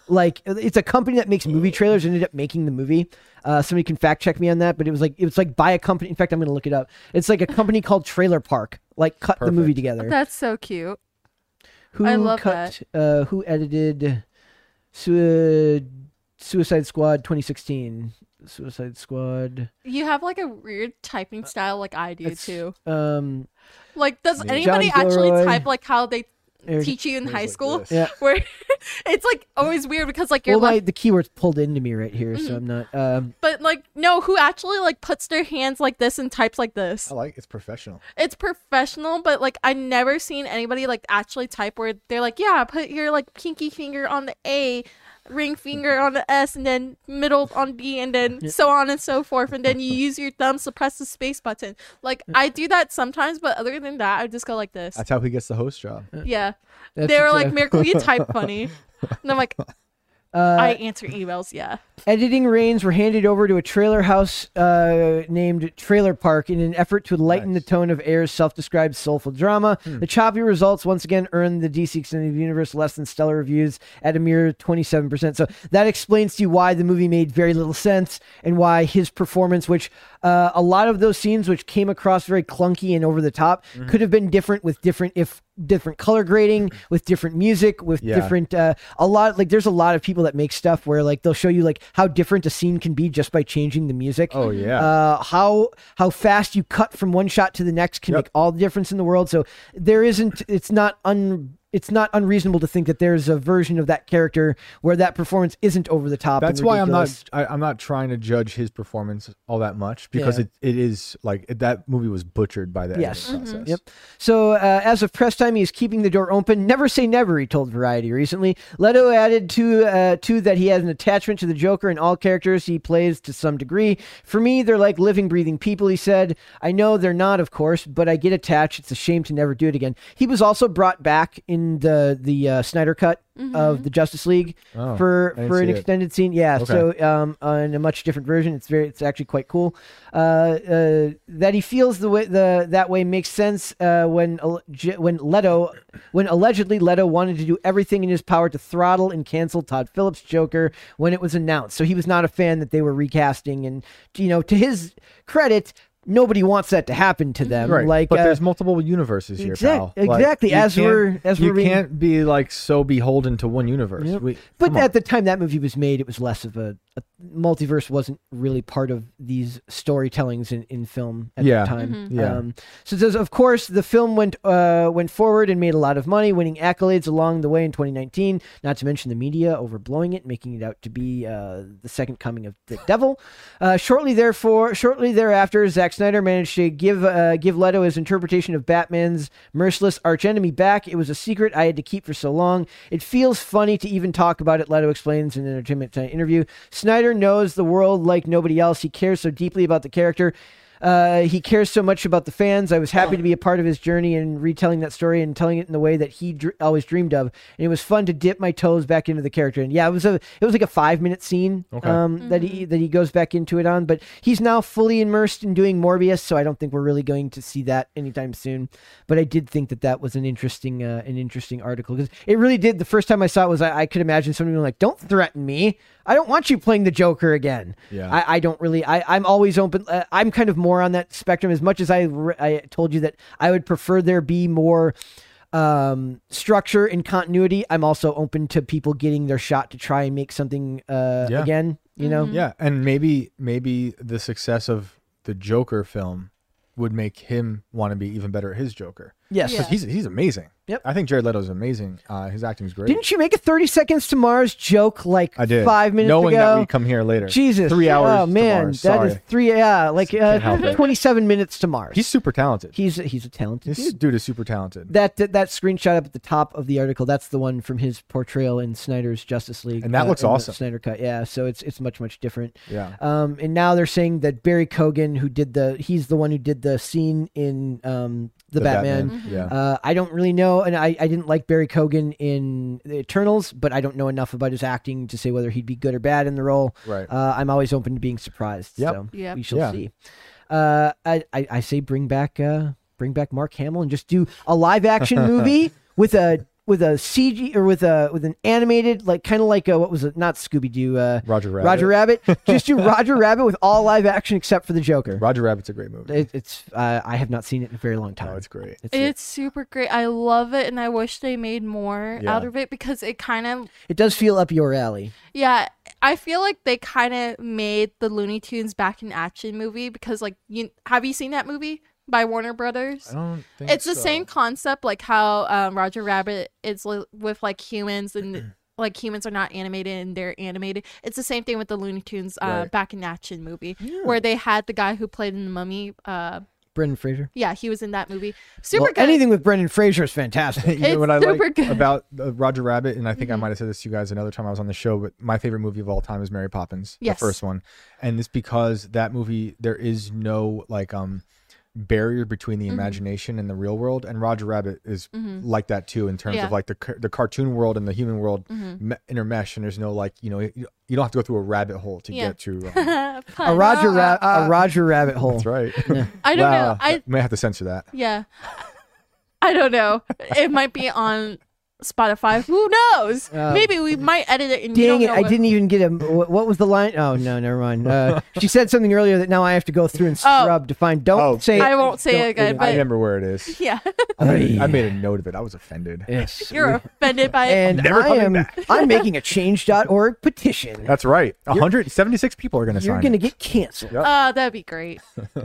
B: like it's a company that makes movie trailers and ended up making the movie uh, somebody can fact check me on that but it was like it was like by a company in fact i'm gonna look it up it's like a company called trailer park like cut the movie together
C: That's so cute.
B: who
C: I love
B: cut uh who edited Sui- suicide squad 2016 suicide squad
C: You have like a weird typing style, like I do
B: It's-
C: too.
B: um
C: Like, does anybody actually
B: Gilroy.
C: type like how they
B: There's-
C: teach you in high
D: like
C: school?
D: this.
B: Yeah.
C: Where it's like always weird because like you're
B: well my
C: like,
B: the keywords pulled into me right here
C: Mm-hmm.
B: so i'm not um
C: but like no, who actually like puts their hands like this and types like this?
D: I like it's professional.
C: It's professional, but like I never seen anybody like actually type where they're like, yeah, put your like pinky finger on the A, ring finger on the S, and then middle on B, and then so on and so forth, and then you use your thumbs to press the space button. Like I do that sometimes, but other than that, I just go like this.
D: That's how he gets the host job.
C: Yeah.
B: that's
C: they were like,
B: exact-
C: Miracle, you type funny. And I'm like, I answer emails, yeah.
B: Editing reins were handed over to a trailer house uh, named Trailer Park in an effort to lighten the tone of Ayer's self-described soulful drama. The choppy results once again earned the DC Extended Universe less than stellar reviews at a mere 27%. So that explains to you why the movie made very little sense and why his performance, which uh, a lot of those scenes which came across very clunky and over the top, could have been different with different if different color grading, with different music, with
D: Yeah.
B: different different, uh, a lot like there's a lot of people that make stuff where like they'll show you like how different a scene can be just by changing the music
D: Oh, yeah.
B: uh, how how fast you cut from one shot to the next can
D: Yep.
B: make all the difference in the world so there isn't it's not un it's not unreasonable to think that there's a version of that character where that performance isn't over the top.
D: That's
B: and
D: why I'm
B: ridiculous.
D: not I, I'm not trying to judge his performance all that much because
B: Yeah.
D: it, it is like it, that movie was butchered by the
B: Yes.
D: editing
C: Mm-hmm.
D: process.
B: Yep. So, uh, as of press time, he is keeping the door open. Never say never, he told Variety recently. Leto added to uh, to that he has an attachment to the Joker and all characters he plays to some degree. For me, they're like living, breathing people. He said, "I know they're not, of course, but I get attached. It's a shame to never do it again." He was also brought back in the the uh, Snyder cut of the Justice League
D: Mm-hmm. Oh,
B: for
D: I didn't
B: for an
D: see it.
B: extended scene. Yeah,
D: Okay.
B: so um, on a much different version. It's very, it's actually quite cool. Uh, uh, that he feels the way the that way makes sense uh, when al- j- when Leto, when allegedly Leto wanted to do everything in his power to throttle and cancel Todd Phillips' Joker when it was announced. So he was not a fan that they were recasting, and you know, to his credit. Nobody wants that to happen to them.
D: Right.
B: Like,
D: but
B: uh,
D: there's multiple universes here,
B: exact-
D: pal. Like,
B: exactly,
D: you
B: as
D: can't-
B: we're- as
D: you
B: we're being-
D: can't be like so beholden to one universe. We,
B: But
D: come on.
B: at the time that movie was made, it was less of a, a multiverse wasn't really part of these storytellings in, in film at
D: Yeah.
B: the time.
D: Yeah.
B: Um, so it says, of course, the film went uh, went forward and made a lot of money, winning accolades along the way in 2019. Not to mention the media overblowing it, making it out to be uh, the second coming of the devil. Uh, shortly therefore, shortly thereafter, Zack Snyder managed to give uh, give Leto his interpretation of Batman's merciless archenemy back. It was a secret I had to keep for so long. It feels funny to even talk about it. Leto explains in an Entertainment Tonight interview. Snyder knows the world like nobody else. He cares so deeply about the character. Uh, he cares so much about the fans. I was happy
D: Oh.
B: to be a part of his journey and retelling that story and telling it in the way that he dr- always dreamed of. And it was fun to dip my toes back into the character. And yeah, it was a it was like a five minute scene
D: Okay.
B: um, that he that he goes back into it on. But he's now fully immersed in doing Morbius, so I don't think we're really going to see that anytime soon. But I did think that that was an interesting uh, an interesting article because it really did. The first time I saw it was I, I could imagine somebody being like, "Don't threaten me. I don't want you playing the Joker again."
D: Yeah.
B: I, I don't really. I, I'm always open. Uh, I'm kind of more on that spectrum. As much as I, re- I told you that I would prefer there be more um, structure and continuity. I'm also open to people getting their shot to try and make something uh,
D: Yeah. Mm-hmm.
B: again. You know,
D: Yeah, and maybe maybe the success of the Joker film would make him want to be even better at his Joker.
B: yes.
D: 'Cause He's he's amazing.
B: Yep.
D: I think Jared Leto's amazing. Uh, his acting's great.
B: Didn't you make a 30 seconds to Mars joke like
D: I did
B: five minutes
D: knowing
B: ago?
D: that we come here later.
B: Jesus,
D: three hours.
B: Oh man,
D: tomorrow.
B: that
D: Sorry.
B: is three. Yeah, like
D: Can't help
B: uh,
D: it.
B: 27 minutes to Mars.
D: He's super talented.
B: he's he's a talented
D: this
B: dude.
D: dude is super talented.
B: that that, that screenshot up at the top of the article that's the one from his portrayal in Snyder's Justice League uh,
D: And that looks
B: in the
D: awesome.
B: Snyder cut yeah so it's it's much much different
D: Yeah.
B: um and now they're saying that Barry Cogan who did the he's the one who did the scene in um the, Batman,
D: Yeah.
B: Uh, I don't really know, and I, I didn't like Barry Cogan in the Eternals, but I don't know enough about his acting to say whether he'd be good or bad in the role.
D: Right.
B: Uh, I'm always open to being surprised.
D: Yep.
B: So
C: Yep.
B: we shall
D: Yeah.
B: see. Uh, I, I I say bring back uh bring back Mark Hamill and just do a live action movie with a with a CG or with a with an animated like kind of like a what was it not Scooby Doo uh
D: Roger Rabbit.
B: Roger Rabbit just do Roger Rabbit with all live action except for the Joker.
D: Roger Rabbit's a great movie.
B: It, it's uh, I have not seen it in a very long time.
D: oh, it's great.
C: It's super great. I love it, and I wish they made more
D: Yeah.
C: out of it because it kind of,
B: it does feel up your alley.
C: yeah, I feel like they kind of made the Looney Tunes back in action movie because, like, you have you seen that movie by Warner Brothers?
D: I don't think
C: It's the
D: so.
C: same concept, like how um, Roger Rabbit is li- with like humans and. Like humans are not animated and they're animated. It's the same thing with the Looney Tunes uh,
D: Right.
C: back in action movie, where they had the guy who played in the Mummy. Uh,
B: Brendan Fraser.
C: yeah, he was in that movie. Super
B: well,
C: good.
B: anything with Brendan Fraser is fantastic.
D: You know
C: It's
D: what I
C: super
D: like
C: good. Mm-hmm.
D: about uh, Roger Rabbit, and I think I might have said this to you guys another time I was on the show, but my favorite movie of all time is Mary Poppins,
C: Yes.
D: the first one, and it's because that movie there is no like um barrier between the
C: Mm-hmm.
D: imagination and the real world, and Roger Rabbit is like that too in terms
C: Yeah. Mm-hmm.
D: of like the car- the cartoon world and the human world me- intermesh, and there's no like you know you, you don't have to go through a rabbit hole to
C: Yeah.
D: get to. Um,
B: a
C: Pun.
B: Roger Ra-
D: uh,
B: a Roger Rabbit hole.
D: that's right.
C: I don't
D: Wow.
C: know. I
D: may have to censor that.
C: yeah. I don't know. It might be on Spotify. Who knows? Maybe we might edit it. And you
B: Um, Dang
C: don't
B: it!
C: know
B: I
C: what-
B: didn't even get a. wh- What was the line? Oh no, never mind. Uh, she said something earlier that now I have to go through and scrub to find. Don't
D: Oh,
B: say.
C: I won't say it again.
D: I
C: But
D: remember where it is.
C: yeah,
D: I made, I made a note of it. I was offended.
B: Yes.
C: you're offended by it.
B: and I am. I'm making a change.org petition.
D: That's right. 176 people are going to
B: You're
D: sign.
B: gonna
D: it.
B: get canceled.
C: Uh, that'd be great.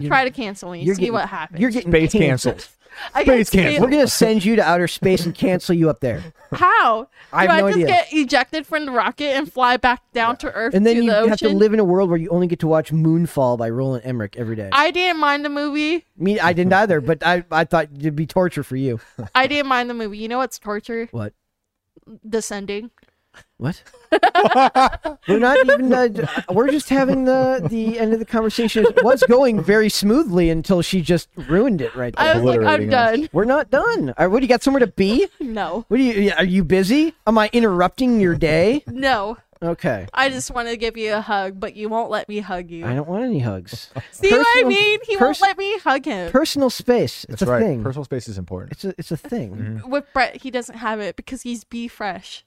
C: Try to cancel me.
B: You're
C: see
B: getting-
C: what happens.
B: You're getting
D: Space
B: canceled.
D: canceled.
C: I
D: Space
C: can't
D: camp.
B: We're
C: stand-
B: gonna send you to outer space and cancel you up there,
C: How?
B: I
C: Do
B: have
C: I
B: no
C: just
B: idea.
C: get ejected from the rocket and fly back down to Earth
B: and then
C: to
B: you
C: the ocean?
B: have to live in a world where you only get to watch Moonfall by Roland Emmerich every day. I,
C: I didn't mind the movie.
B: mean, I didn't either, but I I thought it'd be torture for you.
C: I didn't mind the movie. You know what's torture?
B: What?
C: Descending.
B: What? we're not even. Uh, d- we're just having the the end of the conversation It was going very smoothly until she just ruined it right there.
C: I was like, I'm
D: Obliterating us.
C: done.
B: we're not done. Are, what do you got somewhere to be?
C: No,
B: What do you? Are you busy? Am I interrupting your day?
C: no.
B: Okay.
C: I just want to give you a hug, but you won't let me hug you.
B: I don't want any hugs.
C: See what I
B: Personal-
C: mean? He
B: pers-
C: won't let me hug him.
B: Personal space. It's
D: That's
B: a
D: right.
B: thing.
D: Personal Mm-hmm. space is important.
B: it's a it's a thing.
C: With Brett, he doesn't have it because he's B fresh.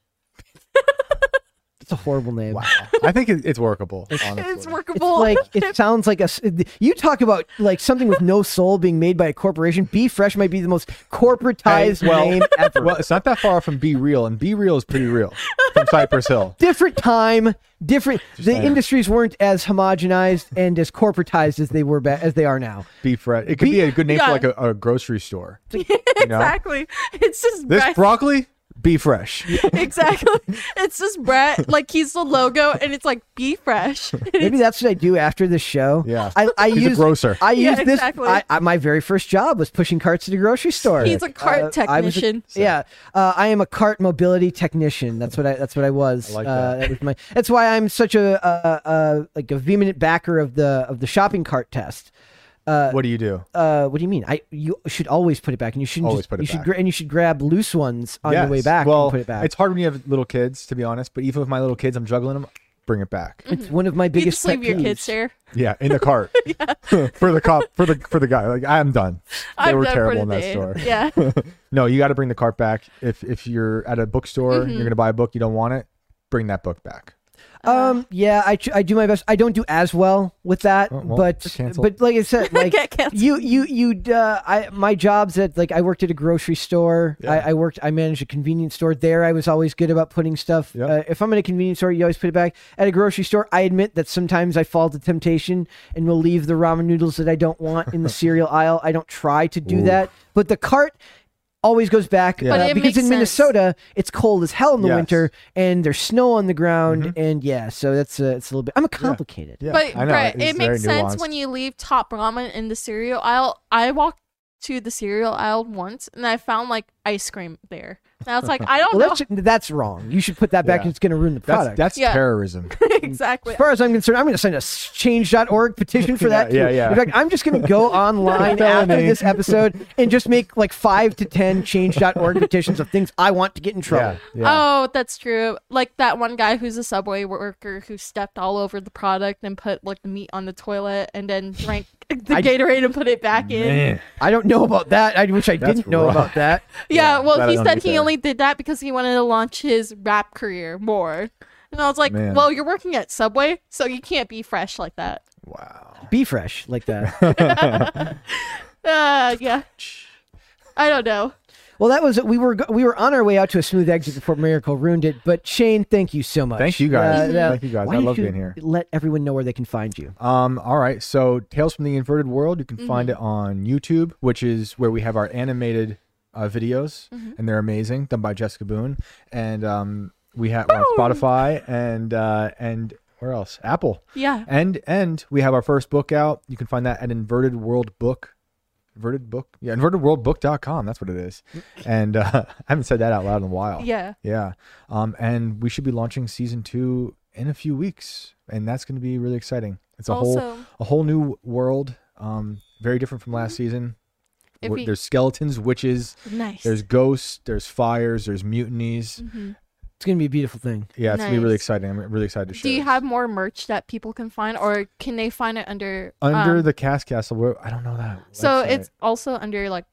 B: It's a horrible name.
D: Wow. I think it, it's workable. Honestly.
C: It's
B: It's
C: workable.
B: like it sounds like a. s- You talk about like something with no soul being made by a corporation. Be Fresh might be the most corporatized
D: Hey, well-
B: name ever.
D: Well, it's not that far from Be Real, and Be Real is pretty real from Cypress Hill.
B: different time, different. the
D: saying.
B: industries weren't as homogenized and as corporatized as they were ba- as they are now.
D: Be fresh. It could be a good name
C: Yeah.
D: for like a, a grocery store. You know?
C: exactly. It's just
D: This
C: Brett.
D: broccoli, be fresh.
C: exactly. It's just Brett. Like he's the logo, and it's like be fresh.
B: Maybe that's what I do after the show.
D: Yeah.
B: I, I
D: He's a
B: use
D: grocer.
B: I
C: Yeah,
B: use this.
C: exactly.
B: I, I, my very first job was pushing carts at a grocery store. Uh,
C: He's a cart
B: I was a-
C: technician.
B: yeah, uh, I am a cart mobility technician. That's what I. That's what I was.
D: I like
B: Uh,
D: that.
B: that was my. That's why I'm such a, a, a like a vehement backer of the of the shopping cart test.
D: what do you do?
B: uh, what do you mean? I you should always put it back, and you shouldn't
D: Always
B: just,
D: put it
B: you should
D: back.
B: gra- and you should grab loose ones on
D: Yes.
B: the way back
D: Well,
B: and put it back.
D: It's hard when you have little kids, to be honest. But even with my little kids, I'm juggling them. Bring it back.
B: It's one of my
C: you
B: biggest
C: just leave
B: pet
C: your
B: peeves.
C: kids there.
D: yeah, in the cart for the cop for the for the guy. Like I'm done. They
C: I'm
D: were
C: done
D: terrible
C: for
D: in
C: the
D: that
C: day.
D: store.
C: Yeah.
D: No, you got to bring the cart back. If if you're at a bookstore,
C: Mm-hmm.
D: you're gonna buy a book, you don't want it, bring that book back.
B: Um, yeah, I, tr- I do my best. I don't do as well with that,
D: Oh, well,
B: but
D: you're canceled.
B: but like I said, like
C: Get canceled.
B: you you you uh, I my jobs at like I worked at a grocery store. I, I worked I managed a convenience store. There, I was always good about putting stuff.
D: Yeah.
B: Uh, if I'm in a convenience store, you always put it back. At a grocery store, I admit that sometimes I fall to temptation and will leave the ramen noodles that I don't want in the cereal aisle. I don't try to do
D: Ooh.
B: that, but the cart. Always goes back
D: But
B: uh,
C: it
B: because
C: makes
B: in
C: sense.
B: Minnesota it's cold as hell in the
D: Yes.
B: winter and there's snow on the ground and yeah so that's uh, it's a little bit i'm a complicated
D: Mm-hmm. Yeah,
C: But
D: I know,
C: Brett,
D: it's
C: it
D: very
C: makes sense
D: nuanced.
C: when you leave Top Ramen in the cereal aisle. I walked to the cereal aisle once and I found like ice cream there. And I was like, I don't
B: well
C: know
B: that's, that's wrong you should put that back
D: Yeah.
B: and it's going to ruin the
D: That's
B: product
D: that's
C: Yeah.
D: terrorism.
C: exactly.
B: as far as I'm concerned, I'm going to sign a s- change.org petition for that.
D: Yeah, yeah,
B: too.
D: yeah.
B: In fact, I'm just going to go online after
D: Felony.
B: this episode and just make like five to 10 change.org petitions of things I want to get in trouble.
D: yeah, yeah.
C: Oh, that's true. Like that one guy who's a subway worker who stepped all over the product and put like the meat on the toilet and then drank the
B: I-
C: Gatorade and put it back in.
D: Man.
B: I don't know about that. I wish I
D: That's
B: didn't know
D: rough.
B: about that.
C: Yeah,
D: Yeah,
C: well,
D: that I
C: he
D: don't
C: said
D: do
C: he
D: that.
C: only did that because he wanted to launch his rap career more. And I was like,
D: Man.
C: well, you're working at Subway, so you can't be fresh like that.
D: Wow.
B: Be fresh like that.
C: Uh, yeah. I don't know.
B: well, that was we were go- we were on our way out to a smooth exit before Miracle ruined it. But Shane, thank you so much. Uh,
D: Thank you guys.
B: that-
D: Thank you guys.
B: why
D: I
B: don't
D: love
B: you
D: being here.
B: Let everyone know where they can find you.
D: Um, all right. So Tales from the Inverted World, you can
C: Mm-hmm.
D: find it on YouTube, which is where we have our animated uh, videos,
C: Mm-hmm.
D: and they're amazing, done by Jessica Boone. And um, we have we're on Spotify and uh, and where else? Apple.
C: Yeah.
D: And and we have our first book out. You can find that at Inverted World Book. Inverted Book? Yeah, invertedworldbook.com. That's what it is. And uh, I haven't said that out loud in a while.
C: Yeah.
D: Yeah. Um, and we should be launching season two in a few weeks, and that's going to be really exciting. It's a whole
C: Also- Mm-hmm.
D: a whole new world, um, very different from last season.
C: If
D: Where
C: we-
D: there's skeletons, witches,
C: Nice.
D: there's ghosts, there's fires, there's mutinies.
B: It's gonna be a beautiful thing.
D: Yeah, it's gonna be really
C: Mm-hmm. Nice.
D: exciting. I'm really excited to share.
C: Do you
D: this.
C: have more merch that people can find, or can they find it under
D: under
C: um,
D: the cast castle? Where, I don't know that.
C: So
D: website.
C: it's also under like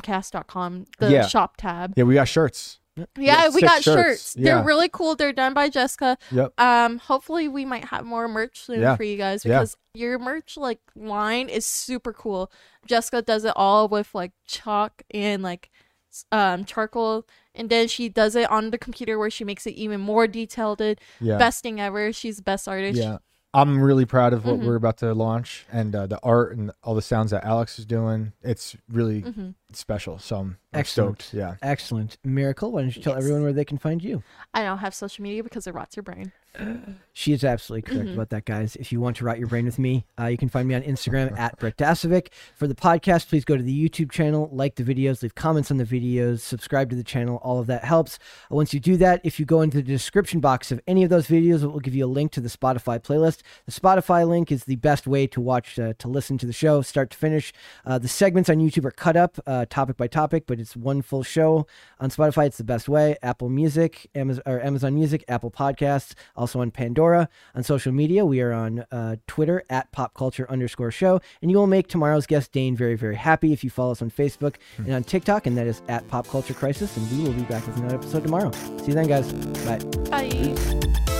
C: timcast.com, the
D: Yeah.
C: shop tab.
D: yeah, we got shirts.
C: Yeah,
D: got
C: we
D: six
C: got shirts.
D: shirts. Yeah.
C: They're really cool. They're done by Jessica.
D: Yep.
C: Um, hopefully we might have more merch soon
D: Yeah.
C: for you guys
D: Yeah.
C: because your merch like line is super cool. Jessica does it all with like chalk and like s- um charcoal and then she does it on the computer where she makes it even more detailed.
D: Yeah.
C: Best thing ever. She's the best artist.
D: Yeah. I'm really proud of what we're about to launch and uh, the art and all the sounds that Alex is doing. It's really special. So I'm, I'm
B: Excellent.
D: stoked. Yeah.
B: Excellent. Miracle, why don't you tell
C: Yes.
B: everyone where they can find you?
C: I don't have social media because it rots your brain.
B: She is absolutely correct about that, guys. If you want to rot your brain with me, uh, you can find me on Instagram at Brett Dasovic. For the podcast, please go to the YouTube channel, like the videos, leave comments on the videos, subscribe to the channel. All of that helps. Uh, Once you do that, if you go into the description box of any of those videos, it will give you a link to the Spotify playlist. The Spotify link is the best way to watch, uh, to listen to the show, start to finish. Uh, the segments on YouTube are cut up uh, topic by topic, but it's one full show. On Spotify, it's the best way. Apple Music, Amazon, or Amazon Music, Apple Podcasts, also on Pandora. On social media, we are on uh, Twitter at pop culture underscore show. And you will make tomorrow's guest, Dane, very, very happy if you follow us on Facebook and on TikTok. And that is at pop culture crisis. And we will be back with another episode tomorrow. See you then, guys. Bye.
C: Bye.